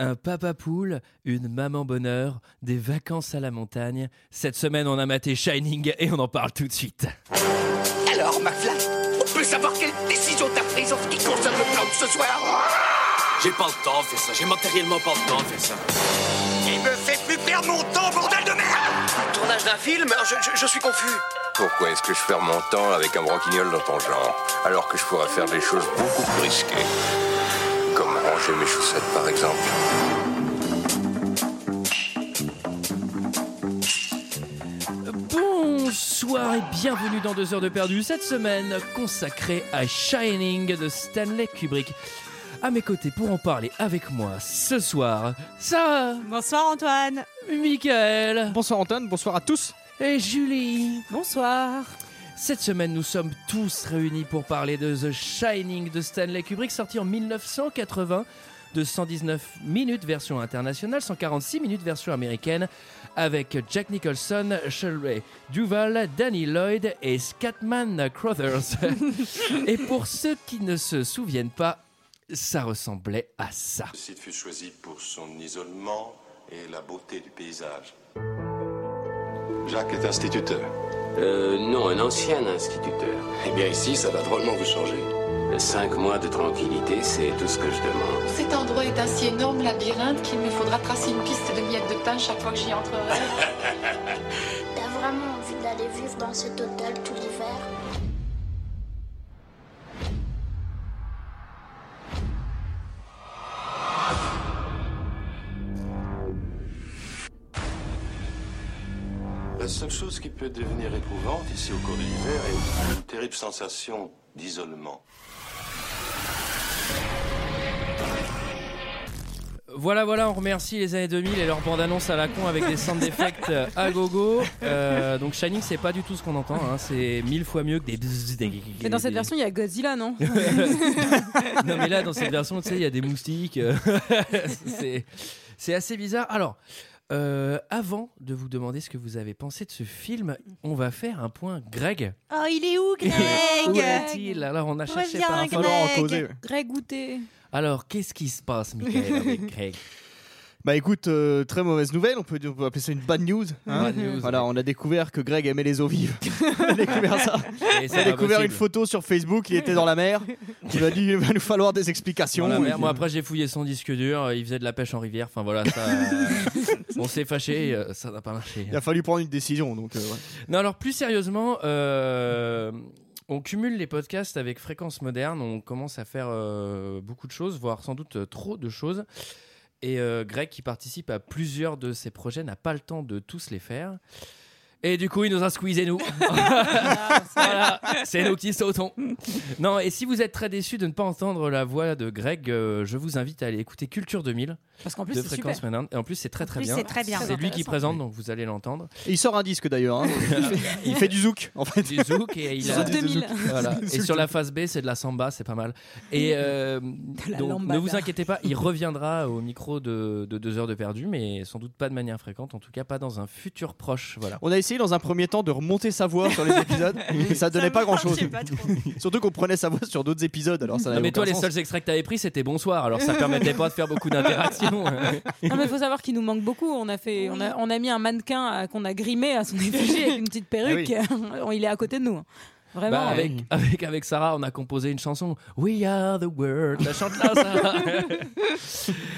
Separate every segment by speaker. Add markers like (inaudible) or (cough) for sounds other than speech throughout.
Speaker 1: Un papa poule, une maman bonheur, des vacances à la montagne. Cette semaine, on a maté Shining et on en parle tout de suite.
Speaker 2: Alors, McFly, on peut savoir quelle décision t'as prise en ce qui concerne le plan de ce soir
Speaker 3: J'ai pas le temps de faire ça, j'ai matériellement pas le temps de faire ça.
Speaker 2: Il me fait plus perdre mon temps, bordel de merde
Speaker 4: Tournage d'un film Ah, je, je- je suis confus.
Speaker 5: Pourquoi est-ce que je perds mon temps avec un broquignol dans ton genre, alors que je pourrais faire des choses beaucoup plus risquées Comme ranger mes chaussettes, par exemple.
Speaker 1: Bonsoir et bienvenue dans 2 heures de perdu, cette semaine consacrée à Shining de Stanley Kubrick. À mes côtés pour en parler avec moi ce soir, Sarah,
Speaker 6: Bonsoir Antoine.
Speaker 1: Michael
Speaker 7: Bonsoir Antoine, bonsoir à tous.
Speaker 1: et Julie.
Speaker 6: Bonsoir.
Speaker 1: Cette semaine, nous sommes tous réunis pour parler de The Shining de Stanley Kubrick, sorti en 1980, de 119 minutes version internationale, 146 minutes version américaine, avec Jack Nicholson, Shirley Duval, Danny Lloyd et Scatman Crothers. et pour ceux qui ne se souviennent pas, ça ressemblait à ça.
Speaker 8: Le site fut choisi pour son isolement et la beauté du paysage. Jacques est instituteur.
Speaker 3: Euh, non, un ancien instituteur.
Speaker 8: Eh bien ici, ça va drôlement vous changer.
Speaker 3: Cinq mois de tranquillité, c'est tout ce que je demande.
Speaker 9: Cet endroit est un si énorme labyrinthe qu'il me faudra tracer une piste de miettes de pain chaque fois que j'y entrerai.
Speaker 10: T'as vraiment envie d'aller vivre dans cet hôtel tout l'hiver
Speaker 8: La seule chose qui peut devenir éprouvante ici au cours de l'hiver est une terrible sensation d'isolement.
Speaker 1: Voilà, voilà, on remercie les années 2000 et leur bande-annonce à la con avec des sound effects euh, à gogo. Euh, donc Shining, c'est pas du tout ce qu'on entend, hein. c'est mille fois mieux que des... bzzz, des-
Speaker 6: Mais dans cette version, il y a
Speaker 7: (laughs)
Speaker 6: Godzilla, non
Speaker 1: (laughs) non mais là, dans cette version, tu sais, il y a des moustiques. euh, (laughs) c'est- c'est assez bizarre. Alors, euh, avant de vous demander ce que vous avez pensé de ce film, on va faire un point Greg.
Speaker 6: Oh, il est
Speaker 1: Où
Speaker 6: où, Greg
Speaker 1: est-il Alors, on a cherché par
Speaker 6: Reviens,
Speaker 1: un
Speaker 7: en causer,
Speaker 6: Greg.
Speaker 7: ouais.
Speaker 6: Greg goûté.
Speaker 1: Alors, qu'est-ce qui se passe, Michael, avec Greg
Speaker 7: Bah écoute, euh, très mauvaise nouvelle, on peut, on peut appeler ça une bad news. hein.
Speaker 1: Bad news.
Speaker 7: Voilà, on a découvert que Greg aimait les
Speaker 1: (laughs)
Speaker 7: eaux vives. on a découvert ça.
Speaker 1: Et
Speaker 7: On
Speaker 1: c'est
Speaker 7: a
Speaker 1: pas
Speaker 7: découvert
Speaker 1: possible.
Speaker 7: une photo sur Facebook, il était dans la mer. Il a dit il va nous falloir des explications.
Speaker 1: Dans la
Speaker 7: Et
Speaker 1: mer.
Speaker 7: puis-
Speaker 6: euh,
Speaker 1: Moi, après, j'ai fouillé son disque dur. euh, Il faisait de la pêche en rivière. Enfin, voilà, ça. euh, on s'est fâché. euh, Ça n'a pas marché.
Speaker 7: il a fallu prendre une décision. Donc, euh, ouais.
Speaker 1: Non, alors, plus sérieusement, euh, on cumule les podcasts avec fréquence moderne. On commence à faire euh, beaucoup de choses, voire sans doute euh, trop de choses. Et euh, Greg, qui participe à plusieurs de ces projets, n'a pas le temps de tous les faire. Et du coup, il nous a squeezé, nous. (laughs) Voilà, c'est nous qui sautons. Non, et si vous êtes très déçus de ne pas entendre la voix de Greg, euh, je vous invite à aller écouter Culture 2000
Speaker 6: Parce qu'en plus,
Speaker 1: de
Speaker 6: c'est super.
Speaker 1: Fréquence Moderne. Et en plus, c'est très très
Speaker 6: En plus,
Speaker 1: bien.
Speaker 6: c'est très bien.
Speaker 1: C'est lui qui présente, donc vous allez l'entendre.
Speaker 7: Et il sort un disque d'ailleurs. hein. il fait du zouk en fait.
Speaker 1: Du zouk et il a.
Speaker 6: Zouk 2000. (laughs)
Speaker 1: Voilà. Et sur la phase B, c'est de la samba, c'est pas mal. Et euh,
Speaker 6: la
Speaker 1: donc, ne
Speaker 6: lambada.
Speaker 1: vous inquiétez pas,
Speaker 6: (laughs)
Speaker 1: il reviendra au micro de, de deux heures de perdu, mais sans doute pas de manière fréquente, en tout cas pas dans un futur proche. Voilà.
Speaker 7: On a essayé dans un premier temps de remonter sa
Speaker 1: (laughs)
Speaker 7: voix sur les épisodes, mais ça donnait pas grand chose. Surtout qu'on prenait sa voix sur d'autres épisodes. Alors ça
Speaker 1: Non,
Speaker 7: n'avait
Speaker 1: mais toi,
Speaker 7: aucun
Speaker 1: les
Speaker 7: sens.
Speaker 1: seuls extraits que t'avais pris, c'était bonsoir, alors ça permettait pas de faire beaucoup d'interactions.
Speaker 6: Ah (laughs) Non, mais faut savoir qu'il nous manque beaucoup. On a, fait, on a, on a mis un mannequin à- qu'on a grimé à son (laughs) effigie avec une petite perruque. (laughs) il est à côté de nous. hein. Vraiment. euh,
Speaker 1: Bah, avec, avec, avec Sarah, on a composé une chanson. We are the world. La chante là, Sarah.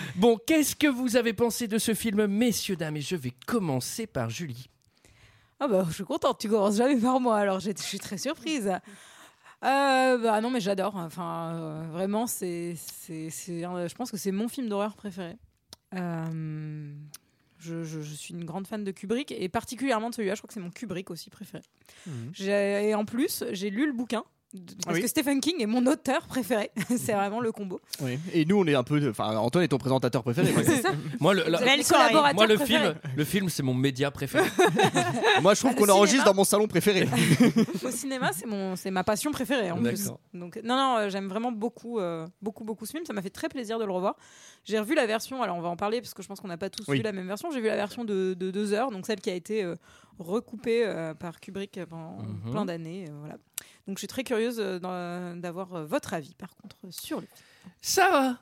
Speaker 6: (laughs)
Speaker 1: bon, qu'est-ce que vous avez pensé de ce film, messieurs, dames Et je vais commencer par Julie.
Speaker 6: Ah bah, je suis contente, tu commences jamais par moi, alors j'ai- je suis très surprise. Euh, bah non, mais j'adore. Enfin, euh, vraiment, c'est, c'est, c'est un- je pense que c'est mon film d'horreur préféré. Euh, je, je- je suis une grande fan de Kubrick et particulièrement de celui-là. Je crois que c'est mon Kubrick aussi préféré. J'ai- et en plus, j'ai lu le bouquin de- parce
Speaker 7: oui.
Speaker 6: que Stephen King est mon auteur préféré. (laughs) c'est vraiment le combo.
Speaker 7: Oui. Et nous, on est un peu. Enfin, Antoine est ton présentateur préféré. quoi.
Speaker 6: C'est ça.
Speaker 1: Moi, le, la-
Speaker 6: Vous avez le
Speaker 1: moi,
Speaker 6: collaborateur
Speaker 1: le
Speaker 6: préféré.
Speaker 1: film, le film, c'est mon média
Speaker 6: (laughs)
Speaker 1: préféré.
Speaker 7: Moi, je trouve
Speaker 6: Ah,
Speaker 7: qu'on
Speaker 6: le
Speaker 7: enregistre
Speaker 6: cinéma
Speaker 7: dans mon salon préféré.
Speaker 6: Au cinéma, c'est mon, c'est ma passion préférée en plus.
Speaker 1: D'accord.
Speaker 6: Donc non, non, euh, j'aime vraiment beaucoup, euh, beaucoup, beaucoup ce film. Ça m'a fait très plaisir de le revoir. J'ai revu la version. Alors on va en parler parce que je pense qu'on n'a pas tous
Speaker 7: Oui.
Speaker 6: vu la même version. J'ai vu la version de, de deux heures, donc celle qui a été euh, recoupée euh, par Kubrick pendant
Speaker 1: Mhm.
Speaker 6: plein d'années. euh, voilà. euh, Donc je suis très curieuse euh, d'en- d'avoir euh, votre avis par contre sur le.
Speaker 1: Sarah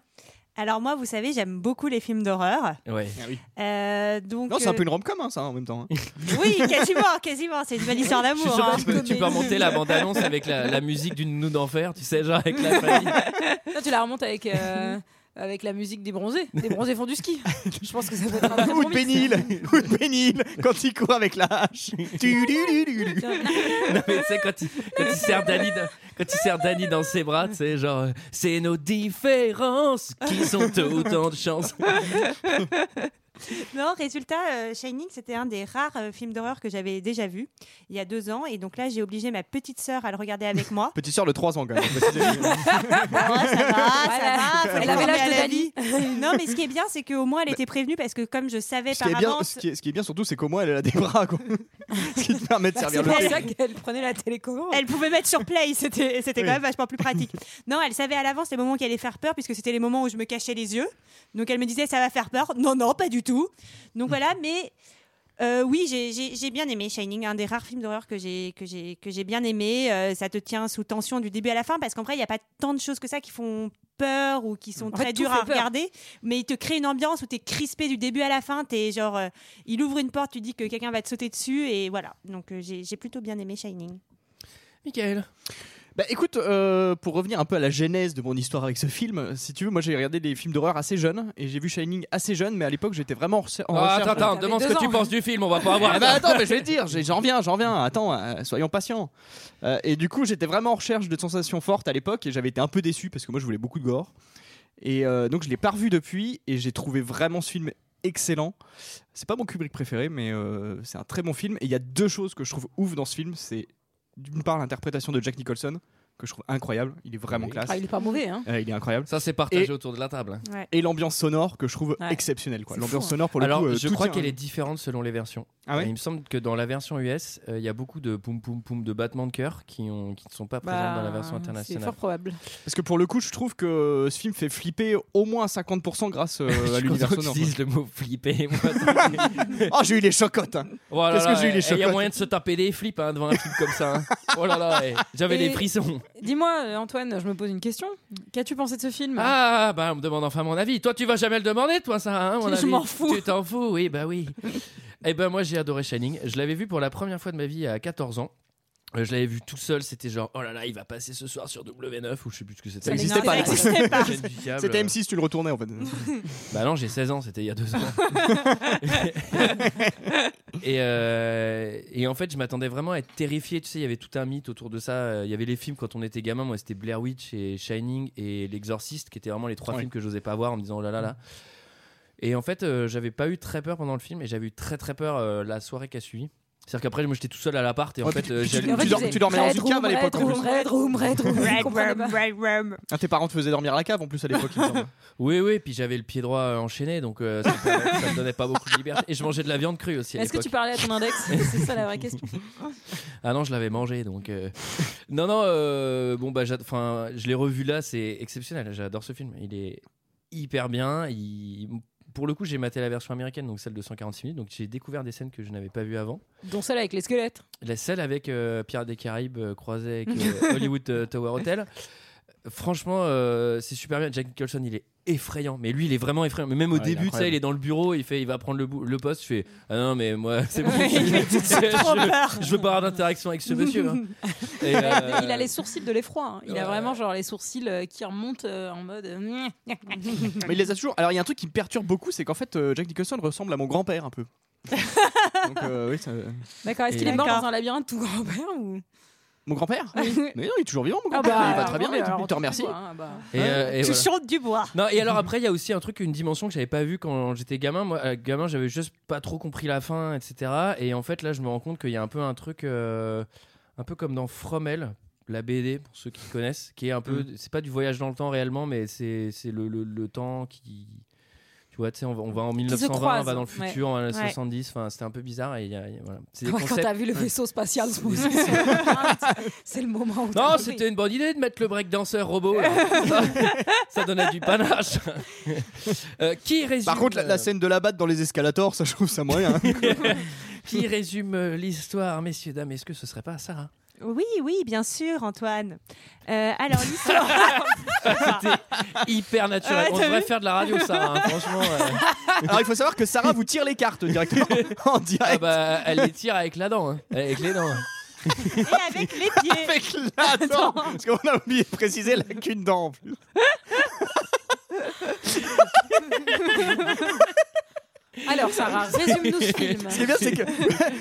Speaker 10: Alors moi, vous savez, j'aime beaucoup les films d'horreur.
Speaker 1: Ouais.
Speaker 10: Euh, donc,
Speaker 11: Non, c'est un peu
Speaker 10: euh,
Speaker 11: une rom-com, hein, ça, en même temps. hein.
Speaker 10: Oui, quasiment, quasiment. C'est une belle histoire
Speaker 1: Je
Speaker 10: d'amour.
Speaker 1: suis sûr que tu
Speaker 10: hein.
Speaker 1: peux, tu peux remonter la bande-annonce avec la, la musique d'une nous d'enfer, tu sais, genre avec la famille.
Speaker 6: (laughs) Là, tu la remontes avec, (laughs) euh, avec la musique des bronzés. Des bronzés font du (laughs) ski. Je pense que ça peut être un très
Speaker 11: Ou
Speaker 6: bon
Speaker 11: de
Speaker 6: mix. (laughs)
Speaker 11: Bénil Ou de Bénil Quand il court avec la
Speaker 10: (laughs)
Speaker 11: hache Tu, du, du, du, du.
Speaker 1: Non, mais tu sais, quand il, quand il serre Dani dans, quand il serre Dany dans ses bras, tu sais, genre, euh, c'est nos différences qui sont autant de chance.
Speaker 10: Non, résultat, euh, Shining, c'était un des rares euh, films d'horreur que j'avais déjà vu il y a deux ans. Et donc là, j'ai obligé ma petite sœur à le regarder avec moi.
Speaker 11: (laughs) Petite sœur de 3 ans, quand même. faut préciser.
Speaker 10: Ah, ça va,
Speaker 6: Voilà.
Speaker 10: ça va. faut
Speaker 6: Elle
Speaker 10: le
Speaker 6: avait l'âge
Speaker 10: former
Speaker 6: de
Speaker 10: à la
Speaker 6: Dali.
Speaker 10: vie. non, mais ce qui est bien, c'est qu'au moins, elle était prévenue parce que comme je savais
Speaker 11: Ce qui, est
Speaker 10: par
Speaker 11: bien,
Speaker 10: avance.
Speaker 11: ce, qui est, ce qui est bien surtout, c'est qu'au moins elle elle a des bras,
Speaker 10: (laughs)
Speaker 11: quoi. ce qui te permet de
Speaker 6: Bah,
Speaker 11: servir
Speaker 6: C'est
Speaker 11: le
Speaker 6: pour
Speaker 11: thé.
Speaker 6: ça qu'elle prenait la télécommande.
Speaker 10: Elle pouvait mettre sur play, c'était c'était
Speaker 11: Oui.
Speaker 10: quand même vachement plus pratique. Non, elle savait à l'avance les moments qui allaient faire peur, puisque c'était les moments où je me cachais les yeux. Donc elle me disait, ça va faire peur. Non, non, pas du tout.
Speaker 6: Hmm.
Speaker 10: Donc voilà, mais euh, oui, j'ai- j'ai j'ai bien aimé Shining, un des rares films d'horreur que j'ai que j'ai- que j'ai bien aimé. Euh, ça te tient sous tension du début à la fin, parce qu'en vrai, il n'y a pas tant de choses que ça qui font peur ou qui sont
Speaker 6: fait,
Speaker 10: très
Speaker 6: tout
Speaker 10: dures
Speaker 6: fait
Speaker 10: à
Speaker 6: peur.
Speaker 10: regarder, mais il te crée une ambiance où tu es crispé du début à la fin. T'es genre, euh, il ouvre une porte, tu dis que quelqu'un va te sauter dessus, et voilà. Donc euh, j'ai j'ai plutôt bien aimé Shining.
Speaker 1: Michael.
Speaker 11: Bah écoute, euh, pour revenir un peu à la genèse de mon histoire avec ce film, si tu veux, moi j'ai regardé des films d'horreur assez jeune et j'ai vu Shining assez jeune, mais à l'époque j'étais vraiment en, recher- en
Speaker 1: Ah, attends,
Speaker 11: recherche.
Speaker 1: attends,
Speaker 6: T'avais
Speaker 1: demande ce
Speaker 6: deux
Speaker 1: que tu
Speaker 6: ans.
Speaker 1: penses du film, on va pas
Speaker 11: Ah
Speaker 1: avoir.
Speaker 11: bah attends, mais je vais te dire, j'ai- j'en reviens, j'en reviens. Attends, euh, soyons patients. Euh, et du coup, j'étais vraiment en recherche de sensations fortes à l'époque et j'avais été un peu déçu parce que moi je voulais beaucoup de gore. Et euh, donc je l'ai pas revu depuis et j'ai trouvé vraiment ce film excellent. C'est pas mon Kubrick préféré, mais euh, c'est un très bon film. Et il y a deux choses que je trouve ouf dans ce film, c'est d'une part l'interprétation de Jack Nicholson que je trouve incroyable. Il est vraiment
Speaker 1: Oui.
Speaker 11: classe.
Speaker 6: Ah, il est pas mauvais, hein.
Speaker 11: Euh, il est incroyable.
Speaker 1: Ça, c'est partagé
Speaker 11: Et-
Speaker 1: autour de la table.
Speaker 11: Et l'ambiance sonore que je trouve
Speaker 6: Ouais.
Speaker 11: exceptionnelle. quoi.
Speaker 6: C'est
Speaker 11: L'ambiance
Speaker 6: fou, hein.
Speaker 11: sonore pour le
Speaker 1: Alors,
Speaker 11: coup. euh,
Speaker 1: je
Speaker 11: tout
Speaker 1: crois
Speaker 11: tient.
Speaker 1: qu'elle est différente selon les versions.
Speaker 11: Ah ouais
Speaker 1: il me semble que dans la version US, euh, il y a beaucoup de poum poum poum de battements de cœur qui, ont, qui ne sont pas présents dans la
Speaker 6: Bah,
Speaker 1: version
Speaker 6: C'est
Speaker 1: internationale.
Speaker 6: fort probable.
Speaker 11: Parce que pour le coup, je trouve que ce film fait flipper au moins à 50% grâce euh,
Speaker 1: Je
Speaker 11: à
Speaker 1: suis
Speaker 11: l'univers
Speaker 1: content que
Speaker 11: (laughs) sonore.
Speaker 1: tu dises le mot eh, flipper.
Speaker 11: (laughs) quoi. Oh, j'ai eu les chocottes. hein.
Speaker 1: Oh
Speaker 11: Qu'est-ce que j'ai eu, les
Speaker 1: Il eh, y a
Speaker 11: chocottes
Speaker 1: moyen de se taper des flips hein, devant un film comme ça. hein. Oh là là, eh, j'avais
Speaker 6: Et-
Speaker 1: les frissons.
Speaker 6: Dis-moi, euh, Antoine, je me pose une question. Qu'as-tu pensé de ce film
Speaker 1: Ah, bah on me demande enfin mon avis. Toi, tu vas jamais le demander, toi, ça, hein, mon
Speaker 6: Je
Speaker 1: avis.
Speaker 6: m'en fous.
Speaker 1: Tu t'en fous, oui, bah oui. Eh ben moi, j'ai adoré Shining. Je l'avais vu pour la première fois de ma vie à 14 ans. Euh, Je l'avais vu tout seul, c'était genre, oh là là, il va passer ce soir sur W9 ou je sais plus ce que c'était.
Speaker 6: Ça
Speaker 11: n'existait
Speaker 6: pas, ça
Speaker 10: n'existait pas.
Speaker 1: Chaîne du diable.
Speaker 11: C'était M6, tu le retournais en fait.
Speaker 1: Bah non, j'ai 16 ans, c'était il y a
Speaker 11: (laughs)
Speaker 1: deux ans. et, euh, et en fait, je m'attendais vraiment à être terrifié. Tu sais, il y avait tout un mythe autour de ça. Euh, Il y avait les films quand on était gamin. Moi, c'était Blair Witch et Shining et L'Exorciste, qui étaient vraiment les trois
Speaker 11: Ouais.
Speaker 1: films
Speaker 11: Mm.
Speaker 1: que j'osais pas voir en me disant oh là là là. Et en fait, euh, j'avais pas eu très peur pendant le film et j'avais eu très très peur euh, la soirée qui a suivi. C'est-à-dire qu'après, moi j'étais tout seul à l'appart et en
Speaker 11: Ouais,
Speaker 1: fait,
Speaker 11: puis-
Speaker 1: euh,
Speaker 11: puis tu-
Speaker 1: j'allais-
Speaker 11: tu dors-
Speaker 6: disais,
Speaker 11: dormais dans
Speaker 6: Red
Speaker 11: une cave
Speaker 6: Room,
Speaker 11: à l'époque,
Speaker 6: Red
Speaker 11: en plus.
Speaker 6: Room, Red Room, Red Room, je comprenais pas.
Speaker 11: Ah, tes parents te faisaient dormir à la cave en plus à l'époque. il me semble.
Speaker 1: Oui, oui, puis j'avais le pied droit euh, enchaîné donc euh, ça, me, ça me donnait pas beaucoup de liberté. Et je mangeais de la viande crue aussi. à
Speaker 6: Est-ce que
Speaker 1: l'époque.
Speaker 6: tu parlais à ton index C'est ça la vraie question.
Speaker 1: Ah non, je l'avais mangé, donc.
Speaker 11: (laughs)
Speaker 1: euh, Non, non, euh, bon, bah, j'ad- enfin, je l'ai revu là, c'est exceptionnel. J'adore ce film. Il est hyper bien. il- Pour le coup, j'ai maté la version américaine, donc celle de 146 minutes, donc j'ai découvert des scènes que je n'avais pas vues avant.
Speaker 6: Dont celle avec les squelettes.
Speaker 1: La celle avec euh, Pirates des Caraïbes euh, croisée avec
Speaker 11: (laughs)
Speaker 1: euh, Hollywood euh, Tower Hotel. Franchement, euh, c'est super bien. Jack Nicholson, il est effrayant. Mais lui, il est vraiment effrayant. Mais même au
Speaker 11: Ouais, Ah, il est
Speaker 1: début, tu sais,
Speaker 11: incroyable.
Speaker 1: il est dans le bureau, il fait, il va prendre le, bou- le poste. Je fais, ah non, mais moi, c'est
Speaker 11: (laughs)
Speaker 1: bon.
Speaker 6: Il fait
Speaker 1: je,
Speaker 11: Ah,
Speaker 10: Ah,
Speaker 1: je veux pas avoir d'interaction avec ce monsieur. hein. Et, euh,
Speaker 6: (laughs) Il a les sourcils de l'effroi. hein. Il
Speaker 1: Ouais.
Speaker 6: a vraiment genre les sourcils euh, qui remontent euh, en mode. euh,
Speaker 11: Mais il les a toujours. Alors, il y a un truc qui me perturbe beaucoup, c'est qu'en fait, euh, Jack Nicholson ressemble à mon grand-père un
Speaker 6: (laughs)
Speaker 11: peu. Donc, euh, oui, ça-
Speaker 6: D'accord. Est-ce
Speaker 1: Et-
Speaker 6: qu'il est mort
Speaker 10: D'accord.
Speaker 6: dans un labyrinthe tout grand-père ou
Speaker 11: (laughs) Mon grand-père Mais non, Ah, il est toujours vivant, mon
Speaker 6: Ah
Speaker 11: grand-père.
Speaker 6: bah,
Speaker 11: il va très bien,
Speaker 6: alors,
Speaker 11: il te-
Speaker 6: alors,
Speaker 11: il te
Speaker 6: on
Speaker 11: remercie.
Speaker 6: voit, hein, bah.
Speaker 1: et, euh, et
Speaker 10: tu
Speaker 1: voilà.
Speaker 10: chantes du bois.
Speaker 1: Non, et alors après, il y a aussi un truc, une dimension que j'avais pas vue quand j'étais gamin. Moi, euh, gamin, j'avais juste pas trop compris la fin, etc. Et en fait, là, je me rends compte qu'il y a un peu un truc, euh, un peu comme dans Fromel, la BD, pour ceux qui connaissent, qui est un peu. C'est pas du voyage dans le temps réellement, mais c'est c'est le, le- le temps qui. Tu vois, tu sais, on, va- on va en
Speaker 6: se
Speaker 1: 1920, on
Speaker 6: croisent,
Speaker 1: va dans le
Speaker 6: ouais.
Speaker 1: futur, en années
Speaker 10: Ouais.
Speaker 1: 70. Enfin, c'était un peu bizarre. Et il y a- il y a- voilà. C'est des
Speaker 6: Ouais, Quand
Speaker 1: concepts-
Speaker 6: t'as vu le vaisseau spatial se poser sur le labyrinthe, Ah, c'est le moment où. t'as
Speaker 1: Non,
Speaker 6: compris.
Speaker 1: c'était une bonne idée de mettre le break danseur robot.
Speaker 11: (laughs)
Speaker 1: là. ça, ça donnait du panache. Euh, qui résume
Speaker 11: Par contre, la, la
Speaker 1: euh,
Speaker 11: scène de la batte dans les escalators,
Speaker 1: (laughs)
Speaker 11: ça, je trouve ça moyen. hein.
Speaker 1: Qui résume euh, l'histoire, messieurs, dames Est-ce que ce serait pas Sarah
Speaker 11: Oui, oui, bien sûr, Antoine. Euh, alors, l'histoire.
Speaker 1: Hyper naturel.
Speaker 11: Ouais,
Speaker 1: On
Speaker 11: t'as
Speaker 1: devrait
Speaker 11: vu
Speaker 1: faire de la radio, Sarah. hein, franchement, euh.
Speaker 7: Alors il faut savoir que Sarah vous tire les
Speaker 1: (laughs)
Speaker 7: cartes directement en
Speaker 1: Ah
Speaker 7: direct
Speaker 1: bah, elle les tire avec la dent. hein. Avec les dents. hein.
Speaker 11: Et avec les pieds.
Speaker 7: avec la dent.
Speaker 11: (laughs)
Speaker 7: Parce qu'on a oublié de préciser la qu'une dent en plus.
Speaker 6: Alors, Sarah, résume-nous ce film.
Speaker 7: Ce qui est bien, c'est que
Speaker 11: Bah.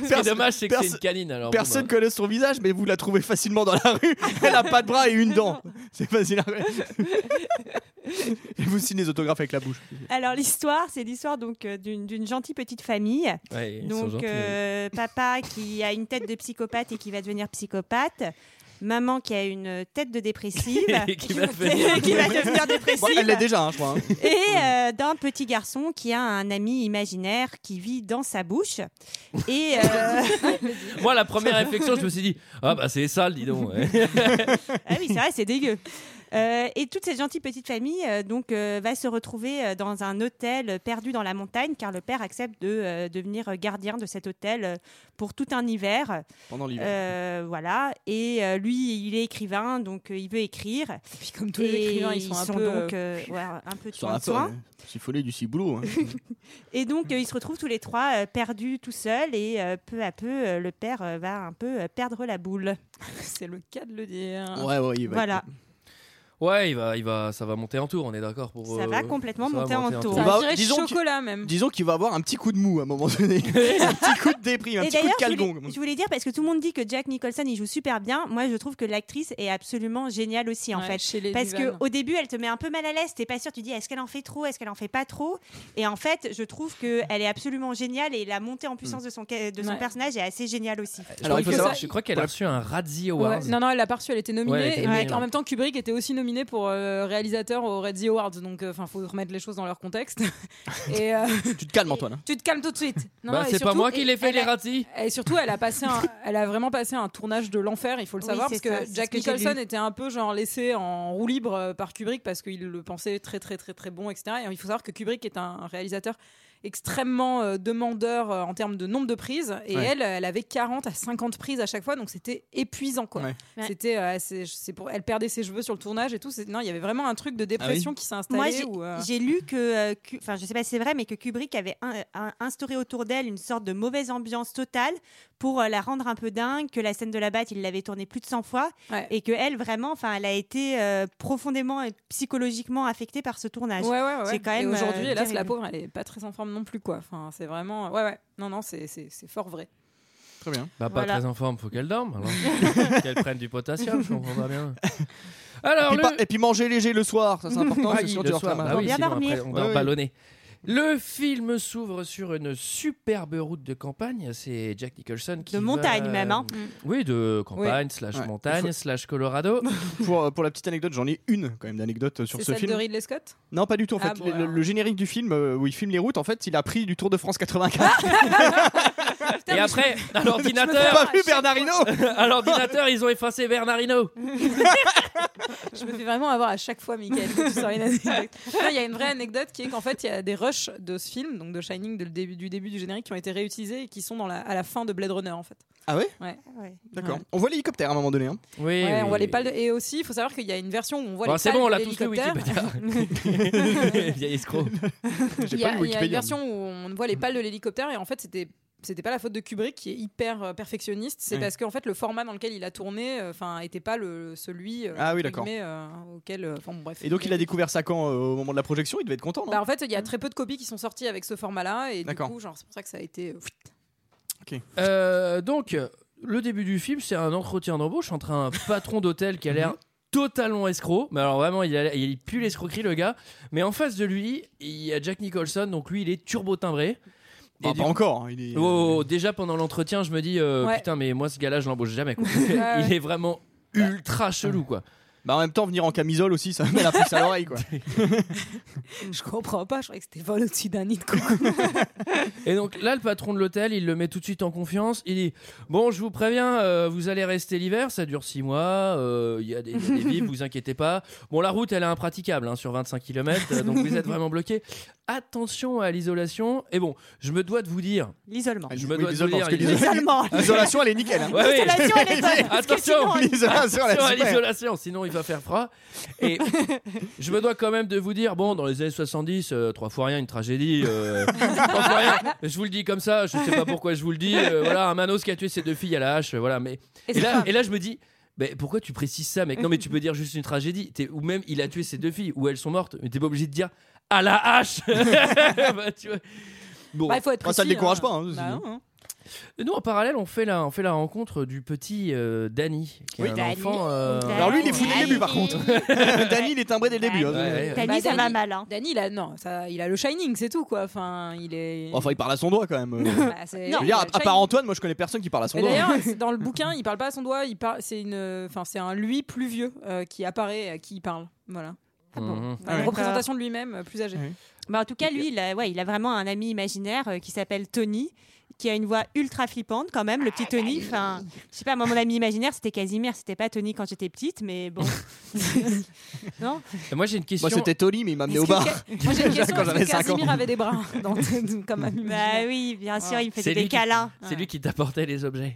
Speaker 1: Ce qui est dommage, c'est que c'est
Speaker 7: perso-
Speaker 1: une canine. Alors, bon,
Speaker 7: personne
Speaker 1: bah.
Speaker 7: connaît son visage, mais vous la trouvez facilement dans la rue. (laughs) Elle a pas de bras et une
Speaker 11: (laughs)
Speaker 7: dent. C'est facile. à Et vous signez les autographes avec la bouche.
Speaker 11: Alors, l'histoire, c'est l'histoire donc euh, d'une d'une gentille petite famille.
Speaker 1: bah. Ouais, ils sont
Speaker 11: Donc,
Speaker 1: gentils, ouais.
Speaker 11: euh, papa qui a une tête de psychopathe et qui va devenir psychopathe. Maman qui a une tête de dépressive.
Speaker 1: Et qui
Speaker 11: (laughs)
Speaker 1: va
Speaker 11: Et qui va devenir
Speaker 7: Bon, elle
Speaker 11: dépressive.
Speaker 7: l'est déjà, hein, je crois. hein.
Speaker 11: et euh, d'un petit garçon qui a un ami imaginaire qui vit dans sa bouche. Et euh,
Speaker 1: Moi, la première réflexion, je me suis dit Ah, bah, c'est sale, dis donc. ouais.
Speaker 11: ah oui, c'est vrai, c'est dégueu. Euh, et toute cette gentille petite famille euh, donc euh, va se retrouver euh, dans un hôtel perdu dans la montagne car le père accepte de euh, devenir gardien de cet hôtel euh, pour tout un hiver.
Speaker 7: Pendant l'hiver.
Speaker 11: Euh, voilà. Et euh, lui, il est écrivain, donc euh, il veut écrire.
Speaker 6: Puis comme tous
Speaker 11: et
Speaker 6: les écrivains, ils sont un peu.
Speaker 11: donc
Speaker 6: euh,
Speaker 11: euh, ouais, un peu
Speaker 7: Sur
Speaker 11: tués en soin.
Speaker 7: du ciboulot. hein.
Speaker 11: (laughs) Et donc, euh, ils se retrouvent tous les trois euh, perdus tout seuls. Et euh, peu à peu, euh, le père euh, va un peu euh, perdre la boule.
Speaker 6: euh, C'est le cas de le dire.
Speaker 7: Ouais, ouais, il va.
Speaker 11: Voilà.
Speaker 1: Ouais, il va, il va, ça va monter en tour, on est d'accord pour. euh,
Speaker 11: Ça va complètement
Speaker 1: ça va
Speaker 11: monter en tour.
Speaker 6: Ça
Speaker 1: bah,
Speaker 7: On va-
Speaker 6: dirait
Speaker 7: disons que-
Speaker 6: chocolat même.
Speaker 7: Disons qu'il va avoir un petit coup de mou à un moment donné. un petit coup de déprime, un
Speaker 11: Et
Speaker 7: petit coup de
Speaker 11: d'ailleurs, je,
Speaker 7: calgon.
Speaker 11: voulais- je voulais dire, parce que tout le monde dit que Jack Nicholson, il joue super bien. Moi, je trouve que l'actrice est absolument géniale aussi, en
Speaker 6: Ouais,
Speaker 11: fait.
Speaker 6: chez les
Speaker 11: Parce
Speaker 6: divanes.
Speaker 11: qu'au début, elle te met un peu mal à l'aise. T'es pas sûr, tu dis est-ce qu'elle en fait trop, est-ce qu'elle en fait pas trop. Et en fait, je trouve qu'elle est absolument géniale et la montée en puissance de son, ca- de son
Speaker 6: Ouais.
Speaker 11: personnage est assez géniale aussi.
Speaker 1: Alors, il faut
Speaker 6: que
Speaker 1: savoir,
Speaker 6: ça-
Speaker 1: je crois qu'elle a
Speaker 7: Ouais.
Speaker 1: reçu un Razzie
Speaker 6: Ouais,
Speaker 1: Award.
Speaker 6: Non, non, elle l'a pas reçu, elle était nominée.
Speaker 1: Ouais, elle était
Speaker 6: et
Speaker 1: nominée,
Speaker 6: mec,
Speaker 1: ouais.
Speaker 6: en même temps, Kubrick était aussi nominé pour euh, réalisateur au Red Awards. Donc, euh, enfin, faut remettre les choses dans leur contexte. (laughs) et euh,
Speaker 7: Tu te calmes, Antoine. hein.
Speaker 6: tu te calmes tout de suite. Non,
Speaker 1: Bah,
Speaker 6: non, et
Speaker 1: c'est pas
Speaker 6: surtout-
Speaker 1: moi qui l'ai
Speaker 6: et
Speaker 1: fait,
Speaker 6: elle
Speaker 1: les
Speaker 6: a-
Speaker 1: Razzies.
Speaker 6: Et surtout, elle a,
Speaker 11: (laughs)
Speaker 6: passé un- elle a vraiment passé un tournage de l'enfer, il faut le
Speaker 11: Oui,
Speaker 6: savoir,
Speaker 11: c'est
Speaker 6: parce
Speaker 11: ça,
Speaker 6: que
Speaker 11: c'est
Speaker 6: Jack
Speaker 11: ce que j'ai
Speaker 6: Nicholson
Speaker 11: lu.
Speaker 6: était un peu genre laissé en roue libre euh, par Kubrick parce qu'il le pensait très très très très bon, etc. Et il faut savoir que Kubrick est un réalisateur extrêmement euh, demandeur euh, en termes de nombre de prises et
Speaker 7: Ouais.
Speaker 6: elle euh, elle avait 40 à 50 prises à chaque fois donc c'était épuisant quoi
Speaker 7: Ouais.
Speaker 11: Ouais.
Speaker 6: c'était euh, c'est- c'est pour elle perdait ses cheveux sur le tournage et tout C'est- non il y avait vraiment un
Speaker 11: Ah
Speaker 6: truc de dépression qui s'est installé
Speaker 11: Moi, j'ai
Speaker 6: ou, euh,
Speaker 11: j'ai lu que, euh, Ku- enfin, je sais pas si c'est vrai, mais que Kubrick avait un- un- instauré autour d'elle une sorte de mauvaise ambiance totale pour euh, la rendre un peu dingue, que la scène de la batte, il l'avait tournée plus de 100 fois,
Speaker 6: Ouais.
Speaker 11: et que elle vraiment, enfin, elle a été euh, profondément et psychologiquement affectée par ce tournage.
Speaker 6: Ouais, ouais, ouais.
Speaker 11: C'est Ah, quand
Speaker 6: Et
Speaker 11: même,
Speaker 6: aujourd'hui,
Speaker 11: euh,
Speaker 6: hélas, la
Speaker 11: terrible.
Speaker 6: pauvre, elle est pas très en forme non plus, quoi. Enfin, c'est vraiment. Ouais, ouais. Non, non, c'est- c'est c'est fort vrai.
Speaker 7: Très bien.
Speaker 1: Bah, pas
Speaker 11: Voilà.
Speaker 1: très en forme, faut qu'elle dorme. alors. qu'elle prenne du potassium, je comprends pas bien. Alors,
Speaker 7: Puis
Speaker 1: le.
Speaker 7: pas- Et puis manger léger le
Speaker 1: (laughs)
Speaker 7: soir, ça c'est important.
Speaker 1: Ah
Speaker 7: c'est
Speaker 1: oui,
Speaker 7: sûr,
Speaker 1: le
Speaker 7: tu vas
Speaker 1: soir,
Speaker 7: faire mal.
Speaker 1: bah oui,
Speaker 11: Bien
Speaker 1: sinon
Speaker 11: dormir.
Speaker 1: après, on dort
Speaker 7: Ouais, ouais.
Speaker 1: ballonné. Le film s'ouvre sur une superbe route de campagne. C'est Jack Nicholson qui
Speaker 11: De
Speaker 1: va-
Speaker 11: montagne même, hein.
Speaker 1: Oui, de campagne slash
Speaker 7: Ouais.
Speaker 1: montagne
Speaker 7: Il faut-
Speaker 1: slash
Speaker 11: (laughs)
Speaker 1: Colorado.
Speaker 7: pour, euh, pour la petite anecdote, j'en ai une quand même d'anecdote sur
Speaker 6: C'est
Speaker 7: ce
Speaker 6: celle
Speaker 7: film.
Speaker 6: de Ridley Scott
Speaker 7: Non, pas du tout en fait.
Speaker 6: Ah bon,
Speaker 7: Le- le,
Speaker 6: alors. (laughs)
Speaker 7: le générique du film euh, où il filme les routes, en fait, il a pris du Tour de France 84.
Speaker 1: Et après,
Speaker 11: (laughs)
Speaker 1: à
Speaker 7: T'as
Speaker 1: l'ordinateur,
Speaker 7: pas vu Bernardino
Speaker 1: à l'ordinateur, ils ont effacé Bernardino.
Speaker 6: Je me fais vraiment avoir à chaque fois, Michael. quand tu sors
Speaker 7: (laughs)
Speaker 6: une anecdote. Non, Il y a une vraie anecdote qui est qu'en fait, il y a des rushs de ce film, donc de Shining, de le début, du début du générique, qui ont été réutilisés et qui sont dans la, à la fin de Blade Runner, en fait.
Speaker 7: Ah ouais
Speaker 11: Ouais.
Speaker 7: D'accord. On voit l'hélicoptère à un moment donné. hein.
Speaker 1: Oui,
Speaker 6: ouais,
Speaker 1: oui.
Speaker 6: on voit les pales de- Et aussi, il faut savoir qu'il y a une version où on voit
Speaker 1: Bon,
Speaker 6: les
Speaker 1: c'est
Speaker 6: pales
Speaker 1: bon, on
Speaker 6: de
Speaker 1: l'a tous lu
Speaker 6: l'hélicoptère.
Speaker 1: Wikipédia. (laughs)
Speaker 6: (laughs)
Speaker 1: Vieil escroc.
Speaker 7: J'ai
Speaker 6: Il y, a-
Speaker 7: pas lu
Speaker 6: il y a une
Speaker 7: Wikipédia.
Speaker 6: version où on voit les pales de l'hélicoptère et en fait c'était c'était pas la faute de Kubrick qui est hyper euh, perfectionniste, c'est
Speaker 7: Oui.
Speaker 6: parce qu'en fait le format dans lequel il a tourné euh, enfin était pas le celui euh,
Speaker 7: Ah oui,
Speaker 6: entre
Speaker 7: d'accord.
Speaker 6: guillemets, euh, auquel euh, enfin bon, bref.
Speaker 7: Et donc il a découvert ça quand euh, au moment de la projection, il devait être content. non Mmh.
Speaker 6: Bah, en fait, il y a très peu de copies qui sont sorties avec ce format-là et du
Speaker 7: D'accord.
Speaker 6: coup, genre c'est pour ça que ça a été
Speaker 1: Euh, donc, le début du film, c'est un entretien d'embauche entre un patron d'hôtel qui a
Speaker 6: Mhm.
Speaker 1: l'air totalement escroc. Mais alors, vraiment, il, a- il pue l'escroquerie, le gars. Mais en face de lui, il y a Jack Nicholson. Donc, lui, il est turbo timbré.
Speaker 7: Bah,
Speaker 1: Et
Speaker 7: pas
Speaker 1: du-
Speaker 7: encore. hein, Il est,
Speaker 1: Oh, oh, oh, déjà pendant l'entretien, je me dis euh, (laughs)
Speaker 6: Ouais.
Speaker 1: putain, mais moi ce gars-là, je l'embauche jamais. quoi.
Speaker 6: ouais.
Speaker 1: il est vraiment ultra chelou quoi.
Speaker 7: Bah en même temps, venir en camisole aussi, ça met la pousse à l'oreille quoi.
Speaker 6: (laughs) Je comprends pas, je croyais que c'était vol au-dessus d'un nid de coucou.
Speaker 1: Et donc là, le patron de l'hôtel, il le met tout de suite en confiance. Il dit Bon, je vous préviens, euh, vous allez rester l'hiver, ça dure 6 mois, euh, il y a des, il y a des vives, vous inquiétez pas. Bon, la route, elle est impraticable hein, sur 25 km, donc vous êtes vraiment bloqué. Attention à l'isolation. Et bon, je me dois de vous dire
Speaker 11: (laughs)
Speaker 6: (laughs)
Speaker 11: L'isolement.
Speaker 7: Ah,
Speaker 1: Je me dois de vous
Speaker 7: l'isolement,
Speaker 1: dire.
Speaker 7: parce que
Speaker 1: l'iso-
Speaker 7: (laughs)
Speaker 11: L'isolement.
Speaker 7: L'isolation, elle est nickel. hein.
Speaker 1: Ouais, ouais.
Speaker 11: L'isolation, elle est
Speaker 7: (laughs)
Speaker 11: bonne. parce que
Speaker 1: Attention,
Speaker 11: sinon, elle-
Speaker 7: L'isolation, elle
Speaker 1: Attention à
Speaker 7: est super.
Speaker 1: l'isolation, sinon il va faire froid. (laughs) Et je me dois quand même de vous dire, bon, dans les années 70, euh, trois fois rien, une tragédie. (laughs) euh, trois fois rien. Je vous le dis comme ça, je sais pas pourquoi je vous le dis. euh, voilà, un Manos qui a tué ses deux filles à la hache. euh, Voilà, mais et là, et là, je me dis. mais pourquoi tu précises ça, mec Non, mais tu peux dire juste une tragédie. T'es- Ou même, il a tué ses deux filles, ou elles sont mortes. Mais t'es pas obligé de dire à la hache (laughs) Bah, tu vois. Bon.
Speaker 6: Bah, il faut être
Speaker 7: Enfin, ça le
Speaker 6: précis,
Speaker 7: décourage pas, hein.
Speaker 6: Bah non, hein.
Speaker 1: Et nous, en parallèle, on fait la, on fait la rencontre du petit euh, Danny, qui est
Speaker 7: Oui.
Speaker 1: un
Speaker 11: Danny.
Speaker 1: enfant. euh,
Speaker 7: Alors lui, il est fou dès le début par
Speaker 11: Danny.
Speaker 7: contre. Dany, il est timbré dès le début. hein.
Speaker 1: Ouais, ouais.
Speaker 11: T'as
Speaker 6: Bah,
Speaker 11: dit, ça
Speaker 6: Dany.
Speaker 11: va mal. hein.
Speaker 6: Danny, il a, non, ça, il a le Shining, c'est tout quoi. Enfin, il est.
Speaker 7: Enfin, il parle à son doigt quand même. euh.
Speaker 6: Bah, c'est-
Speaker 7: Je veux dire, à, à part Antoine, moi je connais personne qui parle à son
Speaker 6: Et
Speaker 7: doigt.
Speaker 6: d'ailleurs, c'est- dans le bouquin, il parle pas à son doigt, il parle, c'est une, enfin, c'est un lui plus vieux euh, qui apparaît, à qui il parle. Voilà.
Speaker 11: Ah
Speaker 1: mhm.
Speaker 6: Voilà,
Speaker 7: ouais.
Speaker 6: Une représentation de lui-même euh, plus âgé.
Speaker 7: Ouais.
Speaker 11: (laughs) Bah, en tout cas, lui, il a, ouais, il a vraiment un ami imaginaire euh, qui s'appelle Tony, qui a une voix ultra flippante quand même, le petit Tony. Enfin, je sais pas, moi, mon ami imaginaire, c'était Casimir, c'était pas Tony quand j'étais petite, mais bon. non
Speaker 1: Et Moi, j'ai une question.
Speaker 7: Moi c'était Tony, mais il m'a amené au
Speaker 6: Est-ce que
Speaker 7: bar.
Speaker 6: Ca- Moi j'ai une question,
Speaker 7: Quand j'avais
Speaker 6: est-ce que
Speaker 7: cinq ans.
Speaker 6: Casimir avait des bras dans comme ami
Speaker 11: Bah
Speaker 6: imaginaire
Speaker 11: oui, bien sûr, il me
Speaker 1: C'est
Speaker 11: faisait
Speaker 1: lui
Speaker 11: des
Speaker 1: qui-
Speaker 11: câlins.
Speaker 1: C'est lui qui t'apportait les
Speaker 11: (laughs)
Speaker 1: objets.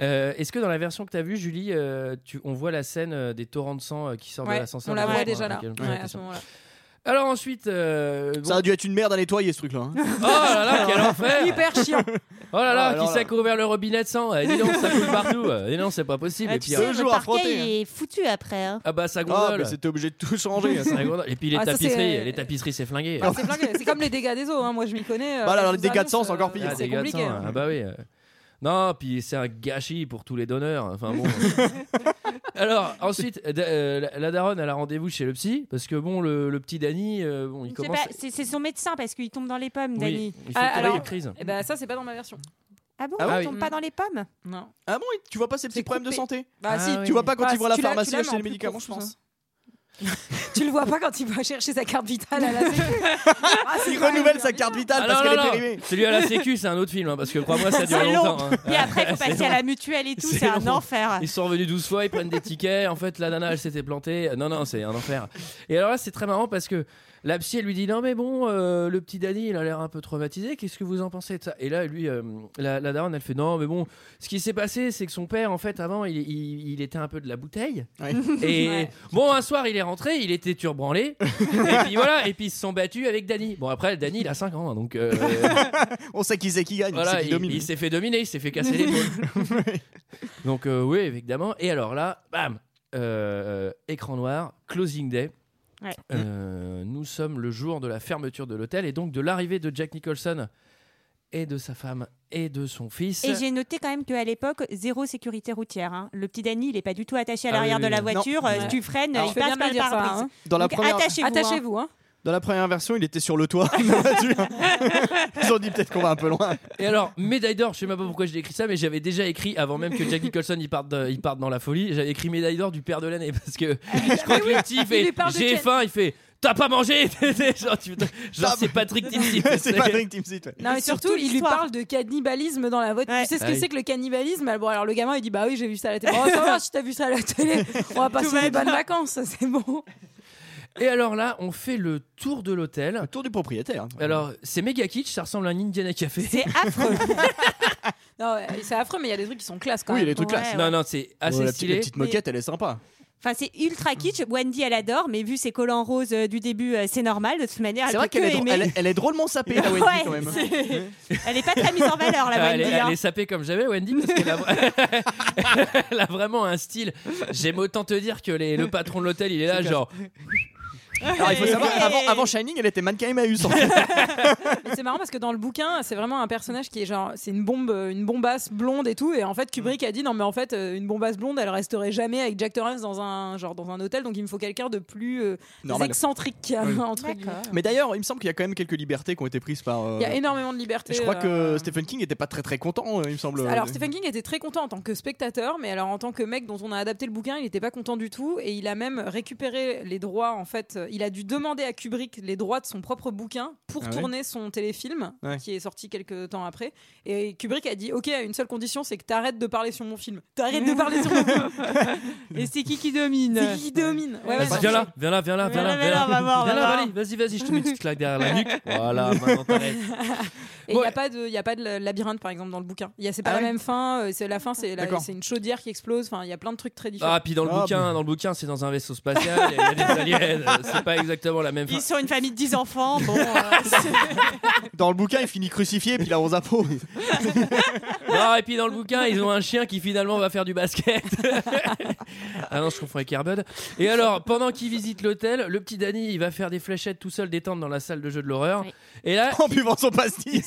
Speaker 1: Euh, Est-ce que dans la version que t'as vue, Julie, euh, tu, on voit la scène euh, des torrents de sang euh, qui sortent
Speaker 6: Ouais,
Speaker 1: de l'ascenseur
Speaker 6: on la
Speaker 1: de
Speaker 6: voit
Speaker 1: Rome,
Speaker 6: déjà
Speaker 1: euh,
Speaker 6: là.
Speaker 1: laquelle je me pose
Speaker 6: Ouais,
Speaker 1: la
Speaker 6: à ce
Speaker 1: question.
Speaker 6: moment-là.
Speaker 1: Alors ensuite, euh, bon-
Speaker 7: Ça a dû être une merde à nettoyer ce truc-là. hein.
Speaker 1: oh là là,
Speaker 7: (laughs)
Speaker 1: quel enfer
Speaker 6: Hyper chiant.
Speaker 1: Oh là là,
Speaker 7: Ah, alors
Speaker 1: qui
Speaker 7: là.
Speaker 1: s'est couvert le robinet de sang Eh, Dis donc, ça coule
Speaker 11: (laughs)
Speaker 1: partout. Eh, non, c'est pas possible. Et
Speaker 11: Ah,
Speaker 1: puis,
Speaker 11: tu sais,
Speaker 7: Deux
Speaker 1: euh,
Speaker 11: le
Speaker 7: jours à
Speaker 11: parquet,
Speaker 7: frotter,
Speaker 11: il est foutu après. hein.
Speaker 1: ah bah ça
Speaker 7: Ah,
Speaker 1: gondole.
Speaker 7: mais c'était obligé de tout changer. ça. Ah,
Speaker 1: Ça gondole. Et puis les
Speaker 6: Ah, ça, c'est-
Speaker 1: tapisseries, les tapisseries, c'est flingué.
Speaker 6: Alors, c'est flingué, c'est comme les dégâts des eaux, hein, moi je m'y connais. euh,
Speaker 7: Voilà, alors
Speaker 6: on
Speaker 7: les
Speaker 6: nous
Speaker 7: dégâts de
Speaker 6: annonce,
Speaker 7: sang, c'est encore
Speaker 6: euh,
Speaker 7: pire.
Speaker 1: Ah,
Speaker 6: C'est
Speaker 1: dégâts de
Speaker 6: compliqué.
Speaker 1: sang,
Speaker 6: hein.
Speaker 1: ah bah oui. euh. Non, puis c'est un gâchis pour tous les donneurs. Enfin
Speaker 7: (laughs)
Speaker 1: bon. Alors ensuite, d- euh, la- la daronne elle a rendez-vous chez le psy parce que bon, le, le petit Danny, euh, bon, il
Speaker 11: C'est
Speaker 1: commence.
Speaker 11: pas- C'est c'est son médecin parce qu'il tombe dans les pommes,
Speaker 1: Oui,
Speaker 11: Dany.
Speaker 1: il fait
Speaker 6: Ah,
Speaker 1: tomber
Speaker 6: alors-
Speaker 1: une crise.
Speaker 6: Et bah ça c'est pas dans ma version.
Speaker 11: Ah bon,
Speaker 7: Ah
Speaker 11: il
Speaker 1: oui.
Speaker 11: tombe pas dans les pommes
Speaker 6: Non.
Speaker 7: Ah bon, et tu vois pas ces petits
Speaker 6: C'est
Speaker 7: problèmes de
Speaker 6: coupé.
Speaker 7: santé
Speaker 6: Bah
Speaker 1: Ah
Speaker 6: si,
Speaker 1: oui.
Speaker 7: Tu vois pas quand
Speaker 6: Ah,
Speaker 7: ils vont à la
Speaker 6: si, tu l'as- tu
Speaker 7: pharmacie
Speaker 6: l'as, mais
Speaker 7: acheter
Speaker 6: en
Speaker 7: les
Speaker 6: plus
Speaker 7: médicaments,
Speaker 6: court,
Speaker 7: je pense. hein.
Speaker 6: tu le vois pas quand il va chercher sa carte vitale à la sécu. Ah, c'est
Speaker 7: Il
Speaker 6: pas
Speaker 7: renouvelle
Speaker 6: bien.
Speaker 7: sa carte vitale
Speaker 1: Ah,
Speaker 7: parce
Speaker 1: non,
Speaker 7: qu'elle
Speaker 1: non,
Speaker 7: est
Speaker 1: non.
Speaker 7: périmée.
Speaker 1: Celui à la Sécu, c'est un autre film hein, parce que crois-moi, ça dure
Speaker 11: C'est long.
Speaker 1: longtemps. hein.
Speaker 11: Et
Speaker 1: (laughs)
Speaker 11: après, il faut passer à la mutuelle et tout,
Speaker 1: C'est
Speaker 11: c'est un
Speaker 1: long.
Speaker 11: enfer.
Speaker 1: Ils sont revenus 12 fois, ils prennent des tickets. En fait, la nana, elle s'était plantée. Euh, Non, non, c'est un enfer. Et alors là, c'est très marrant parce que la psy, elle lui dit Non, mais bon, euh, le petit Danny, il a l'air un peu traumatisé. Qu'est-ce que vous en pensez de ça Et là, lui, euh, la, la daronne, elle fait Non, mais bon, ce qui s'est passé, c'est que son père, en fait, avant, il, il- il était un peu de la bouteille.
Speaker 7: Ouais.
Speaker 1: Et
Speaker 6: Ouais.
Speaker 1: bon, un soir, il est rentré, il était turbranlé. et puis voilà, et puis ils se sont battus avec Danny. Bon, après, Danny, il a 5 ans, hein, donc. euh,
Speaker 7: On sait qui c'est qui gagne, c'est
Speaker 1: voilà,
Speaker 7: qui
Speaker 1: il,
Speaker 7: domine.
Speaker 1: il s'est fait dominer, il s'est fait (laughs) casser l'épaule. Donc euh, oui, évidemment. Et alors là, bam, euh, écran noir, closing day.
Speaker 11: Ouais.
Speaker 1: Euh, Nous sommes le jour de la fermeture de l'hôtel et donc de l'arrivée de Jack Nicholson et de sa femme et de son fils.
Speaker 11: Et j'ai noté quand même qu'à l'époque, zéro sécurité routière. hein. Le petit Danny, il n'est pas du tout attaché à
Speaker 1: Ah oui,
Speaker 11: l'arrière
Speaker 1: oui,
Speaker 11: de la
Speaker 1: oui.
Speaker 11: voiture.
Speaker 7: Non.
Speaker 11: Euh,
Speaker 7: Ouais.
Speaker 11: Tu freines,
Speaker 7: Alors,
Speaker 11: il
Speaker 6: Fais
Speaker 11: passe
Speaker 6: bien de
Speaker 11: pas
Speaker 6: me
Speaker 11: le
Speaker 6: dire ça.
Speaker 11: pare-brise.
Speaker 6: hein.
Speaker 7: Dans la
Speaker 11: Donc,
Speaker 7: première.
Speaker 11: Attachez-vous. hein.
Speaker 6: Attachez-vous. Hein.
Speaker 7: Dans la première version, il était sur le toit. de la voiture. Ils ont dit peut-être qu'on va un peu loin.
Speaker 1: Et alors, médaille d'or, je sais même pas pourquoi j'ai écrit ça, mais j'avais déjà écrit avant même que Jack Nicholson il parte, de- il parte dans la folie, j'avais écrit médaille d'or du père de l'année parce que je crois que le petit il fait
Speaker 6: lui parle de
Speaker 1: j'ai
Speaker 6: Ken.
Speaker 1: faim, il fait t'as pas mangé, (laughs) genre, tu- genre, c'est Patrick Timsit.
Speaker 7: (laughs) c'est pas Drink Team Seat. ouais.
Speaker 6: Non, mais hein. surtout,
Speaker 11: surtout
Speaker 6: il lui
Speaker 11: l'histoire.
Speaker 6: parle de cannibalisme dans la voiture.
Speaker 11: Ouais.
Speaker 6: Tu sais ce
Speaker 1: Ah
Speaker 6: que
Speaker 1: oui.
Speaker 6: c'est que le cannibalisme Bon, alors le gamin, il dit Bah oui, j'ai vu ça à la télé. Oh, ça va, si t'as vu ça à la télé, on va passer
Speaker 11: va
Speaker 6: des
Speaker 11: bien.
Speaker 6: bonnes vacances, (laughs) c'est bon.
Speaker 1: Et alors là, on fait le tour de l'hôtel.
Speaker 7: Le tour du propriétaire.
Speaker 1: Alors, c'est méga kitsch, ça ressemble à un Indiana Café.
Speaker 11: C'est affreux.
Speaker 6: Non, ouais, c'est affreux, mais il y a des trucs qui sont classe quand
Speaker 7: oui,
Speaker 6: même.
Speaker 7: les trucs
Speaker 11: Ouais,
Speaker 7: là.
Speaker 11: ouais.
Speaker 1: Non, non, c'est assez
Speaker 7: Oh, la, petite, la
Speaker 1: stylé.
Speaker 7: petite moquette, elle est sympa.
Speaker 11: Enfin, c'est ultra kitsch. Wendy, elle adore, mais vu ses collants roses euh, du début, euh, c'est normal. De toute manière, elle
Speaker 7: C'est vrai
Speaker 11: peut
Speaker 7: qu'elle est,
Speaker 11: que
Speaker 7: dro-
Speaker 11: aimer.
Speaker 7: elle, est- elle est drôlement
Speaker 11: (laughs)
Speaker 7: sapée, la Wendy,
Speaker 11: Ouais,
Speaker 7: quand même.
Speaker 11: c'est- elle est pas très mise en valeur, la
Speaker 1: elle, est,
Speaker 11: Wendy.
Speaker 1: elle
Speaker 11: hein.
Speaker 1: est sapée comme jamais, Wendy, parce qu'elle a... (laughs) elle a vraiment un style. J'aime autant te dire que les- le patron de l'hôtel, il est là, genre.
Speaker 7: Alors, il faut savoir, avant, avant Shining, elle était mannequin Emmaüs. en fait.
Speaker 6: Mais c'est marrant parce que dans le bouquin, c'est vraiment un personnage qui est genre, c'est une bombe, euh, une bombasse blonde et tout. Et en fait, Kubrick a dit non, mais en fait, euh, une bombasse blonde, elle resterait jamais avec Jack Torrance dans un genre dans un hôtel. Donc il me faut quelqu'un de plus euh,
Speaker 7: Normal.
Speaker 6: excentrique
Speaker 7: Oui.
Speaker 6: (laughs) entre guillemets.
Speaker 7: Mais d'ailleurs, il me semble qu'il y a quand même quelques libertés qui ont été prises par. euh,
Speaker 6: Il y a énormément de liberté.
Speaker 7: je crois
Speaker 6: euh,
Speaker 7: que Stephen King était pas très très content, euh, il me semble.
Speaker 6: Alors
Speaker 7: Euh,
Speaker 6: Stephen King était très content en tant que spectateur, mais alors en tant que mec dont on a adapté le bouquin, il n'était pas content du tout et il a même récupéré les droits. En fait, euh, il a dû demander à Kubrick les droits de son propre bouquin pour
Speaker 7: Ah ouais
Speaker 6: tourner son téléfilm
Speaker 7: Ouais.
Speaker 6: qui est sorti quelques temps après. Et Kubrick a dit "Ok, à une seule condition, c'est que t'arrêtes de parler sur mon film. T'arrêtes de parler sur
Speaker 7: (laughs)
Speaker 6: mon film.
Speaker 11: Et c'est qui qui domine
Speaker 6: C'est qui qui domine
Speaker 7: Bah,
Speaker 6: Ouais,
Speaker 1: Vas-y,
Speaker 6: ouais,
Speaker 1: Bah, viens là, viens là, viens là, viens là,
Speaker 11: Ah, Viens là, on va voir, on
Speaker 1: Viens
Speaker 11: va
Speaker 1: là,
Speaker 11: voir.
Speaker 1: Valérie, vas-y, vas-y, je te mets une petite claque derrière la
Speaker 11: (laughs)
Speaker 1: nuque. Voilà, maintenant t'arrêtes.
Speaker 6: Et il n'y a pas de, il y a pas de labyrinthe par exemple dans le bouquin. Il y a c'est pas
Speaker 7: Ah
Speaker 6: la
Speaker 7: ouais
Speaker 6: même fin. euh, C'est la fin, c'est la-
Speaker 7: D'accord.
Speaker 6: c'est une chaudière qui explose. Enfin, il y a plein de trucs très différents.
Speaker 1: Ah, puis dans le
Speaker 7: Ah,
Speaker 1: bouquin, dans le bouquin, c'est dans un vaisseau spatial, il y a- il y, a
Speaker 11: (laughs)
Speaker 1: des aliens, euh, c'est pas exactement la même
Speaker 11: Ils
Speaker 1: chose.
Speaker 11: sont une famille de 10 enfants.
Speaker 1: (laughs)
Speaker 11: Bon, euh,
Speaker 7: Dans le bouquin, il finit crucifié et puis la rose à
Speaker 6: (laughs)
Speaker 7: peau.
Speaker 1: Non, et puis dans le bouquin, ils ont un chien qui finalement va faire du basket. (laughs) ah non, je confonds avec Airbud. Et alors, pendant qu'il visite l'hôtel, le petit Danny, il va faire des fléchettes tout seul détendre dans la salle de jeu de l'horreur.
Speaker 11: Oui.
Speaker 1: Et là,
Speaker 7: en buvant son
Speaker 6: (laughs)
Speaker 7: pastis.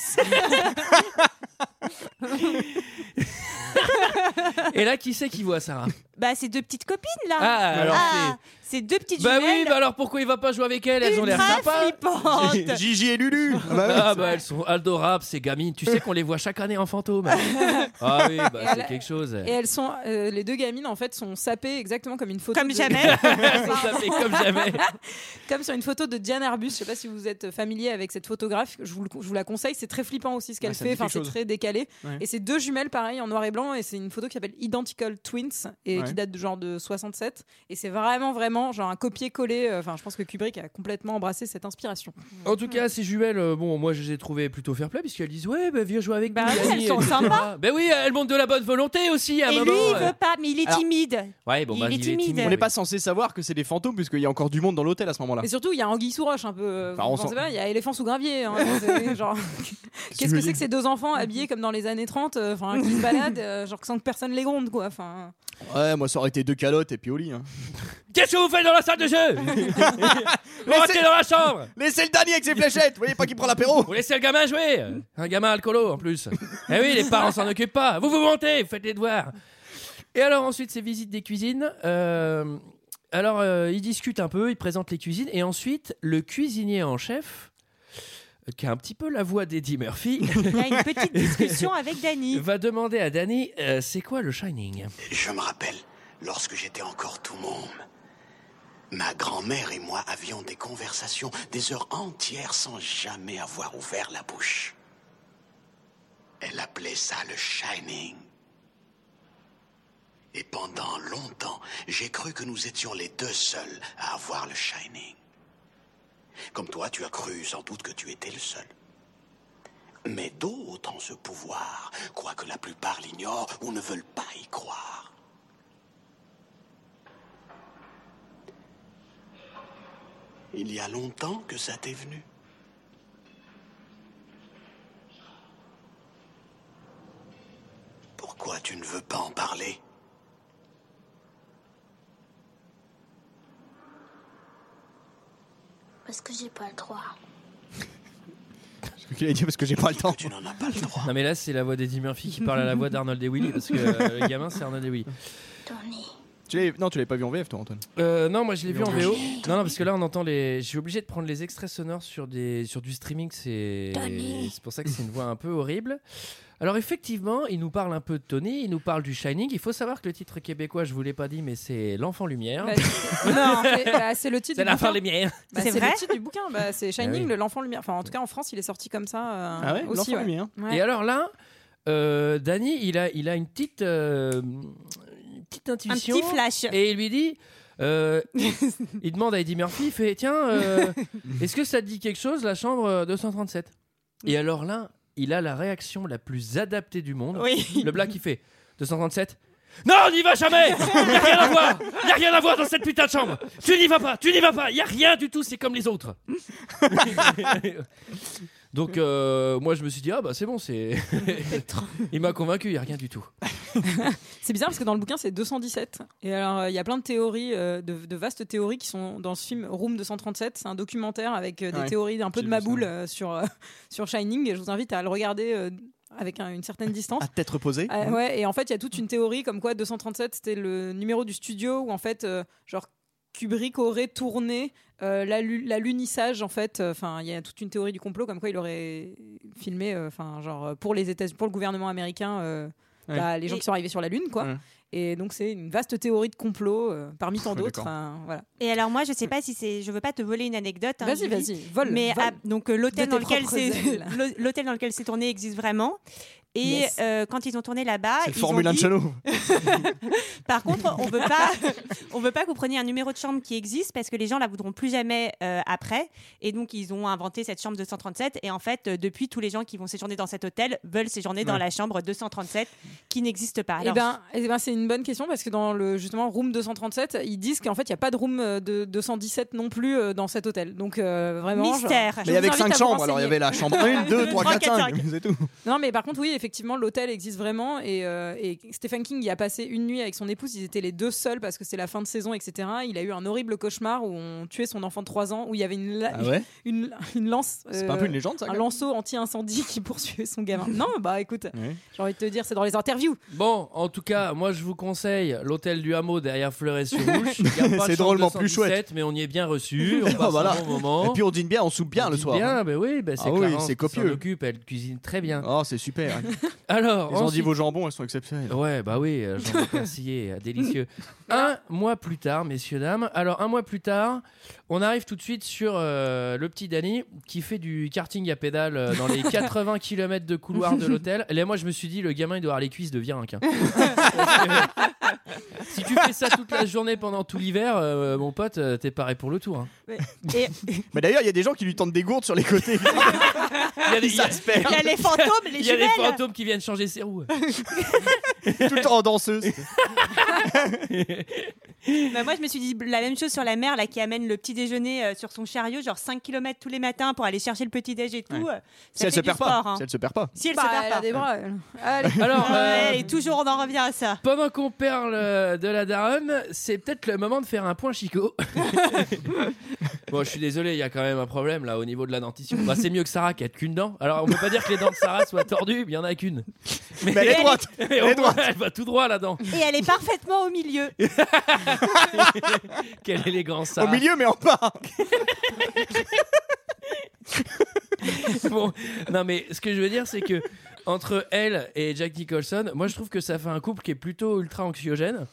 Speaker 1: et là, qui c'est qui voit Sarah
Speaker 11: bah, c'est deux petites copines là.
Speaker 1: Ah, alors
Speaker 11: Ah, c'est deux petites
Speaker 1: c'est- Bah oui,
Speaker 11: jumelles.
Speaker 1: bah alors pourquoi il va pas jouer avec elles Elles ont l'air
Speaker 11: ultra
Speaker 1: sympas. (laughs)
Speaker 11: flippantes.
Speaker 7: Gigi et
Speaker 6: (laughs)
Speaker 7: Lulu. Ah bah ouais.
Speaker 1: Ah bah elles sont adorables ces gamines, tu sais qu'on les voit chaque année en
Speaker 11: (laughs)
Speaker 1: fantôme. Ah oui, bah c'est quelque chose.
Speaker 6: Et elles sont, euh, les deux gamines en fait sont sapées exactement comme une photo.
Speaker 11: Comme
Speaker 6: de- (laughs)
Speaker 11: jamais.
Speaker 1: Ça fait comme
Speaker 11: (laughs)
Speaker 1: jamais.
Speaker 6: Comme sur une photo de Diane Arbus. Je sais pas si vous êtes familier avec cette photographe. Je vous, le- je vous la conseille. C'est très flippant aussi ce qu'elle
Speaker 7: Ouais, ça me
Speaker 6: fait.
Speaker 7: dit quelque
Speaker 6: Enfin, c'est
Speaker 7: chose.
Speaker 6: très décalé.
Speaker 7: Ouais.
Speaker 6: Et c'est deux jumelles pareil en noir et blanc. Et c'est une photo qui s'appelle Identical Twins et
Speaker 7: Ouais.
Speaker 6: qui date de genre de 67. Et c'est vraiment vraiment genre un copier-coller. Euh, Enfin, je pense que Kubrick a complètement embrassé cette inspiration.
Speaker 1: En tout cas, ces jumelles, euh, bon, moi je les ai trouvées plutôt fair play puisqu'elles disent ouais, bah, viens jouer avec
Speaker 11: Bah
Speaker 1: nous,
Speaker 11: oui,
Speaker 1: Yanni,
Speaker 11: elles sont
Speaker 1: etc.
Speaker 11: sympas.
Speaker 1: Bah oui, elles montrent de la bonne volonté aussi à
Speaker 7: Ah
Speaker 1: un
Speaker 11: Et lui,
Speaker 1: moment.
Speaker 11: il
Speaker 1: euh.
Speaker 11: veut pas, mais il est
Speaker 7: bah Alors- ah.
Speaker 11: timide.
Speaker 1: Ouais, bon,
Speaker 11: il
Speaker 1: bah,
Speaker 11: est timide.
Speaker 7: On
Speaker 1: oui.
Speaker 7: n'est pas censé savoir que c'est des fantômes puisqu'il y a encore du monde dans l'hôtel à ce moment-là.
Speaker 6: Mais surtout, il y a Anguille sous roche un peu. euh,
Speaker 7: Enfin,
Speaker 6: Vous
Speaker 7: on
Speaker 6: pensez
Speaker 7: s'en-
Speaker 6: pas Il y a éléphant sous
Speaker 7: (laughs)
Speaker 6: gravier. hein. C'est genre. Qu'est-ce que c'est que ces deux enfants habillés comme dans les années 30 euh,
Speaker 7: (laughs)
Speaker 6: Enfin, qui se baladent, euh, genre sans que personne les gronde, quoi. Enfin,
Speaker 7: Ouais, moi ça aurait été deux calottes et puis au lit. hein.
Speaker 1: Qu'est-ce que vous faites dans la salle de
Speaker 11: (laughs)
Speaker 1: jeu Rentrez
Speaker 7: Laissez-
Speaker 1: dans la chambre.
Speaker 7: Laissez le dernier avec ses fléchettes. Vous voyez pas qu'il prend
Speaker 6: (laughs)
Speaker 7: l'apéro.
Speaker 1: Vous laissez le gamin jouer. euh. Un gamin alcoolo en plus. Eh oui, les parents s'en occupent pas. Vous vous montez, vous faites les devoirs. Et alors ensuite, ces visites des cuisines. euh, Alors, euh, ils discutent un peu, ils présentent les cuisines. Et ensuite, le cuisinier en chef, euh, qui a un petit peu la voix d'Eddie Murphy,
Speaker 11: Il y a une petite discussion avec
Speaker 7: (laughs)
Speaker 11: Danny.
Speaker 1: va demander à Danny euh, c'est quoi le Shining
Speaker 2: Je me rappelle, lorsque j'étais encore tout môme, ma grand-mère et moi avions des conversations des heures entières sans jamais avoir ouvert la bouche. Elle appelait ça le Shining. Et pendant longtemps, j'ai cru que nous étions les deux seuls à avoir le Shining. Comme toi, tu as cru sans doute que tu étais le seul. Mais d'autres ont ce pouvoir, quoique la plupart l'ignorent ou ne veulent pas y croire. Il y a longtemps que ça t'est venu. Pourquoi tu ne veux pas en parler
Speaker 10: Parce que j'ai pas le droit.
Speaker 7: Ce qu'il a dit parce que j'ai pas le temps.
Speaker 2: Tu n'en as pas le droit.
Speaker 1: Non mais là c'est la voix d'Eddie Murphy qui parle à la voix d'Arnold Willy parce que euh, le gamin c'est Arnold Willy.
Speaker 10: Tony,
Speaker 7: Tu l'as- non, tu l'avais pas vu en VF toi, Antoine.
Speaker 1: Euh, non moi je l'ai vu en VO. Non non parce que là on entend les. Je suis obligé de prendre les extraits sonores sur des sur du streaming c'est
Speaker 10: Tony.
Speaker 1: c'est pour ça que c'est une voix un peu horrible. Alors effectivement il nous parle un peu de Tony, il nous parle du Shining. Il faut savoir que le titre québécois je vous l'ai pas dit mais c'est l'enfant lumière.
Speaker 6: Bah, c'est- non, c'est bah, c'est le titre.
Speaker 1: c'est
Speaker 6: du bouquin.
Speaker 1: l'enfant lumière.
Speaker 6: Bah,
Speaker 11: C'est
Speaker 6: c'est
Speaker 11: vrai
Speaker 6: le titre du bouquin. Bah, c'est Shining,
Speaker 1: Ah oui.
Speaker 6: le l'enfant lumière. Enfin, en tout cas, en France, il est sorti comme ça. euh, aussi.
Speaker 7: Ah l'enfant
Speaker 6: ouais.
Speaker 7: lumière.
Speaker 6: Ouais.
Speaker 1: Et alors là euh, Danny il a il a une petite euh, une petite
Speaker 11: Un
Speaker 1: intuition.
Speaker 11: petit
Speaker 6: (laughs)
Speaker 11: flash.
Speaker 1: Et il lui dit. euh, il demande à Eddie Murphy, il fait Tiens, euh, est-ce que ça te dit quelque chose, la chambre euh, 237 Et alors là, il a la réaction la plus adaptée du monde.
Speaker 11: Oui.
Speaker 1: Le black, il fait 237 Non, on n'y va jamais Y a rien à voir Y a rien à voir dans cette putain de chambre Tu n'y vas pas Tu n'y vas pas Y a rien du tout, c'est comme les autres (laughs) (laughs) Donc, euh, moi, je me suis dit Ah, bah c'est bon, c'est. il m'a convaincu, y a rien du tout.
Speaker 6: c'est bizarre parce que dans le bouquin, c'est 217. Et alors, euh, il y a plein de théories, euh, de, de vastes théories qui sont dans ce film Room 237. C'est un documentaire avec euh, des
Speaker 7: Ouais,
Speaker 6: théories un peu
Speaker 7: j'ai
Speaker 6: de
Speaker 7: vu
Speaker 6: ma
Speaker 7: ça.
Speaker 6: boule euh, sur, euh, sur Shining. Et je vous invite à le regarder euh, avec un- une certaine distance.
Speaker 7: À tête reposée.
Speaker 6: Euh, ouais, et en fait, il y a toute une théorie comme quoi 237, c'était le numéro du studio où en fait, euh, genre Kubrick aurait tourné euh, l'alu- l'alunissage en fait. Enfin, il y a toute une théorie du complot comme quoi il aurait filmé, euh, enfin, genre euh, pour les États, pour le gouvernement américain, euh,
Speaker 7: Ouais.
Speaker 6: bah, les gens
Speaker 11: Et-
Speaker 6: qui sont arrivés sur la Lune, quoi.
Speaker 7: Ouais.
Speaker 6: Et donc c'est une vaste théorie de complot euh, parmi tant
Speaker 7: Ouais,
Speaker 6: d'autres.
Speaker 7: d'accord.
Speaker 6: hein, voilà.
Speaker 11: (laughs) Et alors moi, je sais pas si c'est, je veux pas te voler une anecdote. hein,
Speaker 6: Vas-y,
Speaker 11: Julie,
Speaker 6: vas-y, vole.
Speaker 11: Mais
Speaker 6: vole.
Speaker 11: ah, donc euh, l'hôtel
Speaker 6: De
Speaker 11: dans
Speaker 6: tes
Speaker 11: lequel
Speaker 6: propres
Speaker 11: c'est
Speaker 6: ailes.
Speaker 11: l'hô- l'hôtel dans lequel c'est tourné existe vraiment. Et
Speaker 6: Yes.
Speaker 11: euh, quand ils ont tourné là-bas,
Speaker 7: C'est le
Speaker 11: ils
Speaker 7: Formule
Speaker 11: ont
Speaker 7: 1 de
Speaker 11: dit,
Speaker 7: Chano.
Speaker 11: Par contre, on veut pas, on veut pas que vous preniez un numéro de chambre qui existe parce que les gens la voudront plus jamais euh, après. Et donc ils ont inventé cette chambre 237. Et en fait, euh, depuis, tous les gens qui vont séjourner dans cet hôtel veulent séjourner dans
Speaker 7: Ouais.
Speaker 11: la chambre 237 qui n'existe pas.
Speaker 6: Eh ben, eh ben, c'est une bonne question parce que dans le justement room 237, ils disent qu'en fait il n'y a pas de room euh, de 217 non plus euh, dans cet hôtel. Donc euh, vraiment. je-
Speaker 11: mystère.
Speaker 6: Je
Speaker 7: Mais
Speaker 6: vous
Speaker 7: avec
Speaker 6: invite à
Speaker 7: 5
Speaker 6: vous
Speaker 7: chambres, alors il y avait la chambre 1, 2, 3, 4, 5, c'est tout.
Speaker 6: Non, mais par contre, oui, effectivement, l'hôtel existe vraiment. Et, euh, et Stephen King y a passé une nuit avec son épouse. Ils étaient les deux seuls parce que c'est la fin de saison, etc. Il a eu un horrible cauchemar où on tuait son enfant de 3 ans, où il y avait une, la-
Speaker 7: Ah ouais
Speaker 6: une, une lance.
Speaker 7: C'est pas un
Speaker 6: euh,
Speaker 7: peu une légende ça
Speaker 6: un lanceau anti-incendie (laughs) qui poursuivait son gamin. Non, bah écoute,
Speaker 7: Ouais.
Speaker 6: j'ai envie de te dire, c'est dans les interviews.
Speaker 1: Bon, en tout cas, moi je vous conseille l'hôtel du hameau derrière Fleuret-sur-Rouge. Il y
Speaker 7: (laughs)
Speaker 1: a pas de
Speaker 7: C'est
Speaker 1: chambre
Speaker 7: drôlement plus
Speaker 1: 217,
Speaker 7: chouette.
Speaker 1: Mais on y est bien
Speaker 7: (laughs)
Speaker 1: reçu. On
Speaker 7: Ah,
Speaker 1: passe
Speaker 7: voilà.
Speaker 1: un bon moment.
Speaker 7: Et puis on dîne bien, on soupe bien
Speaker 1: On
Speaker 7: le
Speaker 1: dit
Speaker 7: soir.
Speaker 1: Bien, ben oui, ben c'est
Speaker 7: Ah oui,
Speaker 1: Clarence
Speaker 7: c'est
Speaker 1: qui s'en
Speaker 7: copieux.
Speaker 1: occupe, elle cuisine très bien.
Speaker 7: Oh, c'est super.
Speaker 1: Alors,
Speaker 7: Ils ont dit
Speaker 1: ensuite-
Speaker 7: vos jambons, elles sont exceptionnelles.
Speaker 1: Ouais, bah oui, euh, j'en ai persillé, euh, délicieux. Un mois plus tard, messieurs, dames. Alors, un mois plus tard, on arrive tout de suite sur euh, le petit Danny qui fait du karting à pédale euh, dans les 80 km de couloir de l'hôtel. Et là, moi, je me suis dit, le gamin, il doit avoir les cuisses de virinque. hein. Parce que, si tu fais ça toute la journée pendant tout l'hiver, euh, mon pote, euh, t'es paré pour le tour. hein.
Speaker 11: Et
Speaker 7: Mais d'ailleurs, il y a des gens qui lui tentent des gourdes sur les côtés. (laughs)
Speaker 1: Il y a des-
Speaker 7: Ils
Speaker 1: il y a-
Speaker 7: s'aspèrent
Speaker 11: il y a les fantômes, les
Speaker 1: il y a
Speaker 11: jumelles.
Speaker 1: des fantômes qui viennent changer ses roues.
Speaker 7: tout le temps en danseuse.
Speaker 11: Bah, moi, je me suis dit la même chose sur la mère là, qui amène le petit déjeuner euh, sur son chariot, genre 5 km tous les matins pour aller chercher le petit déj et tout.
Speaker 7: Ouais.
Speaker 11: euh,
Speaker 7: Si
Speaker 11: ça
Speaker 7: elle
Speaker 11: fait
Speaker 7: se
Speaker 11: du
Speaker 7: perd pas.
Speaker 11: sport, hein.
Speaker 7: Si elle se perd pas.
Speaker 11: Si elle
Speaker 6: Bah,
Speaker 11: se perd
Speaker 6: elle
Speaker 11: pas.
Speaker 6: a des bras. elle. Allez. (laughs)
Speaker 1: Alors, euh,
Speaker 11: Ouais, et toujours, on en revient à ça.
Speaker 1: Pendant qu'on parle euh, de la daronne, c'est peut-être le moment de faire un point
Speaker 7: (laughs)
Speaker 1: Chico. bon, je suis désolé, il y a quand même un problème là au niveau de la dentition. Bah, c'est mieux que Sarah qui a qu'une dent. Alors, on peut pas dire que les dents de Sarah soient tordues, mais il y en a qu'une.
Speaker 7: Mais elle est
Speaker 11: elle-
Speaker 7: droite.
Speaker 1: mais
Speaker 7: Elle
Speaker 1: au
Speaker 7: est
Speaker 1: moins,
Speaker 7: droite.
Speaker 1: elle va tout droit là-dedans.
Speaker 11: Et elle est parfaitement au milieu.
Speaker 1: Quelle élégance,
Speaker 7: Au
Speaker 1: Sarah.
Speaker 7: milieu, mais en bas.
Speaker 1: Bon, non, mais ce que je veux dire, c'est que entre elle et Jack Nicholson, moi je trouve que ça fait un couple qui est plutôt ultra anxiogène.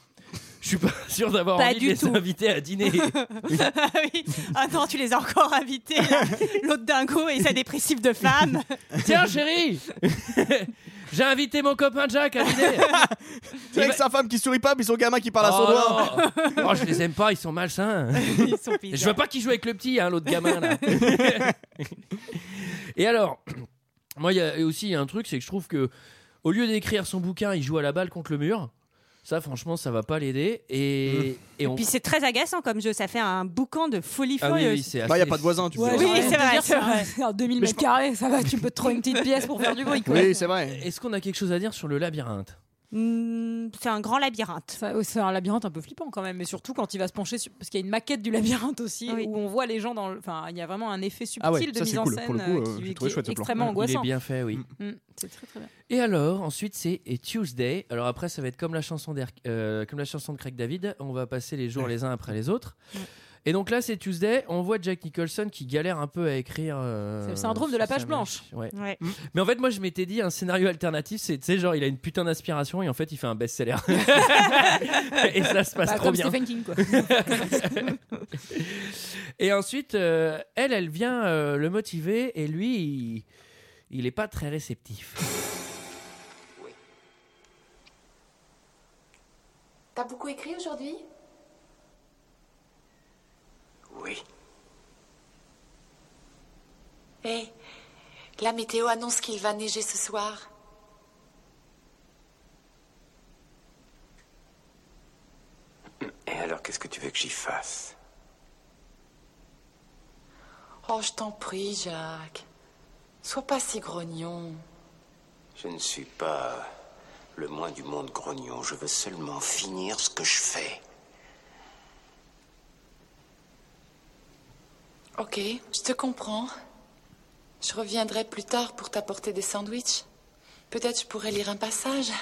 Speaker 1: Je suis pas sûr d'avoir
Speaker 11: Pas
Speaker 1: envie
Speaker 11: du
Speaker 1: de les
Speaker 11: tout.
Speaker 1: inviter à dîner.
Speaker 11: (laughs) Ah oui. Ah non, tu les as encore invités.
Speaker 6: (laughs)
Speaker 11: là. L'autre dingo et sa dépressive de femme.
Speaker 1: Tiens,
Speaker 7: (laughs)
Speaker 1: chérie, j'ai invité mon copain Jack à dîner.
Speaker 7: C'est avec sa femme qui sourit pas, puis son gamin qui parle à son
Speaker 1: Oh
Speaker 7: doigt.
Speaker 1: non. Oh, je les aime pas, ils sont malsains.
Speaker 11: Ils
Speaker 1: Et Je
Speaker 11: sont
Speaker 1: veux
Speaker 11: bizarres.
Speaker 1: pas qu'ils jouent avec le petit, hein, l'autre gamin
Speaker 7: (laughs)
Speaker 1: là. Et alors, moi, il y a aussi un truc, c'est que je trouve que au lieu d'écrire son bouquin, il joue à la balle contre le mur. Ça, franchement, ça va pas l'aider. Et, et on.
Speaker 11: Puis c'est très agaçant comme jeu. Ça fait un boucan de folie
Speaker 1: Ah oui,
Speaker 11: furieuse.
Speaker 1: oui, c'est
Speaker 7: Bah, il y a
Speaker 1: assez-
Speaker 7: pas de voisin, tu
Speaker 6: Ouais,
Speaker 7: peux
Speaker 11: Oui,
Speaker 6: j'ai envie
Speaker 11: c'est
Speaker 6: de
Speaker 11: vrai,
Speaker 6: dire,
Speaker 11: c'est vrai.
Speaker 6: un- un 2000
Speaker 7: Mais je
Speaker 6: mètres carrés, ça va, tu peux te trouver une petite pièce pour faire du bruit. quoi.
Speaker 7: Oui, c'est vrai.
Speaker 1: Est-ce qu'on a quelque chose à dire sur le labyrinthe
Speaker 11: Mm, C'est un grand labyrinthe.
Speaker 6: Ça- ouais, C'est un labyrinthe un peu flippant quand même, mais surtout quand il va se pencher sur. Parce qu'il y a une maquette du labyrinthe aussi,
Speaker 11: Ah oui.
Speaker 6: où on voit les gens dans. le- Enfin, il y a vraiment un effet subtil
Speaker 7: Ah ouais,
Speaker 6: de
Speaker 7: ça, c'est
Speaker 6: mise en
Speaker 7: cool.
Speaker 6: scène
Speaker 7: Pour le coup,
Speaker 6: euh,
Speaker 7: euh,
Speaker 6: qui,
Speaker 7: j'ai
Speaker 6: qui
Speaker 7: trouvé
Speaker 6: est
Speaker 7: chouette, le plan.
Speaker 6: extrêmement
Speaker 1: Il est
Speaker 6: angoissant.
Speaker 1: bien fait, oui.
Speaker 6: Mm, C'est très très bien.
Speaker 1: Et alors, ensuite, c'est et Tuesday. Alors après, ça va être comme la chanson, d'Er- euh, comme la chanson de Craig David. On va passer les jours les uns après les autres. Et donc là, c'est Tuesday. On voit Jack Nicholson qui galère un peu à écrire. euh,
Speaker 6: C'est le syndrome de la
Speaker 1: sur
Speaker 6: page
Speaker 1: sa
Speaker 6: blanche.
Speaker 1: mèche. Ouais.
Speaker 11: Ouais.
Speaker 1: Mais en fait, moi, je m'étais dit un scénario alternatif. C'est, tu sais, genre, il a une putain d'aspiration et en fait, il fait un
Speaker 6: (laughs)
Speaker 1: best-seller. et ça se passe
Speaker 6: Bah,
Speaker 1: trop
Speaker 6: comme
Speaker 1: bien.
Speaker 6: Stephen King quoi.
Speaker 1: Et ensuite, euh, elle, elle vient euh, le motiver et lui, il- il est pas très réceptif.
Speaker 9: T'as beaucoup écrit aujourd'hui
Speaker 2: Oui.
Speaker 9: Eh, la météo annonce qu'il va neiger ce soir.
Speaker 3: Et alors, qu'est-ce que tu veux que j'y fasse
Speaker 9: Oh, je t'en prie, Jacques. Sois pas si grognon.
Speaker 3: Je ne suis pas
Speaker 2: le moins du monde grognon. Je veux seulement finir ce que je fais.
Speaker 9: Ok, je te comprends. Je reviendrai plus tard pour t'apporter des sandwichs. Peut-être je pourrais lire un passage.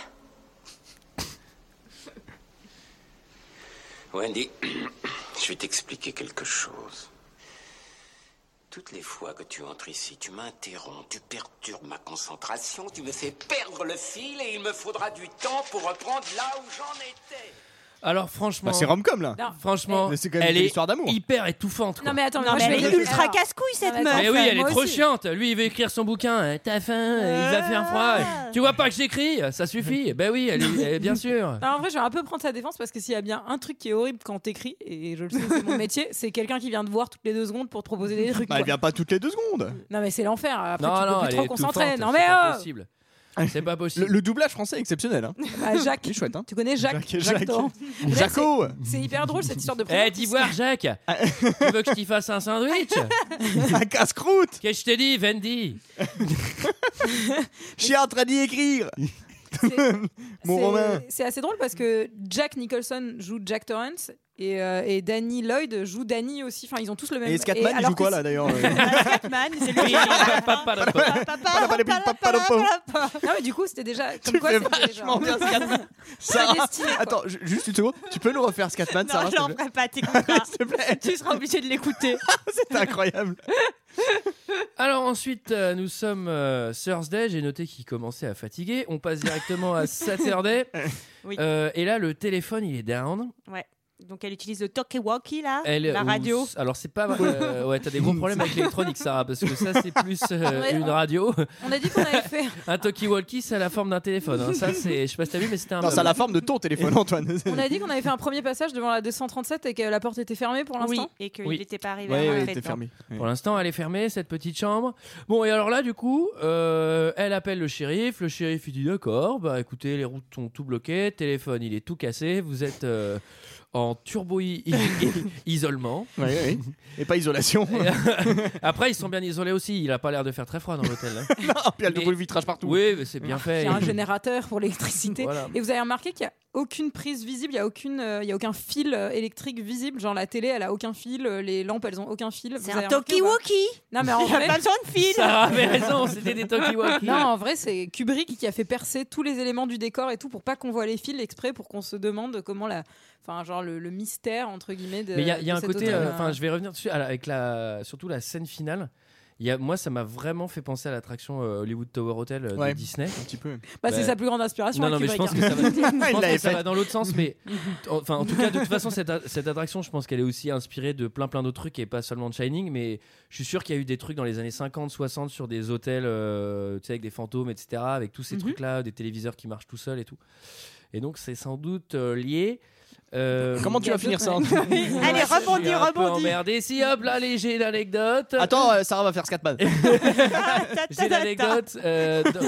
Speaker 2: Wendy, (clears throat) je vais t'expliquer quelque chose. Toutes les fois que tu entres ici, tu m'interromps, tu perturbes ma concentration, tu me fais perdre le fil et il me faudra du temps pour reprendre là où j'en étais.
Speaker 1: Alors franchement,
Speaker 7: Bah, c'est rom-com, là. Non.
Speaker 1: Franchement,
Speaker 7: Mais c'est quand même
Speaker 1: elle
Speaker 7: une
Speaker 1: est
Speaker 7: histoire d'amour.
Speaker 1: hyper étouffante. quoi.
Speaker 6: Non mais attends,
Speaker 11: Non,
Speaker 6: moi,
Speaker 11: mais
Speaker 6: je vais-
Speaker 11: elle est ultra
Speaker 6: Alors,
Speaker 11: casse-couille cette
Speaker 6: non, mais
Speaker 11: meuf.
Speaker 6: attends,
Speaker 1: Mais oui,
Speaker 6: Enfin,
Speaker 1: elle est
Speaker 6: moi
Speaker 1: trop
Speaker 6: aussi.
Speaker 1: chiante. Lui, il veut écrire son bouquin. Hein, T'as faim, il va faire froid. Tu vois pas que j'écris Ça
Speaker 6: (laughs)
Speaker 1: suffit. Ben oui, elle est- elle- bien sûr.
Speaker 6: Ah. Non, en vrai, je vais un peu prendre sa défense parce que s'il y a bien un truc qui est horrible quand t'écris, et je le sais, c'est
Speaker 1: (laughs)
Speaker 6: mon métier, c'est quelqu'un qui vient te voir toutes les deux secondes pour te proposer des trucs.
Speaker 7: Bah, elle
Speaker 6: quoi.
Speaker 7: vient pas toutes les deux secondes.
Speaker 6: Non, mais c'est l'enfer. Après,
Speaker 1: non,
Speaker 6: tu
Speaker 1: non,
Speaker 6: peux
Speaker 1: elle
Speaker 6: plus
Speaker 1: est
Speaker 6: trop concentrer.
Speaker 1: étouffante,
Speaker 6: Non,
Speaker 1: c'est
Speaker 6: mais
Speaker 1: pas
Speaker 6: oh
Speaker 1: possible. C'est pas
Speaker 7: Le,
Speaker 1: possible.
Speaker 7: le doublage français est exceptionnel. Hein.
Speaker 6: Bah, Jacques,
Speaker 7: Il est chouette. Hein.
Speaker 6: tu connais Jacques
Speaker 7: Jacques-
Speaker 6: Jacques
Speaker 7: Jacques. (laughs)
Speaker 6: Doran. Mais là,
Speaker 7: Jaco
Speaker 6: c'est- C'est hyper drôle cette histoire
Speaker 1: (laughs)
Speaker 6: de
Speaker 1: Eh,
Speaker 6: prénom.
Speaker 1: dis voir, Jacques.
Speaker 6: Ah.
Speaker 1: tu veux que je t'y fasse un
Speaker 6: (laughs)
Speaker 1: sandwich
Speaker 7: Un casse-croûte
Speaker 1: Qu'est-ce que je te dis, Wendy
Speaker 7: Je suis en train d'y écrire
Speaker 6: C'est-
Speaker 7: (laughs) Mon
Speaker 6: c'est-
Speaker 7: Romain
Speaker 6: C'est assez drôle parce que Jack Nicholson joue Jack Torrance et, euh, et Danny Lloyd joue Danny aussi. Enfin, ils ont tous le même.
Speaker 7: Et
Speaker 6: et
Speaker 7: Scatman, il
Speaker 6: alors
Speaker 7: joue
Speaker 6: que Ah,
Speaker 7: quoi
Speaker 6: (laughs)
Speaker 7: là d'ailleurs euh
Speaker 11: Batman, c'est lui qui est
Speaker 6: Non, mais du coup, c'était déjà. Comme
Speaker 7: Tu
Speaker 6: quoi,
Speaker 7: fais
Speaker 6: c'était déjà-
Speaker 7: vachement bien Scatman Sarah
Speaker 6: Prédestiné, quoi.
Speaker 7: Attends, ju- juste une seconde, tu peux nous refaire Scatman,
Speaker 11: Non,
Speaker 7: Sarah
Speaker 11: je
Speaker 7: s'il te
Speaker 11: l'en
Speaker 7: plaît (laughs)
Speaker 11: ferai pas, t'écouteras.
Speaker 7: S'il te plaît,
Speaker 11: Tu seras obligé de l'écouter.
Speaker 7: (laughs) c'est incroyable
Speaker 1: Alors ensuite, euh, nous sommes euh, Thursday. J'ai noté qu'il commençait à fatiguer. On passe directement
Speaker 11: (laughs)
Speaker 1: à Saturday.
Speaker 11: Oui.
Speaker 1: Euh, et là, le téléphone, il est down.
Speaker 11: Donc elle utilise le talkie-walkie là,
Speaker 1: Elle,
Speaker 11: la
Speaker 1: ou-
Speaker 11: radio.
Speaker 1: Alors c'est pas.
Speaker 11: (laughs)
Speaker 1: euh, ouais, t'as des gros problèmes avec l'électronique, Sarah, parce que ça, c'est plus euh,
Speaker 6: Ouais.
Speaker 1: une radio.
Speaker 6: On a dit qu'on allait faire.
Speaker 1: Un talkie-walkie, ça a la forme d'un téléphone. hein. Ça, c'est. Je sais pas si t'as vu, mais c'était un.
Speaker 7: Non, ça a la forme de ton téléphone, Antoine
Speaker 6: On a dit qu'on avait fait un premier passage devant la 237 et que la porte était fermée pour
Speaker 11: Oui,
Speaker 6: l'instant.
Speaker 11: et qu'il
Speaker 1: Oui.
Speaker 11: n'était pas arrivé
Speaker 7: Ouais,
Speaker 11: à la
Speaker 7: ouais,
Speaker 11: fête,
Speaker 7: t'es
Speaker 11: hein.
Speaker 7: fermé. Ouais.
Speaker 1: Pour l'instant, elle est fermée, cette petite chambre. Bon, et alors là, du coup, euh, elle appelle le shérif. Le shérif, il dit D'accord, bah écoutez, les routes sont tout bloquées, téléphone, il est tout cassé, vous êtes euh, en (laughs) turbo-isolement.
Speaker 7: Ouais, ouais, ouais. Et pas isolation
Speaker 1: euh, (laughs) Après, ils sont bien isolés aussi, il a pas l'air de faire très froid dans l'hôtel. hein.
Speaker 7: Non, (laughs) puis elle
Speaker 1: Et-
Speaker 7: double le vitrage partout
Speaker 1: Oui, mais c'est bien
Speaker 6: Il
Speaker 1: fait.
Speaker 6: y a
Speaker 1: (laughs)
Speaker 6: un générateur pour l'électricité.
Speaker 1: Voilà.
Speaker 6: Et vous avez remarqué qu'il n'y a aucune prise visible, il n'y a, aucune, euh, il y a aucun fil euh, électrique visible. Genre la télé, elle a aucun fil, euh, les lampes, elles ont aucun fil.
Speaker 11: C'est
Speaker 6: Vous avez
Speaker 11: un
Speaker 6: remarqué ou pas
Speaker 11: talkie-walkie.
Speaker 6: Non, mais en
Speaker 11: Il n'y a
Speaker 6: vrai,
Speaker 11: pas besoin de fil.
Speaker 1: Sarah avait raison, c'était des talkie-walkie.
Speaker 6: non, en vrai c'est Kubrick qui a fait percer tous les éléments du décor et tout pour pas qu'on voit les fils exprès pour qu'on se demande comment la. Enfin, genre le, le mystère, entre guillemets, de.
Speaker 1: Mais il y a, il y a
Speaker 6: de
Speaker 1: un
Speaker 6: cet
Speaker 1: côté,
Speaker 6: hôtel,
Speaker 1: euh,
Speaker 6: euh,
Speaker 1: enfin, je vais revenir dessus à la- avec la, surtout la scène finale. Il y a, moi, ça m'a vraiment fait penser à l'attraction euh, Hollywood Tower Hotel euh,
Speaker 7: Ouais.
Speaker 1: de Disney.
Speaker 7: Un petit peu.
Speaker 6: bah,
Speaker 1: bah-
Speaker 6: c'est sa plus grande
Speaker 11: Ah,
Speaker 6: inspiration.
Speaker 1: Non, non, mais je
Speaker 6: Kubrick,
Speaker 1: pense
Speaker 6: hein.
Speaker 1: que ça
Speaker 11: (laughs)
Speaker 6: (laughs)
Speaker 1: va, je pense
Speaker 7: Il
Speaker 1: que
Speaker 7: l'avait
Speaker 1: ça
Speaker 7: fait.
Speaker 1: va dans l'autre sens, mais enfin, en tout cas, de toute façon, cette, a- cette attraction, je pense qu'elle est aussi inspirée de plein plein d'autres trucs et pas seulement de Shining, mais je suis sûr qu'il y a eu des trucs dans les années 50, 60 sur des hôtels, euh, tu sais, avec des fantômes, etc., avec tous ces
Speaker 6: Mhm.
Speaker 1: trucs-là, des téléviseurs qui marchent tout seuls et tout. Et donc, c'est sans doute euh, lié. Euh,
Speaker 7: Comment tu vas finir ça
Speaker 6: Ouais.
Speaker 7: Antoine
Speaker 11: (laughs) Allez, rebondis, rebondis.
Speaker 1: Emmerdé. Si, hop, là, allez, j'ai une anecdote.
Speaker 7: Attends, euh, Sarah va faire Scatman
Speaker 11: Ta, ta, ta,
Speaker 1: J'ai une
Speaker 11: ta.
Speaker 1: anecdote. euh, dans-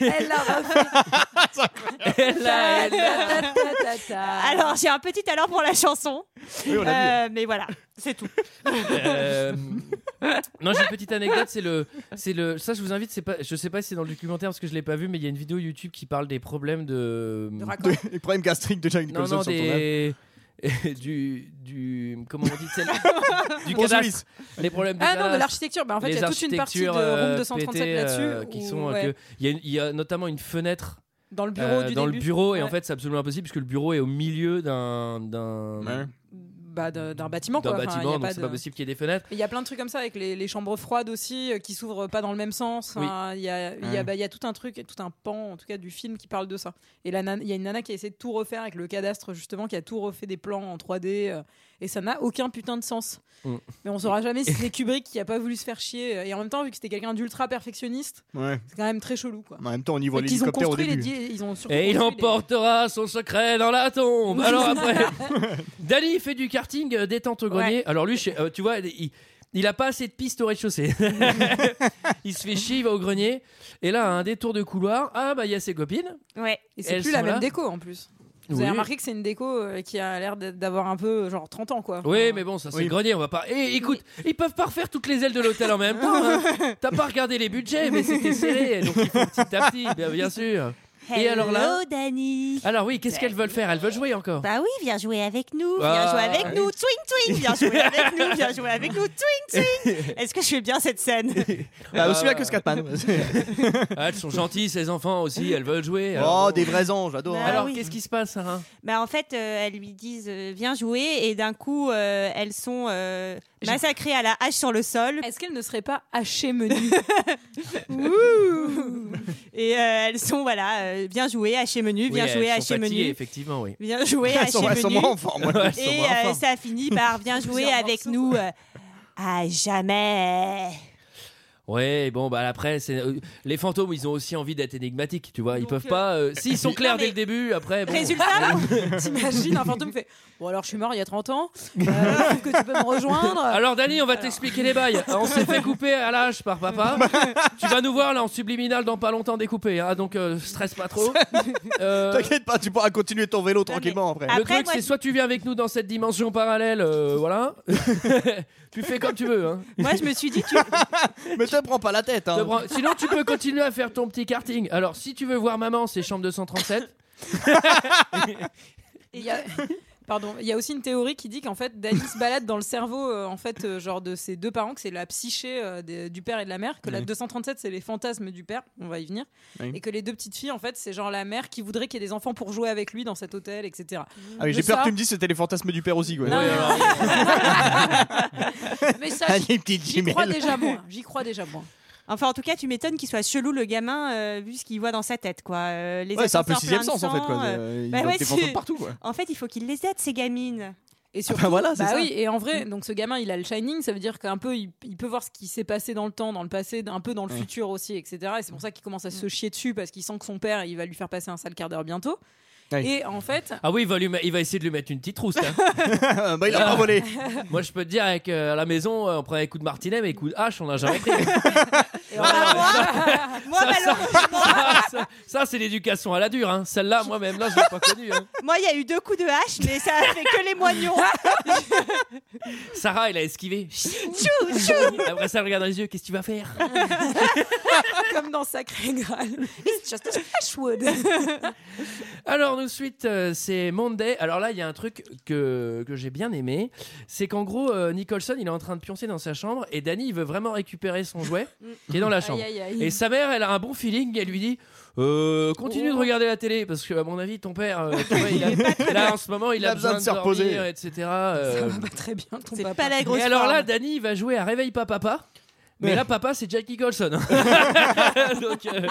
Speaker 6: Elle l'a refait.
Speaker 1: (laughs) Elle a- elle a-
Speaker 6: Ta, ta, ta, ta, ta.
Speaker 11: Alors j'ai un petit talent pour la chanson,
Speaker 7: Oui, on l'a vu.
Speaker 11: Euh, mais voilà, c'est tout.
Speaker 1: Euh, non, j'ai une petite anecdote. C'est le, c'est le. Ça, je vous invite. C'est pas. Je sais pas si c'est dans le documentaire parce que je l'ai pas vu, mais il y a une vidéo YouTube qui parle des problèmes de.
Speaker 6: De raccord.
Speaker 7: De- Les problèmes gastriques de Jack
Speaker 1: non,
Speaker 7: Nicholson
Speaker 1: non,
Speaker 7: sur ton âme.
Speaker 1: des. (laughs) du, du. Comment on dit
Speaker 6: (laughs)
Speaker 1: celle Du
Speaker 7: Bruce
Speaker 1: cadastre.
Speaker 7: Willis.
Speaker 1: Les problèmes du
Speaker 6: Ah non, de
Speaker 1: cadastre.
Speaker 6: l'architecture. Bah, en fait, il y
Speaker 1: les
Speaker 6: a toute une partie de
Speaker 1: architectures
Speaker 6: Room
Speaker 1: euh,
Speaker 6: 237
Speaker 1: pétées,
Speaker 6: là-dessus.
Speaker 1: euh, qui
Speaker 6: où-
Speaker 1: sont euh,
Speaker 6: ouais,
Speaker 1: que- il y, a une- il y a notamment une fenêtre
Speaker 6: dans le bureau
Speaker 1: euh,
Speaker 6: du
Speaker 1: dans
Speaker 6: début.
Speaker 1: le bureau et en
Speaker 6: Ouais.
Speaker 1: fait c'est absolument impossible puisque le bureau est au milieu d'un d'un
Speaker 7: Ouais.
Speaker 6: Bah, de- d'un bâtiment.
Speaker 1: d'un
Speaker 6: quoi. Enfin, il y a
Speaker 1: bâtiment donc
Speaker 6: pas
Speaker 1: c'est
Speaker 6: de-
Speaker 1: pas possible qu'il y ait des fenêtres
Speaker 6: Mais Il y a plein de trucs comme ça avec les, les chambres froides aussi euh, qui s'ouvrent pas dans le même sens. Enfin, Il y, a, il y, a-
Speaker 7: Ouais.
Speaker 6: bah, il y a tout un truc, et tout un pan en tout cas du film qui parle de ça. Et la nan- il y a une nana qui a essayé de tout refaire avec le cadastre justement, qui a tout refait des plans en 3D euh, et ça n'a aucun putain de sens.
Speaker 1: Mm.
Speaker 6: Mais on saura jamais si c'est Kubrick qui a pas voulu se faire chier. euh, Et en même temps, vu que c'était quelqu'un d'ultra perfectionniste,
Speaker 7: Ouais.
Speaker 6: c'est quand même très chelou quoi.
Speaker 7: En même temps, on y voit
Speaker 6: Et qu'ils ont
Speaker 7: l'hélicoptère au
Speaker 6: construit les
Speaker 7: début.
Speaker 6: di- ils ont surtout
Speaker 1: Et il
Speaker 6: construit les-
Speaker 1: emportera son secret dans la tombe. Alors après, Dali fait du karting, euh, détente au grenier. Alors lui, je sais- euh, tu vois, il, il a pas assez de pistes au rez-de-chaussée. il se fait chier, il va au grenier. Et là, à un détour de couloir, ah bah il y a ses copines.
Speaker 11: Ouais.
Speaker 6: Et c'est
Speaker 1: Elles
Speaker 6: plus la
Speaker 1: sont
Speaker 6: même
Speaker 1: là.
Speaker 6: déco en plus. Vous avez
Speaker 1: Oui.
Speaker 6: remarqué que c'est une déco euh, qui a l'air d'être- d'avoir un peu genre 30 ans quoi.
Speaker 1: Oui, mais bon, ça c'est
Speaker 7: Oui.
Speaker 1: le grenier, on va pas. Et écoute, ils peuvent pas refaire toutes les ailes de l'hôtel en même temps. hein. T'as pas regardé les budgets, mais c'était serré, donc ils font petit à petit, bien, bien sûr. Et alors là
Speaker 11: Hello, Dani.
Speaker 1: Alors oui, qu'est-ce qu'elles veulent faire Elles veulent jouer encore.
Speaker 11: Bah oui, viens jouer avec nous, viens
Speaker 1: Ah.
Speaker 11: jouer avec nous, twing twing, viens jouer avec
Speaker 1: (laughs)
Speaker 11: nous, viens jouer avec nous, twing twing. Est-ce que je fais bien cette scène
Speaker 7: Bah, aussi bien que Scatman.
Speaker 1: Ah, elles sont gentilles, ces enfants aussi, elles veulent jouer.
Speaker 7: (laughs) Oh,
Speaker 1: alors.
Speaker 7: des vrais anges, j'adore.
Speaker 11: Bah
Speaker 7: (laughs)
Speaker 1: Alors,
Speaker 11: oui.
Speaker 1: qu'est-ce qui se passe, Sarah
Speaker 11: Bah en fait, euh, elles lui disent euh, viens jouer et d'un coup euh, elles sont euh, massacrées à la hache sur le sol.
Speaker 6: Est-ce qu'elle ne serait pas
Speaker 7: (laughs)
Speaker 6: hachée menu
Speaker 11: Et euh, elles sont voilà, euh, viens jouer hachez menu, viens
Speaker 1: Oui,
Speaker 11: jouer
Speaker 1: elles sont
Speaker 11: hachez
Speaker 1: fatiguées,
Speaker 11: menu.
Speaker 1: Effectivement, oui. (laughs)
Speaker 11: Viens jouer
Speaker 7: Elles
Speaker 11: hachez
Speaker 7: sont- elles sont
Speaker 11: menu.
Speaker 7: moins en forme, ouais, elles sont
Speaker 11: Et
Speaker 7: moins en
Speaker 11: euh,
Speaker 7: forme.
Speaker 11: ça finit par
Speaker 10: (laughs)
Speaker 11: viens jouer avec nous euh, à jamais.
Speaker 1: Ouais, bon, bah après, c'est euh, les fantômes, ils ont aussi envie d'être énigmatiques, tu vois. Ils
Speaker 11: Donc,
Speaker 1: peuvent
Speaker 11: euh,
Speaker 1: pas. euh, S'ils sont clairs
Speaker 11: Non,
Speaker 1: dès
Speaker 11: mais-
Speaker 1: le début, après. Bon,
Speaker 11: Résultat,
Speaker 6: T'imagines un fantôme fait Bon, alors je suis mort il y a 30 ans, euh, sauf que tu peux me rejoindre.
Speaker 1: Alors Dani, on va t'expliquer les bails. On s'est fait couper à l'âge par
Speaker 11: (laughs)
Speaker 1: papa. tu vas nous voir là en subliminal dans pas longtemps découpé. Hein, donc euh, stresse pas
Speaker 11: (laughs)
Speaker 1: trop. Euh,
Speaker 7: T'inquiète pas, tu pourras continuer ton vélo tranquillement après.
Speaker 11: Ah,
Speaker 1: le
Speaker 11: Après,
Speaker 1: truc,
Speaker 11: moi-
Speaker 1: c'est soit tu viens avec nous dans cette dimension parallèle, euh, voilà. (laughs) tu fais comme tu veux. Hein.
Speaker 11: moi je me suis dit tu
Speaker 7: Mais te prends pas la tête.
Speaker 1: Te
Speaker 7: Hein.
Speaker 1: prends- Sinon, tu peux continuer à faire ton petit karting. Alors, si tu veux voir maman, c'est chambre (laughs) 237.
Speaker 6: Il
Speaker 7: (laughs)
Speaker 6: y a- Pardon, il y a aussi une théorie qui dit qu'en fait, Dany se balade dans le cerveau, euh, en fait, euh, genre de ses deux parents, que c'est la psyché euh, des- du père et de la mère, que la
Speaker 7: Oui.
Speaker 6: 237 c'est les fantasmes du père, on va y venir,
Speaker 7: Oui.
Speaker 6: et que les deux petites filles, en fait, c'est genre la mère qui voudrait qu'il y ait des enfants pour jouer avec lui dans cet
Speaker 7: (laughs)
Speaker 6: hôtel, etc.
Speaker 7: Ah oui, j'ai
Speaker 6: Mais
Speaker 7: peur
Speaker 6: ça-
Speaker 7: que tu me dises que c'était les fantasmes du père aussi. Quoi.
Speaker 1: Ouais, alors,
Speaker 6: Mais ça,
Speaker 7: (laughs) Ah,
Speaker 6: j'y-
Speaker 7: les petites
Speaker 6: j'y crois
Speaker 7: jumelles.
Speaker 6: déjà moins. J'y crois déjà moins.
Speaker 11: Enfin, en tout cas, tu m'étonnes qu'il soit chelou le gamin, euh, vu ce qu'il voit dans sa tête, quoi. Euh, les
Speaker 7: Ouais, c'est un peu
Speaker 11: ascenseurs
Speaker 7: sixième
Speaker 11: pleins de
Speaker 7: sens en fait. Quoi.
Speaker 11: sang, euh,
Speaker 7: Euh, Ils
Speaker 11: bah
Speaker 7: ont
Speaker 11: ouais,
Speaker 7: des
Speaker 11: c'est-
Speaker 7: fantômes partout. Quoi.
Speaker 11: En fait, il faut qu'il les aide ces gamines.
Speaker 6: Et
Speaker 7: Ah
Speaker 6: surtout,
Speaker 7: bah voilà, c'est
Speaker 6: bah
Speaker 7: ça.
Speaker 6: oui, et en vrai, donc ce gamin, il a le Shining, ça veut dire qu'un peu, il, il peut voir ce qui s'est passé dans le temps, dans le passé, un peu dans le
Speaker 7: Ouais.
Speaker 6: futur aussi, etc. Et c'est pour ça qu'il commence à se chier dessus parce qu'il sent que son père, il va lui faire passer un sale quart d'heure bientôt.
Speaker 7: Ouais.
Speaker 6: Et en fait,
Speaker 1: Ah oui, il va, lui ma- il va essayer de lui mettre une petite rousse. hein. (laughs)
Speaker 7: (laughs) bah, il a pas volé.
Speaker 1: Moi, je peux te dire, avec, euh, à la maison, euh, on prenait coup de martinet, mais coup de hache, on n'a jamais (laughs) pris.
Speaker 11: (laughs) Ah,
Speaker 1: (laughs)
Speaker 11: moi, moi, malheureusement,
Speaker 1: ça, ça- ça, c'est l'éducation à la dure. Hein. Celle-là, moi-même, là, je l'ai pas connue. hein.
Speaker 11: (laughs) moi, il y a eu deux coups de hache, mais ça a fait que les
Speaker 6: (laughs)
Speaker 11: moignons.
Speaker 6: Ah,
Speaker 11: (laughs)
Speaker 1: Sarah, elle a esquivé.
Speaker 11: Tchou, tchou.
Speaker 1: Après ça, elle regarde dans les yeux. Qu'est-ce que tu vas faire
Speaker 6: comme dans
Speaker 11: (laughs)
Speaker 6: Sacré Graal, It's just a Ashwood.
Speaker 1: Alors, nous suite, euh, c'est Monday. Alors là, il y a un truc que, que j'ai bien aimé. C'est qu'en gros, euh, Nicholson, il est en train de pioncer dans sa chambre et Danny, il veut vraiment récupérer son (laughs) jouet qui est dans la chambre.
Speaker 6: Aïe, aïe, aïe.
Speaker 1: Et sa mère, elle a un bon feeling. Elle lui dit euh, Continue de regarder la télé parce que, à mon avis, ton père, (laughs) euh, tu vois, il a- là en ce moment, il, a, besoin de se reposer, etc. euh,
Speaker 6: Ça va pas très bien, ton
Speaker 11: C'est
Speaker 6: papa.
Speaker 11: pas la grosse.
Speaker 1: Et alors là,
Speaker 11: forme.
Speaker 1: Danny, il va jouer à Réveille pas papa. Mais là, papa, c'est Jack
Speaker 11: (laughs)
Speaker 1: Nicholson. (laughs) Donc, euh,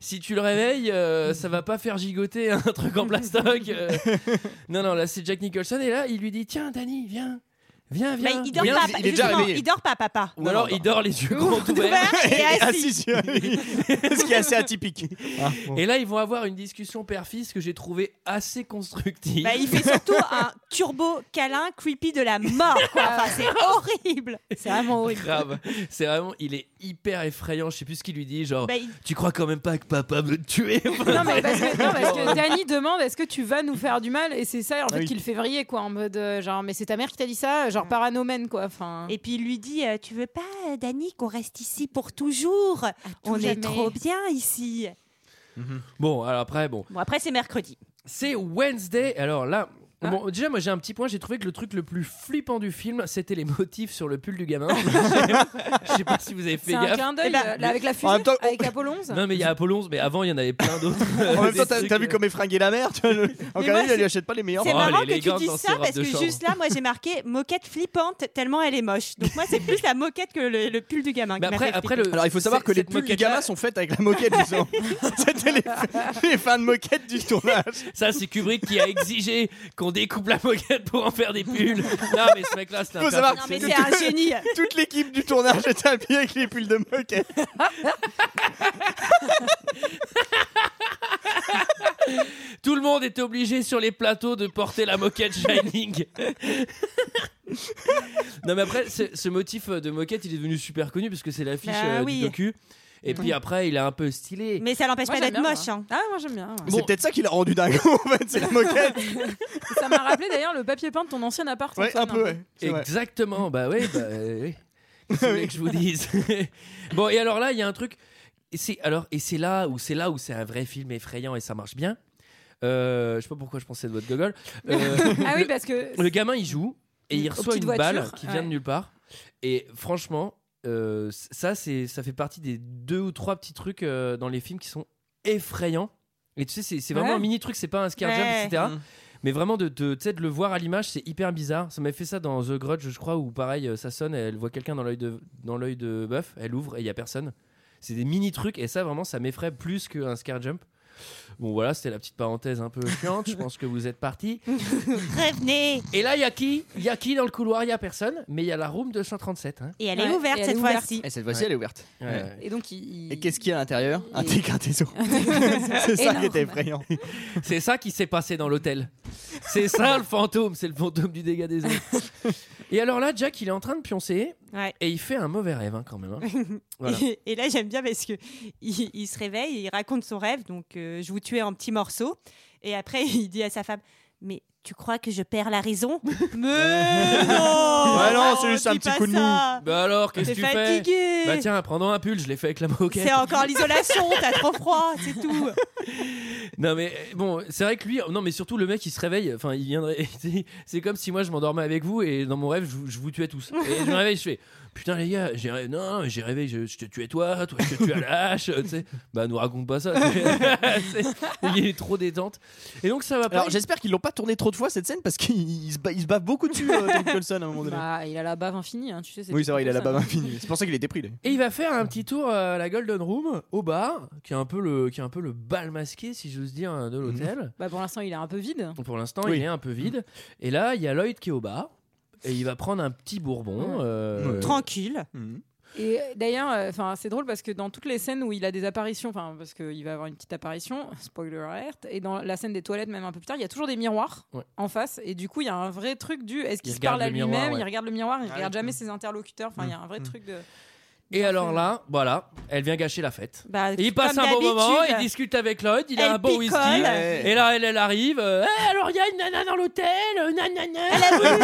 Speaker 1: si tu le réveilles, euh, ça va pas faire gigoter un (laughs) truc en plastoc. euh. Non, non, là, c'est Jack Nicholson. Et là, il lui dit Tiens, Danny, viens, viens,
Speaker 11: Bah,
Speaker 1: viens.
Speaker 11: il dort
Speaker 1: Viens.
Speaker 11: pas.
Speaker 7: il est déjà
Speaker 11: justement,
Speaker 7: réveillé.
Speaker 11: il dort pas, papa.
Speaker 1: Ou alors, il dort les yeux grands
Speaker 11: (laughs)
Speaker 1: ouverts.
Speaker 11: Ouvert
Speaker 7: (laughs)
Speaker 6: Ah,
Speaker 11: et assis.
Speaker 7: sur lui. (laughs) Ce qui est assez atypique.
Speaker 1: Et là, ils vont avoir une discussion père-fils que j'ai trouvé assez constructive.
Speaker 11: Bah, il fait surtout un turbo câlin creepy de la mort. Quoi. Enfin, c'est horrible.
Speaker 6: C'est vraiment horrible.
Speaker 1: Grave. C'est vraiment, il est hyper effrayant. Je sais plus ce qu'il lui dit. Genre,
Speaker 11: Bah, il-
Speaker 1: tu crois quand même pas que papa veut te tuer
Speaker 6: Non, mais parce que, non, parce que Danny demande est-ce que tu vas nous faire du mal Et c'est ça, en fait,
Speaker 7: oui.
Speaker 6: qui le fait vriller, quoi. En mode, euh, genre, mais c'est ta mère qui t'a dit ça, genre paranomène, quoi. Enfin.
Speaker 11: Et puis il lui dit euh, Tu veux pas, euh, Dani, qu'on reste ici pour toujours On
Speaker 6: jamais.
Speaker 11: est trop bien ici.
Speaker 1: Bon, alors après, bon.
Speaker 11: Bon, après, c'est mercredi.
Speaker 1: C'est Wednesday. Alors là.
Speaker 6: Ah.
Speaker 1: Bon, déjà, moi j'ai un petit point. J'ai trouvé que le truc le plus flippant du film, c'était les motifs sur le pull du
Speaker 11: (laughs)
Speaker 1: gamin. Je sais pas si vous avez fait
Speaker 6: C'est un
Speaker 1: gaffe.
Speaker 6: clin d'œil
Speaker 11: Eh ben,
Speaker 6: euh, là, avec la
Speaker 7: en
Speaker 6: fusée,
Speaker 7: même temps, on-
Speaker 6: avec Apollo 11.
Speaker 1: Non, mais il y a Apollo 11, mais avant il y en avait plein d'autres.
Speaker 7: En
Speaker 1: (laughs)
Speaker 7: même
Speaker 1: Des
Speaker 7: temps, t'as
Speaker 1: trucs,
Speaker 7: t'as vu
Speaker 1: euh,
Speaker 7: comme effringuer la mère tu vois, le- Encore
Speaker 11: moi,
Speaker 7: une, elle lui
Speaker 11: c'est-
Speaker 7: achète pas les meilleurs.
Speaker 11: C'est
Speaker 1: Oh,
Speaker 11: marrant
Speaker 1: elle est
Speaker 11: que tu
Speaker 1: élégante dans
Speaker 11: dises
Speaker 1: ses
Speaker 11: ça
Speaker 1: robes
Speaker 11: parce
Speaker 1: de
Speaker 11: que
Speaker 1: chambre.
Speaker 11: juste là, moi j'ai marqué moquette flippante tellement elle est moche. Donc moi c'est plus la moquette que le, le pull du gamin.
Speaker 1: Mais
Speaker 11: qui m'a
Speaker 1: après,
Speaker 11: fait
Speaker 1: après
Speaker 11: flipper.
Speaker 1: le.
Speaker 7: Alors il faut savoir
Speaker 1: cette-
Speaker 7: que les
Speaker 1: cette
Speaker 7: pulls du
Speaker 1: moquette-là-
Speaker 7: gamin sont faites avec la moquette disons. C'était les, les fins de moquette du tournage.
Speaker 1: Ça, c'est Kubrick qui a exigé qu'on découpe la moquette pour en faire des
Speaker 7: (laughs)
Speaker 1: pulls. Non, mais ce mec-là, c'est un.
Speaker 7: Faut savoir-
Speaker 11: Non
Speaker 1: perfectionniste.
Speaker 11: mais c'est
Speaker 7: (laughs)
Speaker 11: un génie.
Speaker 7: Toute l'équipe du tournage était habillée avec les pulls de moquette.
Speaker 1: Tout le monde est obligé sur les plateaux de porter la moquette Shining. non mais après, ce, ce motif euh, de moquette, il est devenu super connu parce que c'est l'affiche
Speaker 11: Bah
Speaker 1: euh,
Speaker 11: oui.
Speaker 1: du docu. Et puis après, il est un peu stylé.
Speaker 11: Mais ça l'empêche
Speaker 6: Moi,
Speaker 11: pas
Speaker 6: j'aime
Speaker 11: d'être
Speaker 6: bien,
Speaker 11: moche.
Speaker 6: moi.
Speaker 11: hein.
Speaker 6: Ah, moi j'aime bien. ouais.
Speaker 1: Bon.
Speaker 7: C'est peut-être ça qui l'a rendu dingue (laughs) en fait, c'est la moquette.
Speaker 6: Ça m'a rappelé d'ailleurs le papier peint de ton ancien appart.
Speaker 7: Ouais,
Speaker 6: Antoine,
Speaker 7: un peu, ouais. C'est vrai.
Speaker 1: euh, (laughs) Exactement. Bah oui. Bah, oui. Qu'est-ce que vous voulez que je vous dise. bon et alors là, il y a un truc. et c'est alors et c'est là où c'est là où c'est un vrai film effrayant et ça marche bien. Euh, je sais pas pourquoi je pensais de votre gogol. Euh,
Speaker 6: Ah oui,
Speaker 1: le-
Speaker 6: parce que-
Speaker 1: le gamin il joue et il
Speaker 6: Aux
Speaker 1: reçoit une
Speaker 6: petites
Speaker 1: balle
Speaker 6: voitures,
Speaker 1: qui
Speaker 6: ouais.
Speaker 1: vient de nulle part. Et franchement, euh, c- ça c'est ça fait partie des deux ou trois petits trucs euh, dans les films qui sont effrayants. Et tu sais, c'est- c'est vraiment
Speaker 7: Ouais.
Speaker 1: un mini truc, c'est pas un scare jump,
Speaker 7: Ouais.
Speaker 1: etc.
Speaker 7: Mm.
Speaker 1: Mais vraiment, de, de, tu sais, de le voir à l'image, c'est hyper bizarre. Ça m'a fait ça dans The Grudge, je crois, où pareil, euh, ça sonne, elle voit quelqu'un dans l'œil de, dans l'œil de bœuf, elle ouvre et il y a personne. C'est des mini trucs et ça, vraiment, ça m'effraie plus qu'un scare jump. Bon, voilà, c'était la petite parenthèse un peu chiante. je pense que vous êtes partis.
Speaker 11: Revenez
Speaker 1: Et là, il y a qui Il y a qui dans le couloir Il y a personne, mais il y a la room 237. hein.
Speaker 11: Et elle est Ouais, ouverte et elle cette est ouverte. fois-ci.
Speaker 7: Et cette fois-ci,
Speaker 1: Ouais.
Speaker 7: elle est ouverte.
Speaker 1: Ouais.
Speaker 6: Et donc, il...
Speaker 7: Et qu'est-ce qu'il y a à l'intérieur Un dégratézo.
Speaker 6: C'est
Speaker 7: C'est ça qui était effrayant.
Speaker 1: C'est ça qui s'est passé dans l'hôtel. C'est ça le fantôme, c'est le fantôme du dégât des eaux. Et alors là, Jack, il est en train de pioncer
Speaker 11: Ouais.
Speaker 1: et il fait un mauvais rêve hein, quand même. hein. Voilà.
Speaker 11: Et, et là, j'aime bien parce que il, il se réveille, et il raconte son rêve, donc euh, je vous tuais en petits morceaux. Et après, (laughs) il dit à sa femme Mais tu crois que je perds la
Speaker 7: (laughs)
Speaker 11: raison Mais non
Speaker 7: Ouais, non,
Speaker 11: on
Speaker 7: c'est juste un
Speaker 11: dit
Speaker 7: petit
Speaker 11: pas
Speaker 7: coup de mou.
Speaker 11: ça.
Speaker 1: Bah
Speaker 11: (laughs)
Speaker 1: alors, qu'est-ce que
Speaker 11: T'es
Speaker 1: tu fais
Speaker 11: fatigué.
Speaker 1: Bah tiens, prends un pull, je l'ai fait avec la moquette.
Speaker 11: C'est encore l'isolation, t'as trop froid, c'est tout.
Speaker 1: Non mais euh, bon, c'est vrai que lui, non mais surtout le mec il se réveille, enfin il viendrait, (laughs) c'est- c'est comme si moi je m'endormais avec vous et dans mon rêve je, vous- je vous tuais tous. Et je me réveille, je fais putain les gars, j'ai rêvé, non mais j'ai rêvé, je, je te tuais toi, toi je te tuais à la hache, tu sais. Bah nous raconte pas ça. (laughs) C'est- il est trop détente. Et donc ça va pas.
Speaker 7: Alors j'espère qu'ils l'ont pas tourné trop de fois cette scène parce qu'il il se, bat, il se bat beaucoup dessus euh, Tom Wilson à un moment donné.
Speaker 6: Bah, il a la bave infinie, hein, tu sais.
Speaker 7: oui c'est vrai il a la
Speaker 6: tout
Speaker 7: bave
Speaker 6: ça.
Speaker 7: infinie. C'est pour ça qu'il est dépris. là.
Speaker 1: Et il va faire un petit tour euh, à la Golden Room au bar, qui est un peu le, qui est un peu le bal masqué si j'ose dire hein, de l'hôtel.
Speaker 6: Bah, pour l'instant, il est un peu vide.
Speaker 1: Pour l'instant,
Speaker 6: Oui.
Speaker 1: il est un peu vide. Et là, il y a Lloyd qui est au bar. Et il va prendre un petit bourbon. euh,
Speaker 11: Tranquille.
Speaker 6: Et d'ailleurs, euh, enfin, c'est drôle parce que dans toutes les scènes où il a des apparitions, enfin, parce qu'il va avoir une petite apparition, (laughs) spoiler alert, et dans la scène des toilettes, même un peu plus tard, il y a toujours des miroirs
Speaker 1: Ouais.
Speaker 6: en face, et du coup, il y a un vrai truc du est-ce qu'il
Speaker 1: Il
Speaker 6: se parle à
Speaker 1: regarde le miroir,
Speaker 6: lui-même,
Speaker 1: ouais. Mm.
Speaker 6: il regarde le miroir, il
Speaker 1: Ah,
Speaker 6: regarde
Speaker 1: oui.
Speaker 6: jamais ses interlocuteurs, enfin, il y a un vrai truc de.
Speaker 1: Et alors là, voilà, elle vient gâcher la fête.
Speaker 11: Bah,
Speaker 1: il passe
Speaker 6: comme
Speaker 1: un bon moment,
Speaker 6: d'habitude.
Speaker 1: il
Speaker 6: (laughs)
Speaker 1: discute avec Lloyd, il
Speaker 11: Elle
Speaker 1: a un bon
Speaker 11: picole.
Speaker 1: whisky.
Speaker 11: Ouais.
Speaker 1: Et là, elle, elle arrive. euh, Eh, alors il y a une nana dans l'hôtel, euh, nanana.
Speaker 11: Elle a voulu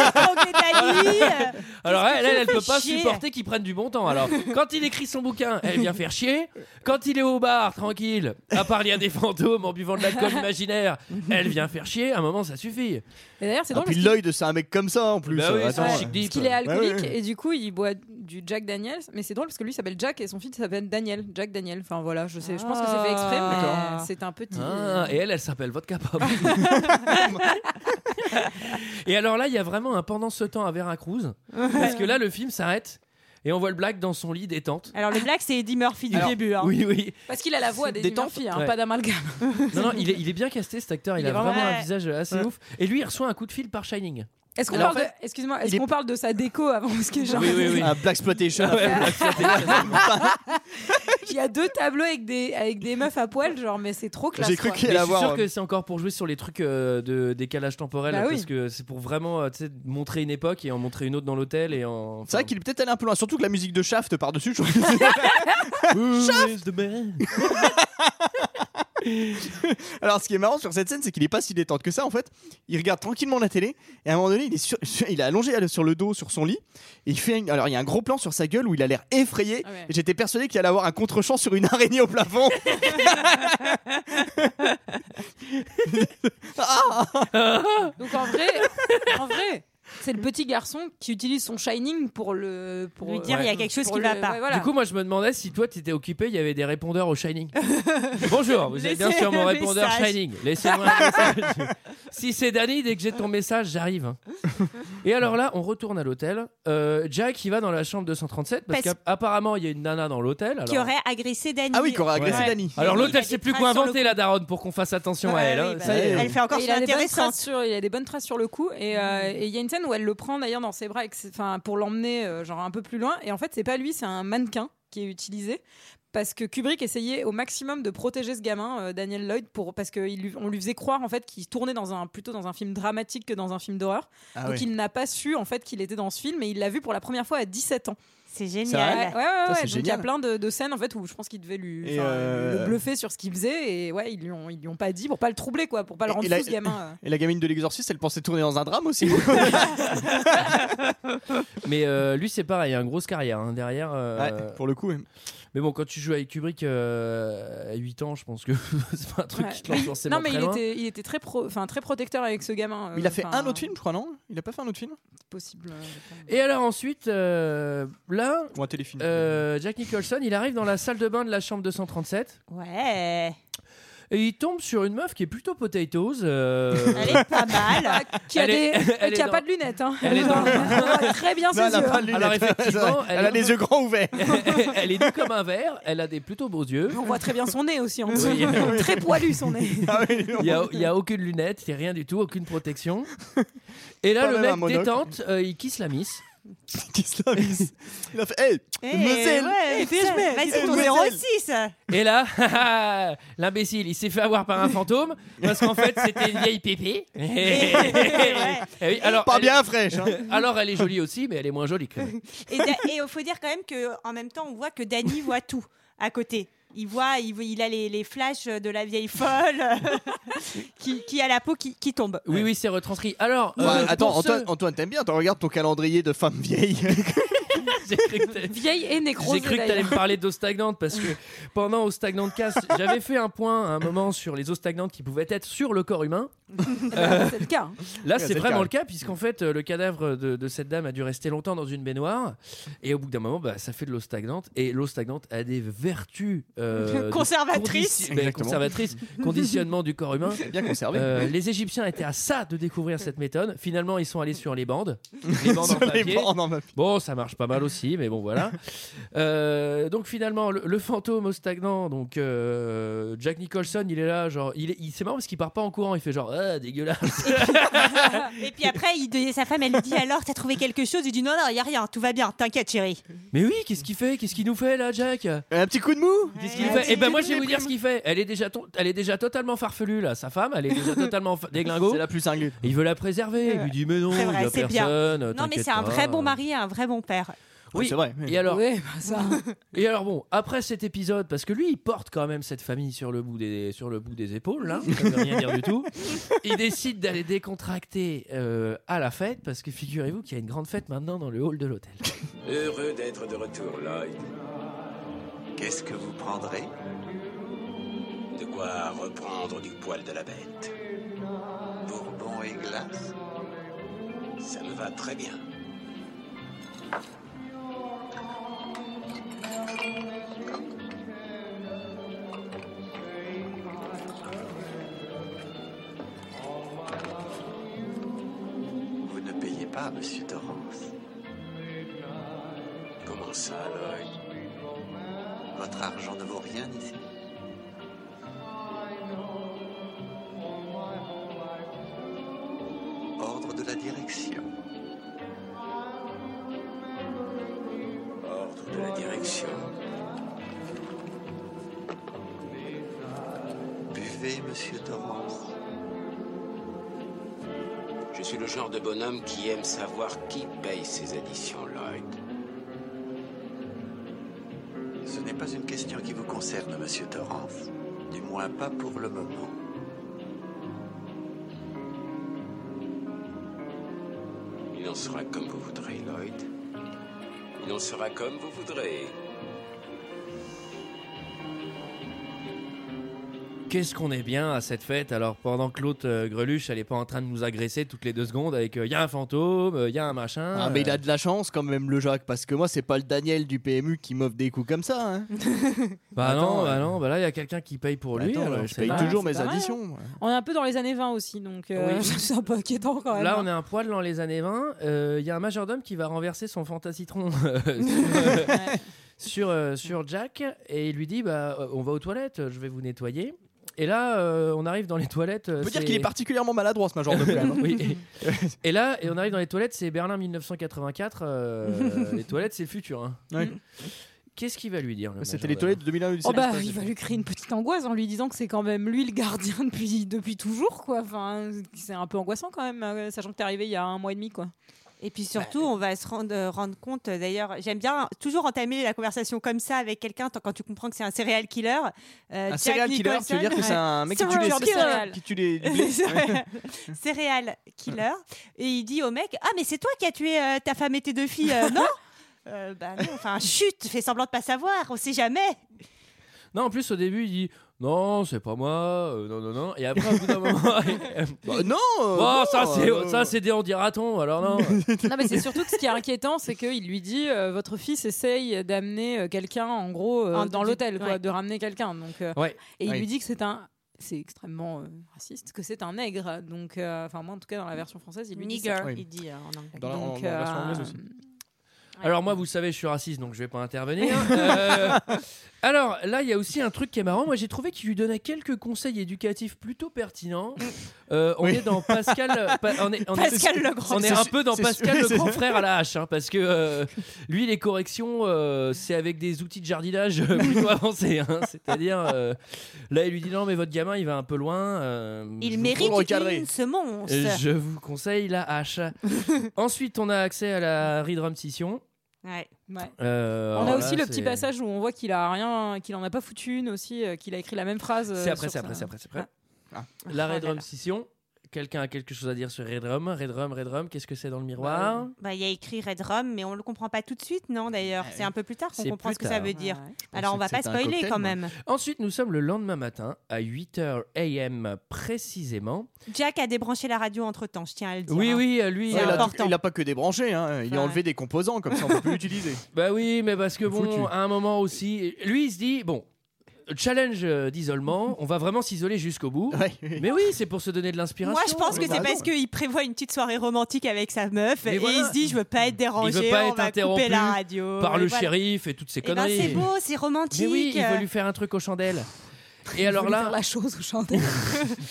Speaker 1: (laughs)
Speaker 11: escroquer ta vie.
Speaker 1: Alors elle, elle, elle
Speaker 11: fais
Speaker 1: peut pas
Speaker 11: chier
Speaker 1: supporter qu'il prenne du bon temps. Alors quand il écrit son bouquin, elle vient faire chier. Quand il est au bar, tranquille, à parler à des fantômes en buvant de l'alcool imaginaire, elle vient faire chier. À un moment, ça suffit.
Speaker 6: Et d'ailleurs, c'est
Speaker 7: Ah,
Speaker 6: drôle.
Speaker 7: puis
Speaker 6: parce qu'il-
Speaker 7: Lloyd c'est un mec comme ça en plus.
Speaker 1: Bah oui,
Speaker 7: euh,
Speaker 1: c'est
Speaker 7: attends,
Speaker 1: un
Speaker 7: ouais.
Speaker 1: chic
Speaker 6: Parce
Speaker 1: deep.
Speaker 6: qu'il est alcoolique
Speaker 7: Ouais, ouais.
Speaker 6: et du coup il boit du Jack Daniels mais c'est drôle parce que lui s'appelle Jack et son fils s'appelle Daniel Jack Daniel enfin voilà je sais je pense que c'est fait exprès mais
Speaker 1: Ah. D'accord.
Speaker 6: c'est un petit
Speaker 1: Ah, et elle, elle s'appelle Vodka Pop. et alors là, il y a vraiment un pendant ce temps à Veracruz. Parce que là, le film s'arrête et on voit le Black dans son lit détente.
Speaker 11: Alors, le black, c'est Eddie Murphy du
Speaker 1: Alors,
Speaker 11: début. hein.
Speaker 1: Oui, oui.
Speaker 6: parce qu'il a la voix des
Speaker 1: Détente.
Speaker 6: Murphy hein,
Speaker 1: Ouais.
Speaker 6: pas d'amalgame
Speaker 1: Non, non, il est, il est bien casté cet acteur. Il,
Speaker 6: Il
Speaker 1: a
Speaker 6: est vraiment-
Speaker 1: vraiment un
Speaker 6: Ouais.
Speaker 1: visage assez ouf. Et lui, il reçoit un coup de fil par Shining.
Speaker 6: Est-ce qu'on
Speaker 1: Alors,
Speaker 6: parle,
Speaker 1: en fait,
Speaker 6: de... Excuse-moi, est-ce qu'on parle de sa déco avant Parce que genre,
Speaker 1: Oui, oui, oui.
Speaker 7: Ah, Black
Speaker 1: (laughs)
Speaker 7: Exploitation.
Speaker 1: Ouais, Black Exploitation.
Speaker 6: il y a deux tableaux avec des, avec des meufs à poil, genre, mais c'est trop classe. quoi.
Speaker 1: Mais Je suis
Speaker 7: euh,
Speaker 1: sûr que c'est encore pour jouer sur les trucs euh, de décalage temporel hein,
Speaker 6: Bah oui.
Speaker 1: parce que c'est pour vraiment euh, tu sais, montrer une époque et en montrer une autre dans l'hôtel et en.
Speaker 7: C'est vrai qu'il est peut-être allé un peu loin, surtout que la musique de Shaft par-dessus, je trouve que
Speaker 1: (laughs) Shaft
Speaker 7: Alors, ce qui est marrant sur cette scène, c'est qu'il est pas si détente que ça, en fait. Il regarde tranquillement la télé, et à un moment donné, il est, sur- sur- il est allongé sur le dos, sur son lit, et il fait une- Alors, il y a un gros plan sur sa gueule où il a l'air effrayé,
Speaker 6: ouais.
Speaker 7: et j'étais persuadé qu'il allait avoir un contre-champ sur une araignée au plafond.
Speaker 6: Donc en vrai, en vrai c'est le petit garçon qui utilise son shining pour le. Pour
Speaker 11: Lui
Speaker 6: euh,
Speaker 11: dire, il y a quelque chose
Speaker 6: pour
Speaker 11: qui
Speaker 6: le-
Speaker 11: va pas.
Speaker 6: ouais, voilà.
Speaker 1: Du coup, moi, je me demandais si toi, t'étais occupé, il y avait des répondeurs au
Speaker 11: (laughs)
Speaker 1: Shining. Bonjour, vous êtes bien
Speaker 11: Laissez
Speaker 1: sur mon
Speaker 11: un
Speaker 1: répondeur
Speaker 11: message.
Speaker 1: Shining. Laissez-moi un message. si c'est Danny, dès que j'ai ton message, j'arrive. hein. Et alors là, on retourne à l'hôtel. Euh, Jack, il va dans la chambre 237 parce,
Speaker 11: Parce-
Speaker 1: qu'apparemment, il y a une nana dans l'hôtel. alors-
Speaker 11: Qui aurait agressé Danny.
Speaker 7: Ah oui, qui aurait agressé
Speaker 11: Ouais.
Speaker 7: Dany.
Speaker 1: Alors
Speaker 11: Oui, il y a
Speaker 1: l'hôtel,
Speaker 11: des
Speaker 1: c'est plus
Speaker 11: traces
Speaker 1: quoi
Speaker 11: sur le
Speaker 1: inventer la daronne pour qu'on fasse attention à
Speaker 11: Ouais,
Speaker 1: elle. hein.
Speaker 11: oui, bah,
Speaker 1: Ça y est.
Speaker 11: Elle fait encore
Speaker 6: Et
Speaker 11: son
Speaker 6: il a des bonnes
Speaker 11: intéressante.
Speaker 6: traces sur, il a des bonnes traces sur le coup et euh, et il y a une scène où elle le prend d'ailleurs dans ses bras avec ses- enfin pour l'emmener euh, genre un peu plus loin et en fait c'est pas lui c'est un mannequin qui est utilisé parce que Kubrick essayait au maximum de protéger ce gamin euh, Daniel Lloyd pour parce que il lui- on lui faisait croire en fait qu'il tournait dans un plutôt dans un film dramatique que dans un film d'horreur
Speaker 7: Ah
Speaker 6: donc
Speaker 7: oui.
Speaker 6: il n'a pas su en fait qu'il était dans ce film et il l'a vu pour la première fois à 17 ans
Speaker 11: C'est
Speaker 6: Ouais, ouais,
Speaker 11: génial.
Speaker 6: ouais,
Speaker 7: Ah Ça,
Speaker 6: ouais.
Speaker 7: c'est
Speaker 6: Donc, il y a
Speaker 7: génial.
Speaker 6: plein de, de scènes en fait où je pense qu'il devait lui
Speaker 7: Et
Speaker 6: enfin,
Speaker 7: euh,
Speaker 6: le bluffer sur ce qu'il faisait et ouais ils lui ont ils lui ont pas dit pour pas le troubler quoi pour pas le
Speaker 7: Et
Speaker 6: rendre
Speaker 7: la-
Speaker 6: fou ce gamin. euh.
Speaker 7: Et la gamine de l'exorciste, elle pensait tourner dans un drame
Speaker 1: (laughs)
Speaker 7: aussi.
Speaker 1: Mais euh, lui, c'est pareil, il y a une grosse carrière hein, derrière. euh,
Speaker 7: Ouais, pour le coup. ouais.
Speaker 1: Mais bon, quand tu joues avec Kubrick euh, à 8 ans, je pense que (laughs) c'est pas un truc
Speaker 6: Ouais.
Speaker 1: qui te lance forcément
Speaker 6: Non, mais
Speaker 1: très
Speaker 6: il
Speaker 1: loin.
Speaker 6: était, il était très, pro- enfin, très protecteur avec ce gamin. euh,
Speaker 7: Il a fait
Speaker 6: enfin,
Speaker 7: un autre film, je crois, non Il a pas fait un autre film
Speaker 6: Possible. euh,
Speaker 1: Et alors ensuite, euh, là,
Speaker 7: Ou un téléfilm
Speaker 1: euh, Jack Nicholson, il arrive dans la salle de bain de la chambre 237
Speaker 11: Ouais.
Speaker 1: et il tombe sur une meuf qui est plutôt potatoes. euh,
Speaker 11: Elle est
Speaker 6: (laughs)
Speaker 11: pas mal.
Speaker 6: Qui a,
Speaker 1: Elle est-
Speaker 6: des- euh,
Speaker 1: elle
Speaker 6: qui a
Speaker 1: est
Speaker 6: pas
Speaker 1: dans-
Speaker 6: de lunettes. hein.
Speaker 1: Elle est dans-
Speaker 6: (laughs) On voit très bien ses
Speaker 7: Non, elle a
Speaker 6: yeux.
Speaker 7: pas
Speaker 6: hein.
Speaker 1: (laughs)
Speaker 7: de
Speaker 1: Alors
Speaker 7: lunettes.
Speaker 1: effectivement,
Speaker 7: elle, a les yeux grands ouverts.
Speaker 1: (laughs) elle est nue comme un verre, elle a des plutôt beaux yeux.
Speaker 6: On voit très bien son nez aussi. en dessous.
Speaker 1: Oui.
Speaker 6: Très poilu
Speaker 1: (laughs)
Speaker 6: son nez.
Speaker 7: Ah oui,
Speaker 1: Il n'y a, il y a aucune lunette, il n'y a rien du tout, aucune protection. Et
Speaker 7: Pas
Speaker 1: là, le
Speaker 7: même un
Speaker 1: mec
Speaker 7: monocle.
Speaker 1: détente, euh, il kiss la miss.
Speaker 7: Qui se la mise. Il a fait Hey,
Speaker 11: Eh,
Speaker 7: Mademoiselle,
Speaker 11: ouais, putain,
Speaker 7: FHB,
Speaker 11: Vas-y, ton
Speaker 7: mademoiselle.
Speaker 11: 06.
Speaker 1: Et là, (laughs) l'imbécile, il s'est fait avoir par un fantôme parce qu'en fait, c'était une vieille pépé.
Speaker 11: Et- ouais.
Speaker 1: Eh oui, alors,
Speaker 7: pas
Speaker 1: elle-
Speaker 7: bien fraîche. hein.
Speaker 1: Alors, elle est jolie aussi, mais elle est moins jolie que
Speaker 11: Et Da- Et il faut dire quand même que en même temps, on voit que Danny voit tout à côté. Il voit, il, voit- il a les, les flashs de la vieille
Speaker 6: (laughs)
Speaker 11: folle qui, qui a la peau qui, qui tombe.
Speaker 1: Oui, oui, c'est retranscrit. Alors,
Speaker 7: Ouais,
Speaker 1: euh,
Speaker 7: attends,
Speaker 1: pour ceux-
Speaker 7: Antoine, Antoine, t'aimes bien, t'en regardes ton calendrier de femme (laughs) vieille.
Speaker 1: j'ai cru que t'allais-
Speaker 6: Vieille et nécrose.
Speaker 1: J'ai cru que tu allais me parler d'eau stagnante parce que pendant eau stagnante casse, j'avais fait un point à un moment sur les eaux stagnantes qui pouvaient être sur le corps humain.
Speaker 11: Bah,
Speaker 1: Euh,
Speaker 6: C'est le cas. hein.
Speaker 1: Là,
Speaker 7: Ouais,
Speaker 1: c'est
Speaker 7: c'est le
Speaker 1: vraiment
Speaker 7: cas.
Speaker 1: le cas, puisqu'en fait, euh, le cadavre de, de cette dame a dû rester longtemps dans une baignoire. Et au bout d'un moment, bah, ça fait de l'eau stagnante. Et l'eau stagnante a des vertus
Speaker 7: (laughs)
Speaker 1: euh, de
Speaker 11: Conservatrice.
Speaker 1: condition- ben,
Speaker 7: Exactement. Ah
Speaker 1: conservatrice, conditionnement du corps humain.
Speaker 7: bien conservé.
Speaker 1: Euh, les Égyptiens étaient à ça de découvrir cette méthode. Finalement, ils sont allés sur les
Speaker 7: (laughs)
Speaker 1: bandes. Les bandes en
Speaker 7: Sur les
Speaker 1: papier.
Speaker 7: bords, non, ma-
Speaker 1: Bon, ça marche pas mal aussi, mais bon, voilà. Euh, donc finalement, le, le fantôme au stagnant, donc euh, Jack Nicholson, il est là, genre, il, est- il c'est marrant parce qu'il part pas en courant, il fait genre, ah, dégueulasse.
Speaker 11: Et puis après, il, dit- sa femme, elle lui dit alors, t'as trouvé quelque chose Il dit non, non, il y a rien, tout va bien, t'inquiète, chérie.
Speaker 1: mais oui, qu'est-ce qu'il fait Qu'est-ce qu'il nous fait là, Jack Qu'est-ce
Speaker 7: Un petit coup de mou
Speaker 1: qu'il
Speaker 11: Ouais,
Speaker 1: fait Eh ben moi, je vais
Speaker 7: les
Speaker 1: vous dire ce
Speaker 7: primes.
Speaker 1: qu'il fait. Elle est déjà, ton- elle est déjà totalement farfelue là, sa femme, elle est
Speaker 7: (laughs)
Speaker 1: déjà totalement fa- déglingo.
Speaker 7: C'est la plus cinglée.
Speaker 1: Il veut la préserver. Il lui dit mais non,
Speaker 11: C'est vrai,
Speaker 1: il y a
Speaker 11: c'est bien.
Speaker 1: personne.
Speaker 11: Non, mais
Speaker 1: Euh, t'inquiète
Speaker 11: c'est un
Speaker 1: pas.
Speaker 11: vrai bon mari et un vrai bon père.
Speaker 1: Oui.
Speaker 7: c'est vrai.
Speaker 1: Et alors,
Speaker 6: Ouais, bah ça.
Speaker 1: (laughs) Et alors bon, après cet épisode, parce que lui, il porte quand même cette famille sur le bout des, sur le bout des épaules, là, ça veut rien dire du
Speaker 11: (laughs)
Speaker 1: tout. Il décide d'aller décontracter euh, à la fête, parce que figurez-vous qu'il y a une grande fête maintenant dans le hall de l'hôtel.
Speaker 3: Heureux d'être de retour, Lloyd.
Speaker 2: Qu'est-ce que vous prendrez
Speaker 3: De quoi reprendre du poil de la bête.
Speaker 2: Bourbon et glace
Speaker 3: Ça me va très bien.
Speaker 2: Vous ne payez pas, monsieur Torrance.
Speaker 3: Comment ça, Lloyd
Speaker 2: Votre argent ne vaut rien ici. Ordre de la direction.
Speaker 3: Ordre de la direction.
Speaker 2: Buvez, monsieur Torrance.
Speaker 3: Je suis le genre de bonhomme qui aime savoir qui paye ses additions, Lloyd.
Speaker 2: Ce n'est pas une question qui vous concerne, monsieur Torrance. Du moins pas pour le moment.
Speaker 3: Il en sera comme vous voudrez, Lloyd. Il en sera comme vous voudrez.
Speaker 1: Qu'est-ce qu'on est bien à cette fête Alors pendant que l'autre euh, greluche, elle est pas en train de nous agresser toutes les deux secondes avec euh, il y a un fantôme, euh, il y a un machin.
Speaker 7: Ah, mais il
Speaker 1: euh,
Speaker 7: a de la chance quand même, le Jacques, parce que moi, c'est pas le Daniel du PMU qui m'offre des coups comme ça. hein.
Speaker 1: Bah non,
Speaker 7: Attends,
Speaker 1: bah
Speaker 7: euh,
Speaker 1: non, bah là il y a quelqu'un qui paye pour lui.
Speaker 7: Attends,
Speaker 1: alors
Speaker 7: je
Speaker 1: c'est
Speaker 7: paye
Speaker 1: là.
Speaker 6: pas-
Speaker 7: toujours
Speaker 6: c'est
Speaker 7: mes
Speaker 6: pas mal,
Speaker 7: additions. moi.
Speaker 6: On est un peu dans les années 20 aussi, donc euh,
Speaker 1: Oui.
Speaker 6: (laughs) c'est un peu inquiétant quand même. hein.
Speaker 1: Là, on est un poil dans les années 20. Euh, Il y a un majordome qui va renverser son fantasitron euh, sur, euh, sur, euh, sur Jack et il lui dit bah, euh, On va aux toilettes, euh, je vais vous nettoyer. Et là, euh, on arrive dans les toilettes. euh,
Speaker 7: On peut dire
Speaker 1: c'est-
Speaker 7: qu'il est particulièrement maladroit,
Speaker 1: (laughs)
Speaker 7: ce major de hein. flamme.
Speaker 1: Oui. Et, et là, et on arrive dans les toilettes, c'est Berlin 1984.
Speaker 7: (laughs)
Speaker 1: euh, les toilettes, c'est le futur. hein.
Speaker 7: Ouais.
Speaker 1: Qu'est-ce qu'il va lui dire le
Speaker 7: C'était
Speaker 1: majordome
Speaker 7: les toilettes de 2001 Odyssée
Speaker 6: Oh bah,
Speaker 7: de l'espace.
Speaker 6: il va lui créer une petite angoisse en lui disant que c'est quand même lui le gardien (laughs) depuis, depuis toujours, quoi. Enfin, c'est un peu angoissant quand même, euh, sachant que t'es arrivé il y a un mois et demi, quoi. Bah,
Speaker 11: Et puis surtout, on va se rendre, euh, rendre compte, euh, d'ailleurs, j'aime bien toujours entamer la conversation comme ça avec quelqu'un tant- quand tu comprends que c'est un serial killer. Euh,
Speaker 7: Un
Speaker 11: Jack
Speaker 7: serial killer, ça veut dire que
Speaker 11: Nicholson- (laughs)
Speaker 7: c'est un mec qui tue
Speaker 11: Serial
Speaker 7: les-
Speaker 11: killer.
Speaker 7: qui tue les. du blé.
Speaker 6: (laughs)
Speaker 11: C'est vrai. Serial killer. Et il dit au mec Ah, mais c'est toi qui as tué euh, ta femme et tes deux filles, euh, non
Speaker 6: Euh, bah non, enfin, chut, fais semblant de pas savoir, on sait jamais.
Speaker 1: Non, en plus, au début, il dit non, c'est pas moi, euh, non, non, non. Et après, au bout d'un moment. (laughs)
Speaker 7: Bah non,
Speaker 1: Bon,
Speaker 7: euh, non,
Speaker 1: Oh, ça, c'est,
Speaker 7: euh,
Speaker 1: ça, c'est des on dira-t-on, alors
Speaker 7: (laughs)
Speaker 1: non.
Speaker 11: Non, mais c'est surtout que ce qui est inquiétant, c'est qu'il lui dit euh, votre fils essaye d'amener euh, quelqu'un, en gros, euh,
Speaker 6: Ah,
Speaker 11: dans
Speaker 6: du-
Speaker 11: l'hôtel, quoi,
Speaker 6: ouais.
Speaker 11: de ramener quelqu'un. Donc, euh,
Speaker 1: Ouais.
Speaker 11: et il
Speaker 1: Ouais.
Speaker 11: lui dit que c'est un, c'est extrêmement euh, raciste, que c'est un nègre. Donc, euh, enfin, moi, en tout cas, dans la version française, il lui dit
Speaker 6: Nigger,
Speaker 11: ça.
Speaker 7: Oui.
Speaker 6: il dit euh, en anglais.
Speaker 7: Dans la- en-
Speaker 11: Donc,
Speaker 7: dans la version
Speaker 11: euh,
Speaker 7: anglaise aussi.
Speaker 1: Alors moi, vous savez, je suis raciste, donc je vais pas intervenir. Euh, alors là, il y a aussi un truc qui est marrant. Moi, j'ai trouvé qu'il lui donnait quelques conseils éducatifs plutôt pertinents. Euh, on
Speaker 7: Oui.
Speaker 1: est dans
Speaker 7: (laughs)
Speaker 1: Pascal. pa- on est, on est-
Speaker 6: Pascal le grand.
Speaker 1: on est
Speaker 7: C'est
Speaker 1: un
Speaker 7: su-
Speaker 1: peu dans
Speaker 7: c'est
Speaker 1: Pascal
Speaker 7: su-
Speaker 1: le
Speaker 7: c'est-
Speaker 1: grand frère à la hache, hein, parce que euh, lui, les corrections, euh, c'est avec des outils de jardinage euh,
Speaker 7: (laughs)
Speaker 1: plutôt avancés. hein. C'est-à-dire, euh, là, il lui dit non, mais votre gamin, il va un peu loin. euh, je
Speaker 6: Il
Speaker 1: vous
Speaker 6: mérite
Speaker 7: le recadrer.
Speaker 6: une semonce.
Speaker 1: euh, Je vous conseille la
Speaker 11: (laughs)
Speaker 1: hache. Ensuite, on a accès à la redrum-scission.
Speaker 6: Ouais.
Speaker 11: ouais.
Speaker 1: Euh,
Speaker 11: On a
Speaker 1: alors
Speaker 11: aussi
Speaker 1: là,
Speaker 11: le petit
Speaker 1: c'est-
Speaker 11: passage où on voit qu'il a rien, qu'il en a pas foutu une aussi, euh, qu'il a écrit la même phrase. euh,
Speaker 1: C'est après,
Speaker 11: sur
Speaker 1: c'est
Speaker 11: sa-
Speaker 1: après, c'est après, c'est après.
Speaker 7: Ah.
Speaker 1: La
Speaker 6: Oh là
Speaker 1: redrum
Speaker 6: là.
Speaker 1: scission. Quelqu'un a quelque chose à dire sur redrum. Redrum, redrum. Qu'est-ce que c'est dans le miroir
Speaker 6: Bah, il y a écrit Red Rum, mais on le comprend pas tout de suite, non d'ailleurs. C'est un peu plus tard qu'on
Speaker 1: C'est
Speaker 6: comprend
Speaker 1: plus
Speaker 6: ce que ça
Speaker 1: tard.
Speaker 6: veut dire.
Speaker 11: Ouais, ouais.
Speaker 7: pensais
Speaker 6: Alors on va
Speaker 7: que
Speaker 6: pas
Speaker 7: c'était un
Speaker 6: spoiler
Speaker 7: cocktail,
Speaker 6: quand
Speaker 7: moi.
Speaker 6: même.
Speaker 1: Ensuite, nous sommes le lendemain matin à 8h AM précisément.
Speaker 6: Jack a débranché la radio entre temps, je tiens à le dire.
Speaker 1: Oui,
Speaker 6: hein.
Speaker 1: oui, euh, lui.
Speaker 7: Il
Speaker 6: C'est
Speaker 1: euh,
Speaker 7: a,
Speaker 6: important.
Speaker 7: il a pas que débranché, hein. il a
Speaker 6: Ouais.
Speaker 7: enlevé des composants comme ça on peut plus l'utiliser.
Speaker 1: Bah oui, mais parce que bon,
Speaker 7: Foutu.
Speaker 1: à un moment aussi, lui il se dit bon, challenge euh, d'isolement, on va vraiment s'isoler jusqu'au bout.
Speaker 7: (laughs) Ouais, oui.
Speaker 1: Mais oui, c'est pour se donner de l'inspiration. Euh,
Speaker 6: Moi, je pense que
Speaker 7: Mais
Speaker 6: c'est
Speaker 7: bah
Speaker 6: parce
Speaker 7: non.
Speaker 6: qu'il prévoit une petite soirée romantique avec sa meuf
Speaker 1: Mais
Speaker 6: et
Speaker 1: voilà.
Speaker 6: il se dit je veux pas être dérangé,
Speaker 1: Il veut pas
Speaker 6: on
Speaker 1: être
Speaker 6: va
Speaker 1: interrompu
Speaker 6: couper la radio.
Speaker 1: par
Speaker 6: Et
Speaker 1: le
Speaker 6: voilà.
Speaker 1: shérif et toutes ces
Speaker 6: Eh ben,
Speaker 1: conneries.
Speaker 6: c'est beau, c'est romantique.
Speaker 1: mais oui, il veut lui faire un truc aux chandelles. Et
Speaker 11: Il
Speaker 1: alors
Speaker 11: voulait
Speaker 1: là,
Speaker 11: faire la chose ou chanter.
Speaker 1: (laughs)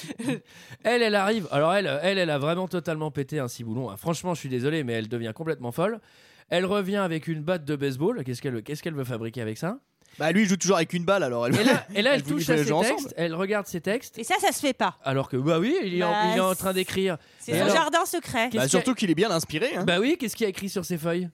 Speaker 1: Elle, elle arrive. Alors elle, elle, elle a vraiment totalement pété un ciboulon. hein. Franchement, je suis désolé, mais elle devient complètement folle. Elle revient avec une batte de baseball. Qu'est-ce qu'elle, qu'est-ce qu'elle veut fabriquer avec ça
Speaker 7: (laughs) Bah lui il joue toujours avec une balle alors. Elle... (laughs)
Speaker 1: Et là, et là, elle
Speaker 7: vous
Speaker 1: touche
Speaker 7: mettez
Speaker 1: à
Speaker 7: les
Speaker 1: ses
Speaker 7: gens
Speaker 1: textes.
Speaker 7: ensemble.
Speaker 1: Elle regarde ses textes.
Speaker 6: Et ça, ça se fait pas.
Speaker 1: Alors que bah oui, il est, en,
Speaker 6: Bah,
Speaker 1: il est en train d'écrire.
Speaker 6: C'est
Speaker 1: Mais
Speaker 6: son
Speaker 1: alors-
Speaker 6: jardin secret.
Speaker 1: Qu'est-ce
Speaker 7: Bah,
Speaker 1: qu'il
Speaker 7: surtout qu'il est bien inspiré.
Speaker 1: y a-
Speaker 7: Hein.
Speaker 1: Bah oui, qu'est-ce qu'il y a écrit sur ses feuilles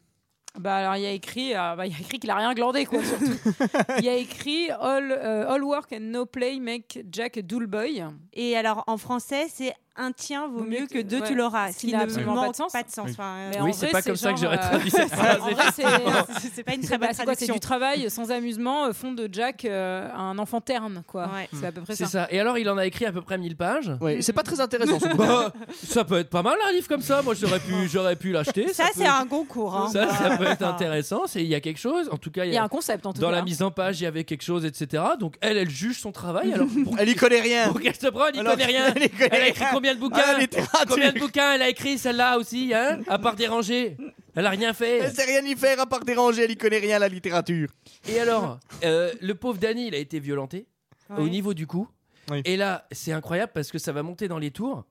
Speaker 11: Bah alors il y a écrit, euh, bah, il y a écrit qu'il a rien glandé quoi
Speaker 6: (laughs)
Speaker 11: surtout. il y a écrit all, euh, all work and no play make Jack a dull boy.
Speaker 6: Et alors, en français, c'est un tien vaut mieux que deux,
Speaker 11: ouais.
Speaker 6: tu l'auras. Ce qui n'a absolument pas de sens.
Speaker 7: Oui.
Speaker 6: Enfin, euh,
Speaker 11: Mais
Speaker 1: Oui,
Speaker 11: en
Speaker 1: c'est
Speaker 11: vrai, euh,
Speaker 1: pas comme ça que j'aurais traduit cette phrase,
Speaker 11: en vrai, c'est-
Speaker 6: (laughs) c'est- c'est pas une
Speaker 11: c'est
Speaker 6: très
Speaker 11: bah,
Speaker 6: bonne
Speaker 11: c'est quoi, c'est
Speaker 6: traduction.
Speaker 11: du travail sans amusement euh, font de Jack euh, un enfant terne quoi.
Speaker 6: Ouais.
Speaker 11: C'est à peu près
Speaker 1: C'est
Speaker 11: ça.
Speaker 1: ça. Et alors, il en a écrit à peu près 1000 pages.
Speaker 7: Ouais, c'est pas très intéressant. son bouquin.
Speaker 1: Bah, ça peut être pas mal un livre comme ça. Moi, j'aurais pu, j'aurais pu l'acheter.
Speaker 6: Ça,
Speaker 1: peut-
Speaker 6: c'est un concours. hein.
Speaker 1: ça, ça peut
Speaker 11: (laughs)
Speaker 1: être
Speaker 6: Enfin,
Speaker 1: intéressant. C'est, il y a quelque chose. En tout cas,
Speaker 11: Oh. Il y a un concept en tout
Speaker 1: dans
Speaker 11: cas.
Speaker 1: la
Speaker 11: hein.
Speaker 1: mise en page, il y avait quelque chose, etc. Donc elle, elle juge son travail.
Speaker 7: (laughs)
Speaker 1: Alors pour,
Speaker 7: Elle y
Speaker 1: (laughs)
Speaker 7: connaît rien.
Speaker 1: pour qu'elle se prenne, il
Speaker 7: Alors,
Speaker 1: euh, connaît rien.
Speaker 7: (laughs) Elle y connaît
Speaker 1: Elle a écrit
Speaker 7: rien.
Speaker 1: combien de bouquins
Speaker 7: Ah, la littérature.
Speaker 1: Combien de bouquins elle a écrit celle-là aussi, hein À part déranger, elle a rien
Speaker 7: Elle
Speaker 1: fait.
Speaker 7: sait rien y faire à part déranger, elle y connaît rien à la littérature.
Speaker 1: Et alors, euh, le pauvre Danny, il a été violenté
Speaker 6: ouais.
Speaker 1: au niveau du cou.
Speaker 7: Oui.
Speaker 1: Et là, c'est incroyable parce que ça va monter dans les tours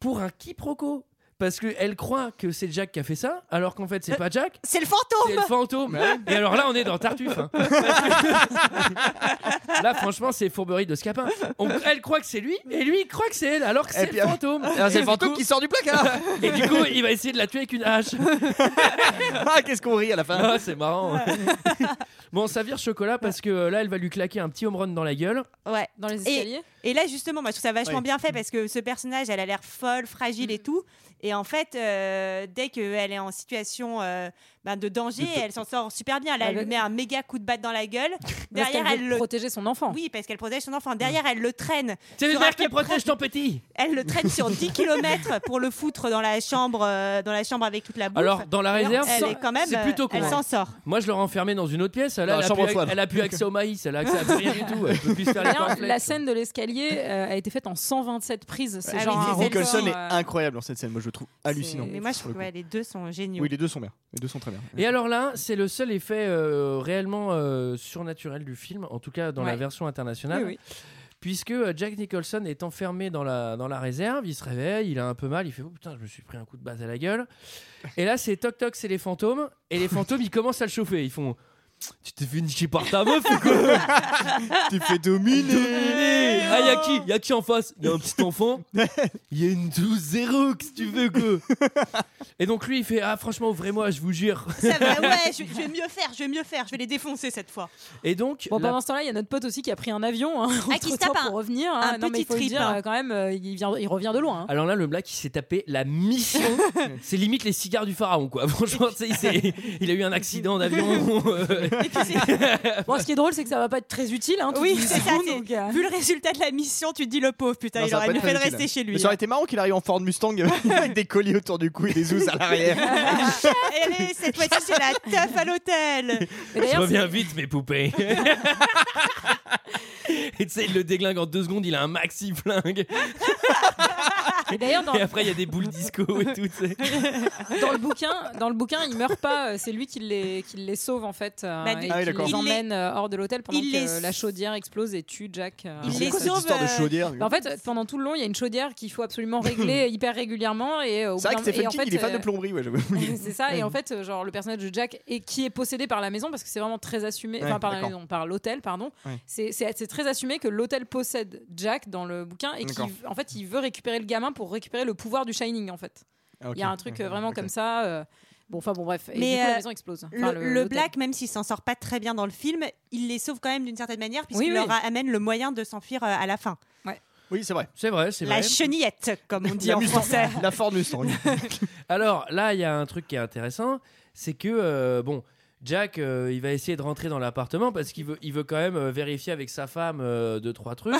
Speaker 1: pour un quiproquo. Parce qu'elle croit que c'est Jack qui a fait ça, alors qu'en
Speaker 7: Euh,
Speaker 1: fait c'est pas Jack,
Speaker 6: C'est le
Speaker 1: c'est le
Speaker 6: fantôme.
Speaker 1: fantôme. Et alors là, on est dans Tartuffe.
Speaker 7: (laughs)
Speaker 1: hein. Parce que- là, franchement, c'est fourberie de Scapin. On- elle croit que c'est lui, et lui, il croit que c'est elle, alors que Ah, c'est
Speaker 7: puis,
Speaker 1: le fantôme.
Speaker 7: Alors, C'est
Speaker 1: Et
Speaker 7: le
Speaker 1: du
Speaker 7: fantôme
Speaker 1: coup-
Speaker 7: qui sort du placard.
Speaker 1: (laughs) Et du coup, il va essayer de la tuer avec une
Speaker 7: (laughs)
Speaker 1: hache.
Speaker 7: Ah, qu'est-ce qu'on rit à la fin.
Speaker 1: Ah, c'est marrant. (laughs) bon, ça vire chocolat parce que euh, là, elle va lui claquer un petit home run dans la gueule.
Speaker 6: Ouais.
Speaker 11: Dans les escaliers.
Speaker 6: Et là, justement, moi, je trouve ça vachement
Speaker 7: Ouais.
Speaker 6: bien fait parce que ce personnage, elle a l'air folle, fragile et tout. Et en fait, euh, dès qu'elle est en situation euh, ben, de Bah, danger,
Speaker 7: De-
Speaker 6: elle s'en sort super bien. Là, elle
Speaker 11: Avec-
Speaker 6: lui met un méga coup de batte dans la (laughs) gueule.
Speaker 11: Parce
Speaker 6: Derrière,
Speaker 11: qu'elle veut
Speaker 6: elle le.
Speaker 11: protéger son enfant.
Speaker 6: Oui, parce qu'elle protège son enfant. Derrière, elle le traîne.
Speaker 1: C'est une
Speaker 6: Sur
Speaker 1: mère
Speaker 6: un
Speaker 1: qui
Speaker 6: peu près-
Speaker 1: protège ton petit.
Speaker 6: Elle le traîne sur 10 km pour le foutre dans la chambre, euh, dans la chambre avec toute la
Speaker 1: (laughs)
Speaker 6: bouffe.
Speaker 1: Alors, dans la réserve,
Speaker 6: elle
Speaker 1: ça-
Speaker 6: est quand même.
Speaker 1: c'est plutôt
Speaker 6: euh,
Speaker 1: con. hein.
Speaker 6: Elle s'en sort.
Speaker 1: Moi, je l'aurais enfermée dans une autre pièce. Là,
Speaker 7: Dans la
Speaker 1: elle, a
Speaker 7: chambre
Speaker 1: plus,
Speaker 7: froide.
Speaker 1: elle a plus accès au maïs, elle a accès à plus rien du tout. Elle peut plus
Speaker 6: (laughs)
Speaker 1: faire les
Speaker 11: D'ailleurs, la
Speaker 1: cornflakes.
Speaker 11: scène de l'escalier euh, a été faite en 127 prises. C'est
Speaker 6: Ah oui,
Speaker 11: genre
Speaker 6: c'est
Speaker 11: un
Speaker 6: celle-là.
Speaker 11: record,
Speaker 7: Nicholson est
Speaker 11: euh,
Speaker 7: incroyable dans cette scène, moi je le trouve hallucinant.
Speaker 6: Mais moi, je
Speaker 7: pour le
Speaker 6: trouve
Speaker 7: coup.
Speaker 6: ouais, les deux sont géniaux.
Speaker 7: Oui, les deux sont bien. Les deux sont très bien.
Speaker 1: Et alors là, c'est le seul effet euh, réellement euh, surnaturel du film, en tout cas dans la
Speaker 11: Ouais.
Speaker 1: version internationale,
Speaker 11: Oui, oui.
Speaker 1: puisque euh, Jack Nicholson est enfermé dans la, dans la réserve, il se réveille, il a un peu mal, il fait oh, putain, je me suis pris un coup de base à la gueule. Et là, c'est toc toc, c'est les fantômes, et les fantômes, ils commencent à le chauffer, ils font Tu t'es fait niquer par ta meuf ou quoi
Speaker 7: Tu t'es fait
Speaker 6: (laughs)
Speaker 7: dominer
Speaker 1: Ah, y'a qui Y'a qui en face Y'a un petit enfant Il y a une 12-0, que tu veux, quoi Et donc lui, il fait Ah, franchement, ouvrez-moi, je vous jure.
Speaker 6: Ça va,
Speaker 7: (laughs)
Speaker 6: ouais, je, je vais mieux faire, je vais mieux faire, je vais les défoncer
Speaker 11: (laughs)
Speaker 6: cette fois.
Speaker 1: Et donc.
Speaker 11: Bon,
Speaker 1: la-
Speaker 11: pendant ce temps-là, il y a notre pote aussi qui a pris un avion hein,
Speaker 6: Ah, qui se
Speaker 11: entre-temps
Speaker 6: tape un-
Speaker 11: pour revenir. hein.
Speaker 6: un
Speaker 11: non, mais
Speaker 6: petit
Speaker 11: il faut le
Speaker 6: trip,
Speaker 11: dire,
Speaker 6: hein.
Speaker 11: euh, quand même, euh, il, vient, il revient de loin. hein.
Speaker 1: Alors là, le black, il s'est tapé la (laughs) mission. c'est limite les cigares du pharaon, quoi. (laughs) Franchement, tu sais, il, s'est- il a eu un accident (laughs) d'avion. euh,
Speaker 11: Bon, ce qui est drôle, c'est que ça va pas être très utile. Hein, toutes
Speaker 6: Oui,
Speaker 11: les
Speaker 6: c'est ça.
Speaker 11: secondes,
Speaker 6: c'est-
Speaker 11: donc, euh,
Speaker 6: Vu le résultat de la mission, tu te dis le pauvre, putain,
Speaker 7: Non,
Speaker 6: il
Speaker 7: ça va
Speaker 6: aurait
Speaker 7: pas
Speaker 6: mieux
Speaker 7: être
Speaker 6: fait de
Speaker 7: utile. hein.
Speaker 6: rester chez lui. hein.
Speaker 7: Mais ça aurait été marrant qu'il arrive en Ford
Speaker 6: (laughs)
Speaker 7: Mustang avec des colliers autour du cou et des ousses à l'arrière. Ah
Speaker 6: Et allez, cette fois-ci,
Speaker 7: (laughs)
Speaker 6: c'est la teuf à l'hôtel.
Speaker 11: mais
Speaker 1: Je
Speaker 11: d'ailleurs,
Speaker 1: reviens vite, mes (laughs) poupées. Et tu sais, il le déglingue en deux secondes, il a un maxi flingue.
Speaker 11: c'est- mais d'ailleurs, dans,
Speaker 1: Et après, il y a des boules disco et tout. tu sais.
Speaker 11: dans le bouquin, dans le bouquin, il meurt pas. euh, C'est lui qui les, qui les sauve en fait. euh,
Speaker 6: Bah, du-
Speaker 11: et
Speaker 7: Ah oui,
Speaker 11: qui
Speaker 7: d'accord.
Speaker 11: les
Speaker 6: Il les-
Speaker 11: emmène euh, hors de l'hôtel pendant
Speaker 6: il
Speaker 11: que
Speaker 6: les-
Speaker 11: euh, la chaudière explose et tue Jack. euh,
Speaker 6: Il
Speaker 7: C'est
Speaker 6: les
Speaker 7: quoi cette
Speaker 6: sauve,
Speaker 7: histoire de
Speaker 6: euh,
Speaker 7: chaudière
Speaker 11: Bah, en fait, pendant tout le long, il y a une chaudière qu'il faut
Speaker 7: (clears throat)
Speaker 11: absolument régler hyper régulièrement. Et, euh, au
Speaker 7: C'est vrai
Speaker 11: bout
Speaker 7: que
Speaker 11: d'un- et
Speaker 7: Stephen
Speaker 11: en
Speaker 7: King,
Speaker 11: fait,
Speaker 7: il est fan
Speaker 11: euh,
Speaker 7: de plomberie, ouais, j'avais oublié.
Speaker 11: c'est (laughs) ça et en fait euh, genre le personnage de Jack et qui est possédé par la maison parce que c'est vraiment très assumé enfin
Speaker 7: Ouais,
Speaker 11: par la
Speaker 7: d'accord.
Speaker 11: maison par l'hôtel pardon
Speaker 7: Ouais.
Speaker 11: c'est c'est- c'est très assumé que l'hôtel possède Jack dans le bouquin et
Speaker 7: D'accord.
Speaker 11: qu'il en fait il veut récupérer le gamin pour récupérer le pouvoir du Shining en fait il y a un truc euh, vraiment comme ça euh, bon enfin bon bref et
Speaker 6: Mais,
Speaker 11: du coup, la
Speaker 6: euh,
Speaker 11: maison explose
Speaker 6: Le,
Speaker 11: Enfin,
Speaker 6: le
Speaker 11: l'hôtel.
Speaker 6: Black, même s'il s'en sort pas très bien dans le film, il les sauve quand même d'une certaine manière, puisqu'il
Speaker 11: Oui, oui.
Speaker 6: leur amène le moyen de s'enfuir euh, à la fin.
Speaker 7: Oui, c'est vrai.
Speaker 1: C'est vrai, c'est
Speaker 6: La
Speaker 1: vrai.
Speaker 6: chenillette, comme on dit
Speaker 7: La
Speaker 6: en
Speaker 7: Mustang.
Speaker 6: français.
Speaker 7: La Ford
Speaker 6: (laughs)
Speaker 7: Mustang.
Speaker 1: Alors là, il y a un truc qui est intéressant, c'est que euh, bon, Jack, euh, il va essayer de rentrer dans l'appartement parce qu'il veut, il veut quand même euh, vérifier avec sa femme euh, deux trois trucs.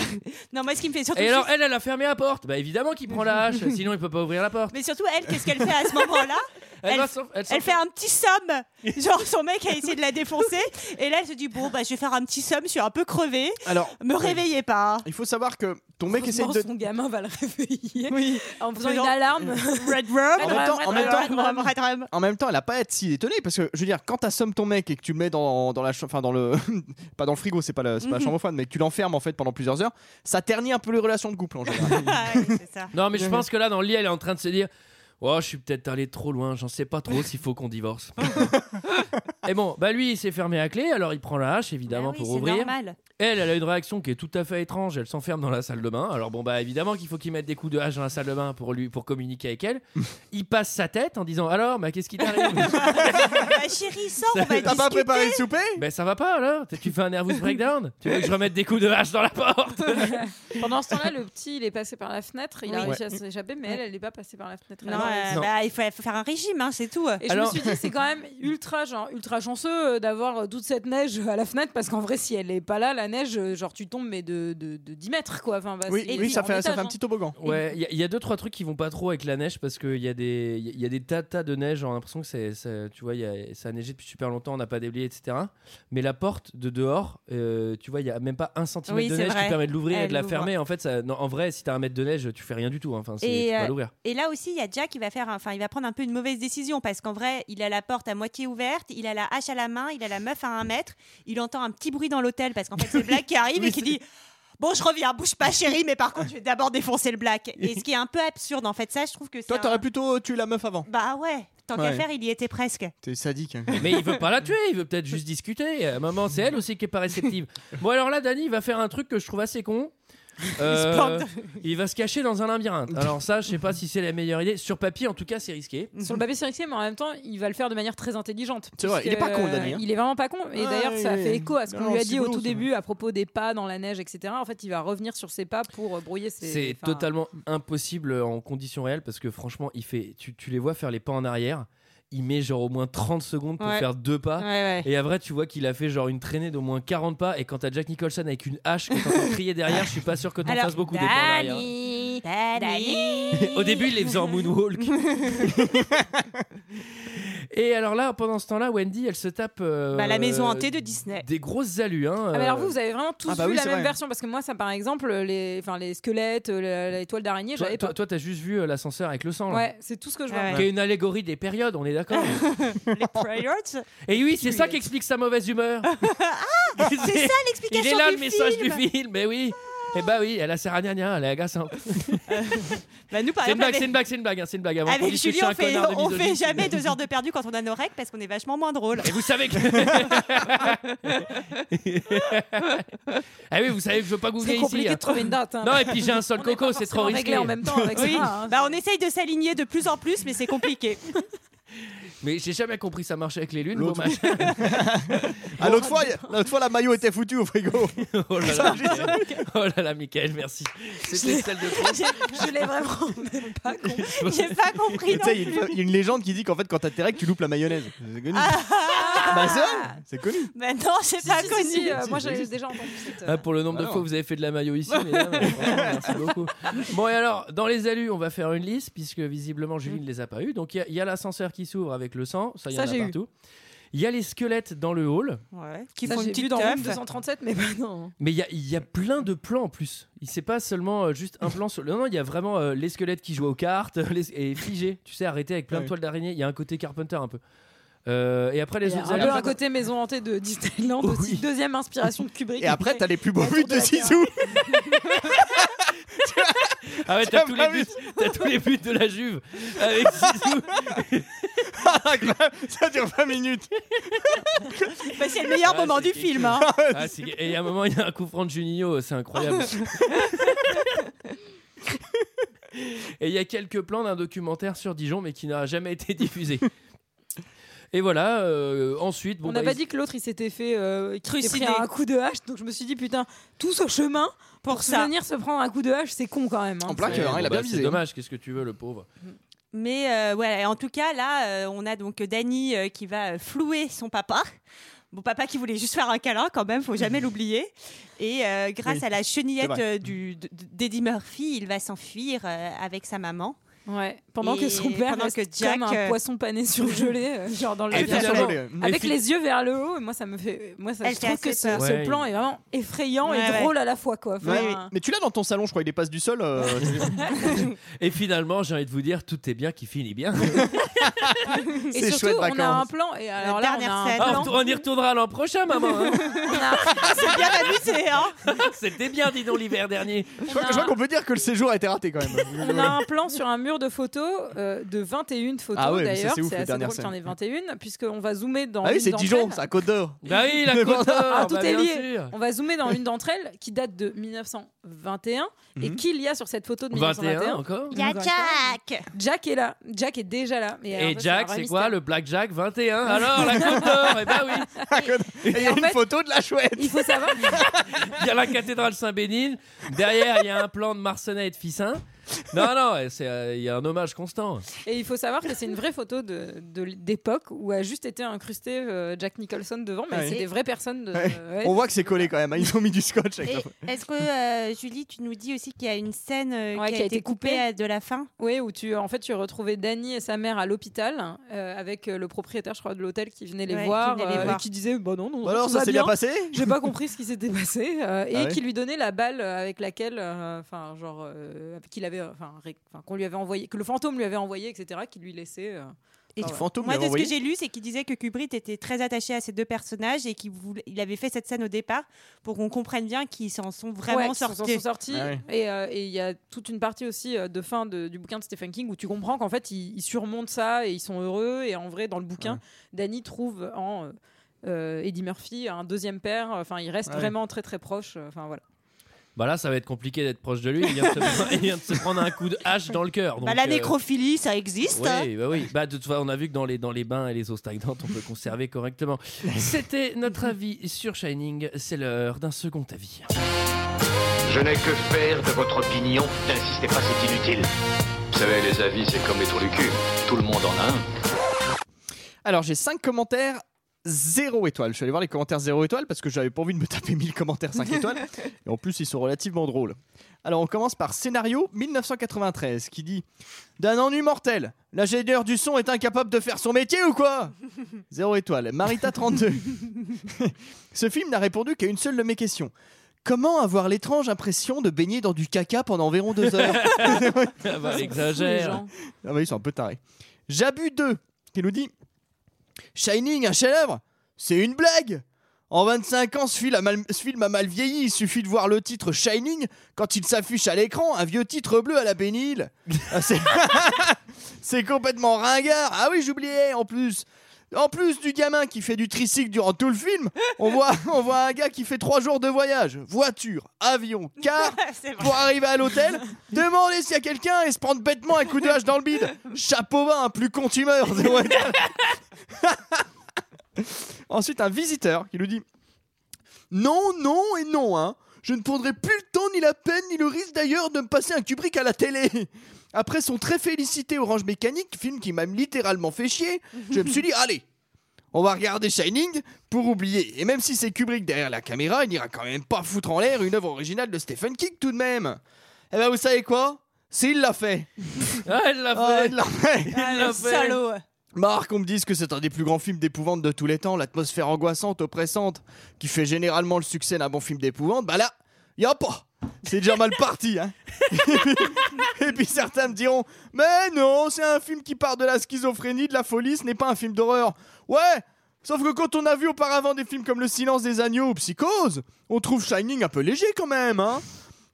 Speaker 6: Non, moi, ce qui me fait surtout.
Speaker 1: Et alors,
Speaker 6: juste-
Speaker 1: elle, elle a fermé la porte. Bah évidemment qu'il prend
Speaker 6: (laughs)
Speaker 1: la hache, sinon il peut pas ouvrir la porte.
Speaker 6: Mais surtout, elle, qu'est-ce qu'elle fait à ce moment-là Elle-
Speaker 1: va s'en- s'en
Speaker 6: Elle fait un petit somme. Genre, son mec a essayé de la défoncer. Et là, elle se dit Bon, bah, je vais faire un petit somme, je suis un peu crevée.
Speaker 7: Alors,
Speaker 6: Me réveillez pas. hein.
Speaker 7: il faut savoir que ton mec essaye
Speaker 11: Heureusement,
Speaker 7: de.
Speaker 11: son gamin va le réveiller
Speaker 6: Oui.
Speaker 11: en faisant une
Speaker 6: Faisant-
Speaker 11: alarme
Speaker 6: (laughs) Red Rum.
Speaker 7: En même temps- en même temps-
Speaker 6: Red Rum,
Speaker 7: (laughs)
Speaker 6: Red Rum.
Speaker 7: En même temps, elle a pas à être si étonnée parce que je veux dire, quand t'assommes ton mec et que tu le mets dans, dans la cha- enfin dans le (laughs) pas dans le frigo, c'est pas, la- c'est pas la
Speaker 6: Mhm.
Speaker 7: chambre froide, mais que tu l'enfermes en fait pendant plusieurs heures, ça ternit un peu les relations de couple
Speaker 11: (laughs)
Speaker 7: en
Speaker 11: Bah,
Speaker 7: général.
Speaker 6: Ah, oui, c'est ça.
Speaker 1: Non, mais je pense que là, dans le lit, elle est en train de se dire Oh, je suis peut-être allé trop loin, j'en sais pas trop s'il faut qu'on
Speaker 6: (laughs)
Speaker 1: divorce. Et bon, bah lui, il s'est fermé à clé, alors il prend la hache, évidemment,
Speaker 6: Bah oui,
Speaker 1: pour
Speaker 6: c'est
Speaker 1: ouvrir.
Speaker 6: normal. (laughs)
Speaker 1: Elle, elle a une réaction qui est tout à fait étrange, elle s'enferme dans la salle de bain. Alors bon, bah évidemment qu'il faut qu'il mette des coups de hache dans la salle de bain pour, lui, pour communiquer avec
Speaker 6: (laughs)
Speaker 1: elle. Il passe sa tête en disant Alors, bah qu'est-ce qui t'arrive
Speaker 6: Bah, chérie, sors, on
Speaker 7: T'as
Speaker 6: va
Speaker 7: pas
Speaker 6: discuter.
Speaker 7: préparé le
Speaker 11: Bah,
Speaker 7: souper
Speaker 1: Ben ça va pas alors Tu fais un nervous breakdown Tu veux que je remette des coups de hache dans la porte
Speaker 11: pendant ce temps-là le petit il est passé par la fenêtre il a
Speaker 6: Oui.
Speaker 11: réussi à s'échapper mais elle elle n'est pas passée par la fenêtre
Speaker 6: Non,
Speaker 11: Elle a-
Speaker 6: euh,
Speaker 1: Non.
Speaker 6: bah, il faut, faut faire un régime, hein, c'est tout.
Speaker 11: Et
Speaker 1: Alors-
Speaker 11: je me suis dit, c'est quand même ultra, genre, ultra chanceux euh, d'avoir euh, toute cette neige à la fenêtre parce qu'en vrai, si elle est pas là, la neige, euh, genre, tu tombes mais de, de, de 10 mètres, quoi. Enfin, bah,
Speaker 7: Oui,
Speaker 11: c'est-
Speaker 7: oui,
Speaker 11: et
Speaker 7: ça
Speaker 11: en
Speaker 7: fait, ça
Speaker 11: étage,
Speaker 7: fait un
Speaker 11: hein.
Speaker 7: petit toboggan.
Speaker 1: Ouais, il y a- il y, a deux trois trucs qui vont pas trop avec la neige parce qu'il y a des il y a des tas tas de neige, on a l'impression que c'est c'est- tu vois il y a- ça a neigé depuis super longtemps, on n'a pas déblayé etc. Mais la porte de dehors, euh, tu vois il y a même pas un centimètre
Speaker 6: Oui,
Speaker 1: de
Speaker 6: c'est
Speaker 1: neige qui
Speaker 6: vrai.
Speaker 1: permet de l'ouvrir et
Speaker 6: Elle
Speaker 1: de la
Speaker 6: l'ouvre.
Speaker 1: fermer. En fait, ça, non, en vrai si t'as un mètre de neige, tu fais rien du tout. hein. Enfin, c'est- tu
Speaker 6: Et,
Speaker 1: peux pas
Speaker 6: euh,
Speaker 1: l'ouvrir.
Speaker 6: Et là aussi, il y a Jack qui va faire, un- enfin, il va prendre un peu une mauvaise décision parce qu'en vrai, il a la porte à moitié ouverte, il a la hache à la main, il a la meuf à un mètre, il entend un petit bruit dans l'hôtel parce qu'en fait,
Speaker 7: (laughs)
Speaker 6: c'est le Black qui arrive
Speaker 7: Oui,
Speaker 6: et qui dit. Bon, je reviens, bouge pas, chérie, mais par contre, je vais d'abord défoncer le black.
Speaker 7: (laughs)
Speaker 6: Et ce qui est un peu absurde, en fait, ça, je trouve que c'est.
Speaker 7: Toi,
Speaker 6: un-
Speaker 7: t'aurais plutôt tué la meuf avant.
Speaker 6: Bah ouais, tant
Speaker 7: Ouais.
Speaker 6: qu'à faire, il y était presque.
Speaker 11: (laughs)
Speaker 7: T'es sadique. hein.
Speaker 1: Mais il veut pas la tuer, il veut peut-être juste discuter. Euh, Maman, c'est elle aussi qui est pas réceptive. Bon alors là, Dany il va faire un truc que je trouve assez
Speaker 6: (laughs)
Speaker 1: con. Euh,
Speaker 6: plante.
Speaker 1: il va se cacher dans un labyrinthe. Alors ça, je sais pas si c'est la meilleure idée. Sur papier, en tout cas, c'est risqué.
Speaker 11: Sur le papier c'est risqué, mais en même temps, il va le faire de manière très intelligente.
Speaker 7: C'est vrai, il est
Speaker 11: puisque,
Speaker 7: pas con,
Speaker 11: euh,
Speaker 7: Dany, hein.
Speaker 11: Il est vraiment pas con. euh, Et
Speaker 7: Ouais,
Speaker 11: d'ailleurs, ça
Speaker 7: ouais.
Speaker 11: fait écho à ce
Speaker 7: Non,
Speaker 11: qu'on lui a
Speaker 7: c'est
Speaker 11: dit au
Speaker 7: beau,
Speaker 11: tout
Speaker 7: ça.
Speaker 11: début à propos des pas dans la neige, etc. En fait, il va revenir sur ses pas pour euh, brouiller ses.
Speaker 1: C'est
Speaker 11: enfin,
Speaker 1: totalement impossible en conditions réelles parce que franchement, il fait, tu, tu les vois faire les pas en arrière. Il met genre au moins 30 secondes pour
Speaker 6: Ouais.
Speaker 1: faire deux pas.
Speaker 6: ouais.
Speaker 1: Et à vrai, tu vois qu'il a fait genre une traînée d'au moins 40 pas. Et quand t'as Jack Nicholson avec une hache, quand
Speaker 6: (laughs)
Speaker 1: t'entends crier derrière, je suis pas sûr que t'en
Speaker 6: Alors,
Speaker 1: fasses beaucoup des pas en arrière.
Speaker 11: (laughs)
Speaker 6: Dani, Dani.
Speaker 1: Au début, il les faisait en moonwalk.
Speaker 6: (laughs)
Speaker 1: et alors là, pendant ce temps-là, Wendy, elle se tape. euh,
Speaker 6: Bah, la maison hantée de Disney.
Speaker 1: Des grosses allus. Hein,
Speaker 11: Ah, mais alors vous,
Speaker 1: euh.
Speaker 11: vous avez vraiment tous
Speaker 7: Ah bah
Speaker 11: vu
Speaker 7: oui,
Speaker 11: la
Speaker 7: c'est
Speaker 11: même
Speaker 7: vrai.
Speaker 11: version parce que moi, ça par exemple, les, enfin les squelettes, euh, la- les toiles d'araignée,
Speaker 1: Toi-
Speaker 11: j'avais pas.
Speaker 1: toi, toi, t'as juste vu euh, l'ascenseur avec le sang. là.
Speaker 11: Ouais, c'est tout ce que je vois.
Speaker 6: Ah ouais.
Speaker 1: Qui est une allégorie des périodes, on est
Speaker 6: (laughs)
Speaker 1: d'accord.
Speaker 6: Les Ah, Priots.
Speaker 1: Et oui, c'est ça
Speaker 6: (laughs)
Speaker 1: qui explique sa mauvaise humeur.
Speaker 6: Ah, C'est ça
Speaker 1: (laughs) Il
Speaker 6: l'explication.
Speaker 1: est là
Speaker 6: du
Speaker 1: le message
Speaker 6: film. Ah.
Speaker 1: du film, mais oui. Eh bah oui, elle a Serra Gna, elle est agaçante.
Speaker 6: bah nous, par
Speaker 1: c'est une
Speaker 6: exemple,
Speaker 1: blague,
Speaker 6: avec-
Speaker 1: c'est une blague, c'est une blague, hein, c'est une blague. Avant qu'on
Speaker 6: Avec
Speaker 1: dise que je
Speaker 6: Julie,
Speaker 1: suis
Speaker 6: on
Speaker 1: un
Speaker 6: fait,
Speaker 1: connard de
Speaker 6: on fait
Speaker 1: misogyne.
Speaker 6: jamais deux heures de perdu quand on a nos règles parce qu'on est vachement moins drôle.
Speaker 1: Et vous savez
Speaker 6: (laughs)
Speaker 1: que. ah oui, vous savez que je veux pas que vous
Speaker 6: C'est
Speaker 1: veniez ici.
Speaker 6: compliqué de trouver une date, hein.
Speaker 1: Non, et puis j'ai un sol coco, c'est trop
Speaker 6: forcément
Speaker 1: risqué.
Speaker 6: réglé en même temps avec Oui. ça, hein. Bah, on essaye de s'aligner de plus en plus, mais c'est (laughs) compliqué.
Speaker 1: Mais j'ai jamais compris ça marchait avec les lunes,
Speaker 7: L'autre-
Speaker 1: dommage. (laughs)
Speaker 7: Ah, l'autre
Speaker 11: Oh,
Speaker 7: fois, y- l'autre fois, la maillot était foutue
Speaker 11: (laughs)
Speaker 7: au frigo.
Speaker 1: oh là là, Mickaël. oh là là, Mickaël, merci. C'était celle de trop.
Speaker 11: Je l'ai
Speaker 6: (laughs)
Speaker 11: vraiment même pas compris.
Speaker 6: J'ai pas compris.
Speaker 7: Tu sais, Il y a une- il y a une légende qui dit qu'en fait, quand t'as tes règles, tu loupes la mayonnaise.
Speaker 11: Ah.
Speaker 7: C'est connu. Bah, Ah, c'est vrai, c'est connu.
Speaker 6: Mais Ah. Bah, non, j'ai
Speaker 11: Si,
Speaker 6: pas
Speaker 11: si, si,
Speaker 6: connu.
Speaker 11: si, euh, moi,
Speaker 6: Si,
Speaker 11: j'avais
Speaker 6: si.
Speaker 11: déjà entendu cette.
Speaker 7: Bah,
Speaker 6: euh,
Speaker 1: Ah, pour le nombre de
Speaker 7: non.
Speaker 1: fois que vous avez fait de la maillot ici, mesdames, euh, vraiment, merci beaucoup. Bon, et alors, dans les alus, on va faire une liste, puisque visiblement Julie ne les a pas eu. Donc, il y a- il y a, l'ascenseur qui s'ouvre avec le sang, ça, il y
Speaker 11: Mm. Ça,
Speaker 1: en a
Speaker 11: j'ai eu.
Speaker 1: partout. Il y a les squelettes dans le hall,
Speaker 6: Ouais, qui
Speaker 11: Ça,
Speaker 6: font
Speaker 11: j'ai
Speaker 6: une
Speaker 11: vu
Speaker 6: petite
Speaker 11: dans
Speaker 6: teuf.
Speaker 11: Room 237, mais bah non.
Speaker 1: mais il y a, il y a plein de plans en plus. Il c'est pas seulement euh, juste un plan sur le. Non, non, il y a vraiment euh, les squelettes qui jouent aux cartes (laughs) les- et figés, tu sais, arrêtés avec plein
Speaker 7: Ouais.
Speaker 1: de toiles d'araignée. Il y a un côté Carpenter un peu. Euh, et après,
Speaker 11: Il
Speaker 1: les
Speaker 11: y a
Speaker 1: autres
Speaker 11: un peu
Speaker 1: alus.
Speaker 11: un côté maison hantée de Disneyland aussi. Deuxième inspiration de Kubrick.
Speaker 7: Et après, t'as les plus beaux
Speaker 11: La
Speaker 7: buts
Speaker 11: tour de
Speaker 7: de
Speaker 11: la Terre.
Speaker 7: (laughs) Zizou.
Speaker 1: Ah ouais, t'as tous, les buts, t'as tous les buts de la Juve
Speaker 11: (laughs)
Speaker 1: avec Zizou.
Speaker 7: Ah, grave, Ça dure 20 minutes.
Speaker 6: Bah, c'est le meilleur
Speaker 1: Ah,
Speaker 6: moment
Speaker 1: c'est
Speaker 6: du
Speaker 1: quelque
Speaker 6: film.
Speaker 1: chose.
Speaker 7: (laughs)
Speaker 6: hein.
Speaker 1: Ah, c'est- et il y a un moment, il y a un coup franc de Juninho, c'est incroyable. et il y a quelques plans d'un documentaire sur Dijon, mais qui n'a jamais été diffusé. Et voilà, euh, ensuite. Bon,
Speaker 11: On
Speaker 1: bah,
Speaker 11: n'a pas
Speaker 1: ils-
Speaker 11: dit que l'autre il s'était fait euh, qu'il s'était
Speaker 6: Trucider.
Speaker 11: pris un coup de hache, donc je me suis dit putain, tout ce chemin pour,
Speaker 6: Pour ça.
Speaker 11: venir se prendre un coup de hache, c'est con quand même. hein.
Speaker 7: En plein
Speaker 1: Ouais,
Speaker 7: cœur, hein, il a
Speaker 1: bon,
Speaker 7: bien
Speaker 1: bah, C'est
Speaker 7: visé.
Speaker 1: dommage, qu'est-ce que tu veux, le pauvre
Speaker 6: Mais euh, ouais, en tout cas, là, euh, on a donc Dany euh, qui va euh, flouer son papa. Bon, papa qui voulait juste faire un câlin quand même,
Speaker 7: (laughs)
Speaker 6: faut jamais l'oublier. Et euh, grâce
Speaker 7: Oui,
Speaker 6: à la
Speaker 7: c'est
Speaker 6: chenillette
Speaker 7: vrai.
Speaker 6: euh, du- d- d'Eddie Murphy, il va s'enfuir euh, avec sa maman.
Speaker 11: Ouais. Pendant que son
Speaker 6: Et
Speaker 11: père
Speaker 6: pendant
Speaker 11: reste
Speaker 6: que Jack,
Speaker 11: comme un
Speaker 6: euh,
Speaker 11: poisson pané
Speaker 7: (laughs)
Speaker 11: surgelé, euh, genre dans le
Speaker 1: Et
Speaker 7: Ah, bien
Speaker 1: finalement-
Speaker 7: sûr, les-
Speaker 1: Mais
Speaker 11: avec
Speaker 1: fi-
Speaker 11: les yeux vers le haut. Et moi ça me fait, moi ça,
Speaker 6: Elle
Speaker 11: je
Speaker 6: fait
Speaker 11: trouve que
Speaker 6: assez
Speaker 11: ce,
Speaker 6: peur.
Speaker 11: ce
Speaker 1: Ouais,
Speaker 11: plan est vraiment effrayant
Speaker 6: Ouais,
Speaker 11: et
Speaker 6: ouais.
Speaker 11: drôle à la fois quoi. Enfin,
Speaker 7: Ouais, oui. Mais tu l'as dans ton salon, je crois, il dépasse du sol.
Speaker 11: (laughs)
Speaker 7: euh,
Speaker 1: Et finalement, j'ai envie de vous dire, tout est bien qui finit
Speaker 11: (laughs)
Speaker 1: bien.
Speaker 11: Et
Speaker 7: C'est
Speaker 11: surtout
Speaker 7: chouette
Speaker 11: on a un
Speaker 7: vacances.
Speaker 11: plan et alors là on a
Speaker 6: dernière
Speaker 11: un
Speaker 6: scène.
Speaker 1: Ah,
Speaker 11: plan.
Speaker 1: on on y retournera l'an prochain, maman. hein.
Speaker 11: (laughs) on a-
Speaker 6: C'est bien amusé, hein
Speaker 11: (laughs)
Speaker 1: C'était bien, dis donc, l'hiver dernier.
Speaker 7: Je crois,
Speaker 11: On a-
Speaker 7: je crois qu'on peut dire que le séjour a été raté quand même.
Speaker 11: On a un plan sur un mur de photos, euh, de 21 photos
Speaker 7: Ah ouais, mais ça,
Speaker 11: d'ailleurs,
Speaker 7: c'est ouf,
Speaker 11: c'est
Speaker 7: les
Speaker 11: assez
Speaker 7: dernières
Speaker 11: drôle qu'il y en ait 21, puisqu'on va zoomer dans
Speaker 7: Ah
Speaker 11: une
Speaker 7: oui, c'est
Speaker 11: d'entre
Speaker 7: Dijon,
Speaker 11: elles.
Speaker 7: c'est à
Speaker 11: (laughs)
Speaker 7: Côte d'Or.
Speaker 1: Bah oui, la
Speaker 7: Mais
Speaker 1: côte d'or.
Speaker 11: Ah, tout
Speaker 1: bah,
Speaker 11: est
Speaker 1: bien
Speaker 11: lié.
Speaker 1: sûr.
Speaker 11: On va zoomer dans une d'entre elles qui date de 1921. Et
Speaker 7: Mhm.
Speaker 11: qu'il y a sur cette photo de
Speaker 1: 21
Speaker 11: 1921
Speaker 1: encore.
Speaker 6: Il y a Jack
Speaker 11: Jack est là. Jack est déjà là. alors,
Speaker 1: Et
Speaker 11: ça, un
Speaker 1: Jack,
Speaker 11: vrai
Speaker 1: c'est
Speaker 11: mystère.
Speaker 1: quoi le Blackjack
Speaker 11: (laughs)
Speaker 1: 21 Alors, la Côte d'Or Eh ben oui
Speaker 7: Et il y a
Speaker 11: en
Speaker 7: une
Speaker 11: fait-
Speaker 7: photo de la chouette.
Speaker 11: Il faut savoir. (laughs)
Speaker 1: Il y a la cathédrale Saint-Bénigne. Derrière, il y a un plan de Marcenet et de Fissin. Non, non, c'est, euh, il y a un hommage constant.
Speaker 11: Et il faut savoir que c'est une vraie photo de- de- d'époque où a juste été incrusté euh, Jack Nicholson devant, mais
Speaker 7: Ouais.
Speaker 11: c'est des vraies personnes. de-
Speaker 7: Ouais. Oh.
Speaker 11: euh, ouais.
Speaker 7: On voit que c'est collé quand même. hein, Ils ont mis du scotch. Avec la
Speaker 6: Et
Speaker 7: photo.
Speaker 6: Est-ce que, euh, Julie, tu nous dis aussi qu'il y a une scène euh,
Speaker 11: Ouais,
Speaker 6: qui, a été coupée, euh, de la fin
Speaker 11: Oui, où tu, en fait, tu retrouvais Dany et sa mère à l'hôpital euh, avec euh, le propriétaire, je crois, de l'hôtel qui venait les
Speaker 6: Ouais, qui
Speaker 11: voir,
Speaker 6: venait les
Speaker 11: euh,
Speaker 6: voir.
Speaker 11: et qui disait Bon, non, non,
Speaker 7: Bah alors,
Speaker 11: tout
Speaker 7: ça
Speaker 11: va
Speaker 7: s'est bien passé
Speaker 11: J'ai pas compris ce qui s'était passé euh, et
Speaker 7: Ah ouais
Speaker 11: qui lui donnait la balle avec laquelle, euh, enfin, genre, euh, qu'il avait, enfin, ré- enfin, qu'on lui avait envoyé, que le fantôme lui avait envoyé, etc., qui lui laissait. euh,
Speaker 6: Et
Speaker 11: Ah
Speaker 7: Le
Speaker 11: ouais.
Speaker 7: fantôme
Speaker 6: Moi,
Speaker 7: l'avait
Speaker 6: de ce que
Speaker 7: envoyé.
Speaker 6: j'ai lu, c'est qu'il disait que Kubrick était très attaché à ces deux personnages et qu'il voulait- il avait fait cette scène au départ pour qu'on comprenne bien qu'ils s'en sont vraiment
Speaker 11: Ouais, qui s'en
Speaker 6: sortis.
Speaker 11: sont sortis.
Speaker 7: Ah ouais.
Speaker 11: Et euh, et il y a toute une partie aussi euh, de fin de- du bouquin de Stephen King où tu comprends qu'en fait, ils, ils surmontent ça et ils sont heureux. Et en vrai, dans le bouquin,
Speaker 7: Ouais.
Speaker 11: Danny trouve en euh, euh, Eddie Murphy un deuxième père. Enfin, ils restent
Speaker 7: Ah ouais.
Speaker 11: vraiment très très proches. Enfin, voilà.
Speaker 1: Bah là, ça va être compliqué d'être proche de lui. Il vient de se (laughs) prendre, il vient de se prendre un coup de hache dans le cœur.
Speaker 6: Bah,
Speaker 1: donc,
Speaker 6: la
Speaker 1: euh,
Speaker 6: nécrophilie, ça existe. hein.
Speaker 1: Oui, bah oui. Bah, de toute façon, on a vu que dans les, dans les bains et les eaux stagnantes, on peut conserver correctement. C'était notre avis sur Shining. C'est l'heure d'un second avis.
Speaker 12: Je n'ai que faire de votre opinion. N'insistez pas, c'est inutile.
Speaker 13: Vous savez, les avis, c'est comme les trous du cul. Tout le monde en a un.
Speaker 7: Alors, j'ai 5 commentaires. 0 étoile. Je suis allé voir les commentaires 0 étoile parce que j'avais pas envie de me taper 1000 commentaires 5 étoiles. Et en plus, ils sont relativement drôles. Alors, on commence par Scénario 1993 qui dit D'un ennui mortel, l'ingénieur du son est incapable de faire son métier ou quoi 0 étoile. Marita 32. (laughs) Ce film n'a répondu qu'à une seule de mes questions. Comment avoir l'étrange impression de baigner dans du caca pendant environ 2 heures
Speaker 1: Ah bah,
Speaker 11: Ils sont fous, les
Speaker 1: exagère. (laughs)
Speaker 11: gens.
Speaker 7: Ah bah ils sont un peu tarés. Jabu 2 qui nous dit Shining, un chef-d'œuvre C'est une blague En 25 ans, ce film, a mal, ce film a mal vieilli. Il suffit de voir le titre Shining quand il s'affiche à l'écran, un vieux titre bleu à la pénile. c'est... (laughs) c'est complètement ringard. Ah oui, j'oubliais en plus. En plus du gamin qui fait du tricycle durant tout le film, on voit, on voit un gars qui fait trois jours de voyage, voiture, avion, car,
Speaker 11: C'est vrai.
Speaker 7: pour arriver à l'hôtel, demander s'il y a quelqu'un et se prendre bêtement un coup de hache dans le bide. Chapeau bas, un plus contumeur. (laughs) Ensuite, un visiteur qui nous dit Non, non et non, hein. Je ne prendrai plus le temps, ni la peine, ni le risque d'ailleurs de me passer un Kubrick à la télé. Après son très félicité Orange Mécanique, film qui m'a littéralement fait chier, je me suis dit Allez, on va regarder Shining pour oublier. Et même si c'est Kubrick derrière la caméra, il n'ira quand même pas foutre en l'air une œuvre originale de Stephen King tout de même. Eh ben, vous savez quoi S'il l'a fait.
Speaker 1: Ah, elle l'a
Speaker 7: Ah,
Speaker 1: fait.
Speaker 7: il l'a fait. (laughs)
Speaker 11: Ah, le salaud.
Speaker 7: Marc, on me dise que c'est un des plus grands films d'épouvante de tous les temps, l'atmosphère angoissante, oppressante, qui fait généralement le succès d'un bon film d'épouvante. Bah là, y a pas. C'est déjà mal parti, hein. (laughs) Et puis certains me diront, mais non, c'est un film qui part de la schizophrénie, de la folie, ce n'est pas un film d'horreur. Ouais. Sauf que quand on a vu auparavant des films comme Le Silence des agneaux ou Psychose, on trouve Shining un peu léger quand même, hein.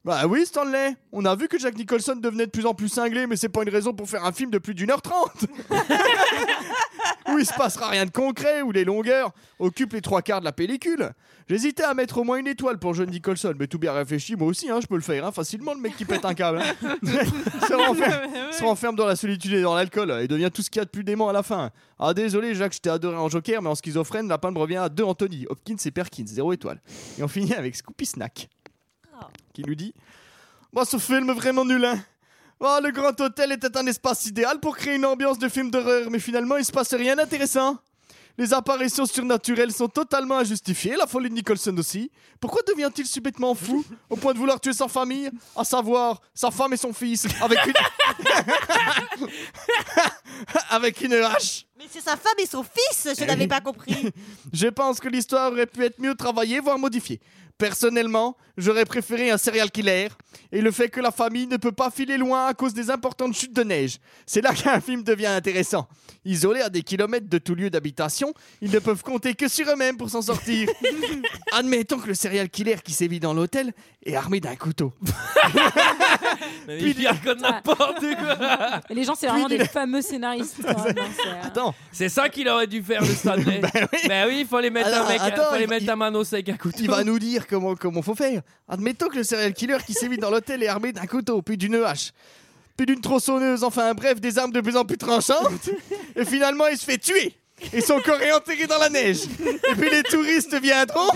Speaker 7: Bah oui, Stanley, on a vu que Jack Nicholson devenait de plus en plus cinglé, mais c'est pas une raison pour faire un film de plus d'une heure trente où il se passera rien de concret, où les longueurs occupent les trois quarts de la pellicule. J'hésitais à mettre au moins une étoile pour John Nicholson, mais tout bien réfléchi, moi aussi, hein, je peux le faire hein, facilement, le mec qui pète un câble. hein. (laughs) se,
Speaker 6: (laughs)
Speaker 7: renferme, se renferme dans la solitude et dans l'alcool, et devient tout ce qu'il y a de plus dément à la fin. Ah désolé Jacques, je t'ai adoré en Joker, mais en schizophrène, la palme revient à deux Anthony, Hopkins et Perkins, zéro étoile. Et on finit avec Scoopy Snack, qui nous dit... Bah ce film est vraiment nul, hein Oh, le Grand Hôtel était un espace idéal pour créer une ambiance de film d'horreur, mais finalement, il se passe rien d'intéressant. Les apparitions surnaturelles sont totalement injustifiées, la folie de Nicholson aussi. Pourquoi devient-il subitement fou au point de vouloir tuer sa famille, à savoir sa femme et son fils, avec une... avec une hache
Speaker 11: Mais c'est sa femme et son fils, je n'avais
Speaker 1: (laughs)
Speaker 11: pas compris.
Speaker 7: je pense que l'histoire aurait pu être mieux travaillée, voire modifiée. Personnellement, j'aurais préféré un serial killer et le fait que la famille ne peut pas filer loin à cause des importantes chutes de neige. C'est là (laughs) qu'un film devient intéressant. Isolés à des kilomètres de tout lieu d'habitation, ils ne peuvent compter que sur eux-mêmes pour s'en sortir. Admettons que le serial killer qui sévit dans l'hôtel est armé d'un couteau.
Speaker 1: Mais il vient comme n'importe quoi.
Speaker 6: Et les gens, c'est vraiment des fameux scénaristes. quoi. Non,
Speaker 11: hein,
Speaker 6: c'est, euh,
Speaker 7: Attends,
Speaker 1: C'est ça qu'il aurait dû faire, le Stanley. ben oui, il faut les mettre,
Speaker 7: Alors,
Speaker 1: un mec,
Speaker 7: attends,
Speaker 1: faut les
Speaker 7: il-
Speaker 1: mettre un mano sec à couteau.
Speaker 7: il va nous dire comment comment faut faire. Admettons que le serial killer qui sévit dans l'hôtel est armé d'un couteau, puis d'une hache, puis d'une tronçonneuse, enfin bref, des armes de plus en plus tranchantes. Et finalement, il se fait tuer. Et son corps est enterré dans la neige. Et puis les touristes viendront.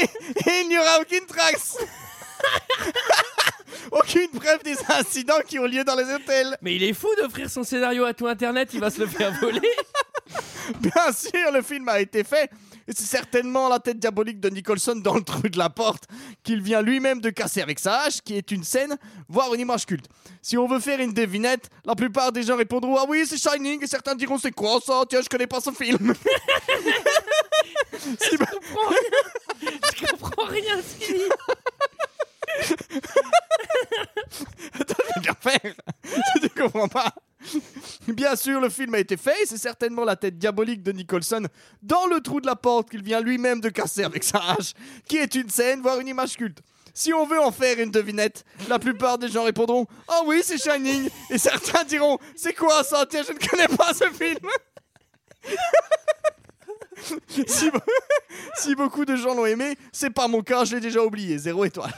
Speaker 7: Et, et il n'y aura aucune trace. (laughs) aucune preuve des incidents qui ont lieu dans les hôtels.
Speaker 1: Mais il est fou d'offrir son scénario à tout Internet, il va se le faire voler. (laughs)
Speaker 7: (laughs) Bien sûr, le film a été fait. Et c'est certainement la tête diabolique de Nicholson dans le trou de la porte qu'il vient lui-même de casser avec sa hache, qui est une scène, voire une image culte. Si on veut faire une devinette, la plupart des gens répondront Ah oui, c'est Shining, et certains diront C'est quoi ça Tiens, je connais pas ce film. Si-
Speaker 1: Je
Speaker 11: euh.
Speaker 1: comprends rien à ce qu'il dit.
Speaker 7: de bien faire. (laughs) Je te comprends pas. Bien sûr, le film a été fait. et C'est certainement la tête diabolique de Nicholson dans le trou de la porte qu'il vient lui-même de casser avec sa hache, qui est une scène, voire une image culte. Si on veut en faire une devinette, la plupart des gens répondront « Ah oui, c'est Shining !» Et certains diront « C'est quoi ça Tiens, je ne connais pas ce film !» (laughs) si, be- (laughs) si beaucoup de gens l'ont aimé, c'est pas mon cas, je l'ai déjà oublié. Zéro étoile.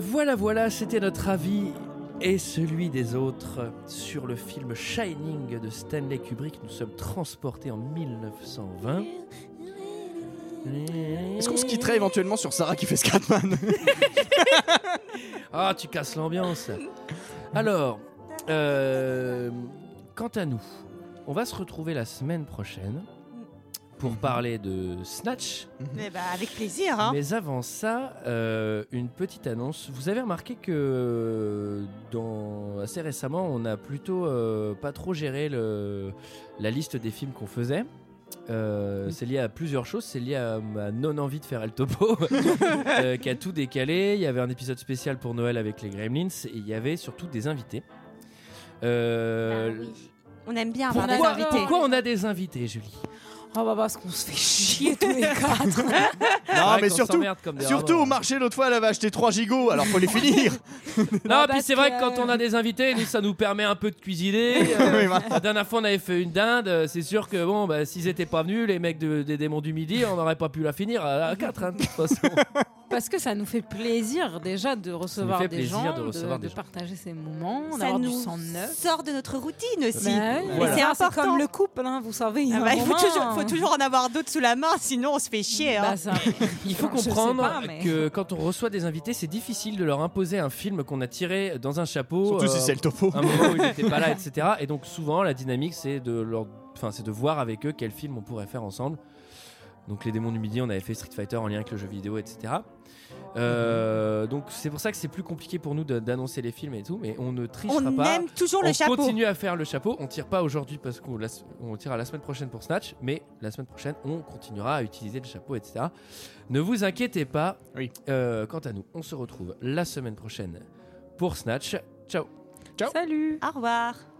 Speaker 1: Voilà, voilà, c'était notre avis et celui des autres sur le film Shining de Stanley Kubrick. Nous sommes transportés en 1920.
Speaker 7: Est-ce qu'on se quitterait éventuellement sur Sarah qui fait Scatman
Speaker 1: Ah, tu casses l'ambiance. Alors, euh, quant à nous, on va se retrouver la semaine prochaine
Speaker 7: Mhm.
Speaker 1: pour parler de Snatch.
Speaker 11: Mais bah, avec plaisir,
Speaker 6: Ah.
Speaker 11: hein.
Speaker 1: Mais avant ça, euh, une petite annonce. Vous avez remarqué que euh, dans, assez récemment, on a plutôt euh, pas trop géré le, la liste des films qu'on faisait. Euh, C'est lié à plusieurs choses. C'est lié à ma non-envie de faire El Topo, (laughs) euh, qui a tout décalé. Il y avait un épisode spécial pour Noël avec les Gremlins et il y avait surtout des invités. Euh,
Speaker 6: On aime bien avoir
Speaker 1: Pourquoi,
Speaker 6: Ah des invités.
Speaker 1: pourquoi on a des invités, Julie
Speaker 11: Oh bah parce qu'on se fait chier tous
Speaker 6: (laughs)
Speaker 11: les quatre.
Speaker 7: (laughs) Non,
Speaker 1: vrai
Speaker 7: mais
Speaker 1: qu'on
Speaker 7: surtout,
Speaker 1: s'emmerde comme des
Speaker 7: surtout
Speaker 1: radins.
Speaker 7: au marché l'autre fois, elle avait acheté 3 gigots, alors (laughs) faut les finir.
Speaker 1: Non,
Speaker 11: parce
Speaker 1: puis c'est vrai
Speaker 11: que,
Speaker 1: que quand on a des invités, nous, ça nous permet un peu de
Speaker 11: (laughs)
Speaker 1: cuisiner. Euh, la dernière fois, on avait fait une dinde. Euh, C'est sûr que bon, bah, s'ils étaient pas venus, les mecs de- des démons du midi, on n'aurait pas pu la finir à 4 de toute
Speaker 11: (laughs)
Speaker 1: façon.
Speaker 11: Parce que ça nous fait plaisir déjà de recevoir
Speaker 1: fait
Speaker 11: des
Speaker 1: plaisir
Speaker 11: gens,
Speaker 1: de
Speaker 11: de,
Speaker 1: recevoir
Speaker 11: de
Speaker 1: des gens.
Speaker 11: partager ces moments,
Speaker 6: Ça
Speaker 11: d'avoir du
Speaker 6: nous
Speaker 11: sang neuf.
Speaker 6: sort de notre routine aussi.
Speaker 11: Bah oui,
Speaker 6: Mais
Speaker 11: voilà.
Speaker 6: C'est
Speaker 11: Ah, c'est
Speaker 6: important.
Speaker 11: comme le couple, hein, vous savez. il y a
Speaker 6: Ah
Speaker 11: un
Speaker 6: bah, il faut
Speaker 11: moment,
Speaker 6: toujours,
Speaker 11: hein.
Speaker 6: faut toujours en avoir d'autres sous la main, sinon on se fait chier. hein.
Speaker 11: Bah, ça-
Speaker 1: Il faut
Speaker 11: Enfin, je sais
Speaker 1: comprendre
Speaker 11: pas, mais-
Speaker 1: que quand on reçoit des invités, c'est difficile de leur imposer un film qu'on a tiré dans un chapeau.
Speaker 7: Surtout si
Speaker 1: euh,
Speaker 7: c'est le topo.
Speaker 1: un moment où ils n'étaient pas là, etc. Et donc souvent la dynamique c'est de leur, enfin c'est de voir avec eux quel film on pourrait faire ensemble. Donc les démons du midi, on avait fait Street Fighter en lien avec le jeu vidéo, etc. Euh, donc c'est pour ça que c'est plus compliqué pour nous de- d'annoncer les films et tout, mais on ne trichera
Speaker 6: on
Speaker 1: pas.
Speaker 6: aime toujours
Speaker 1: on
Speaker 6: le chapeau.
Speaker 1: continue à faire le chapeau. On tire pas aujourd'hui parce qu'on la- on tire à la semaine prochaine pour Snatch, mais la semaine prochaine on continuera à utiliser le chapeau, etc. Ne vous inquiétez pas.
Speaker 7: Oui.
Speaker 1: Euh, quant à nous, on se retrouve la semaine prochaine pour Snatch. Ciao.
Speaker 11: Salut
Speaker 6: Au revoir.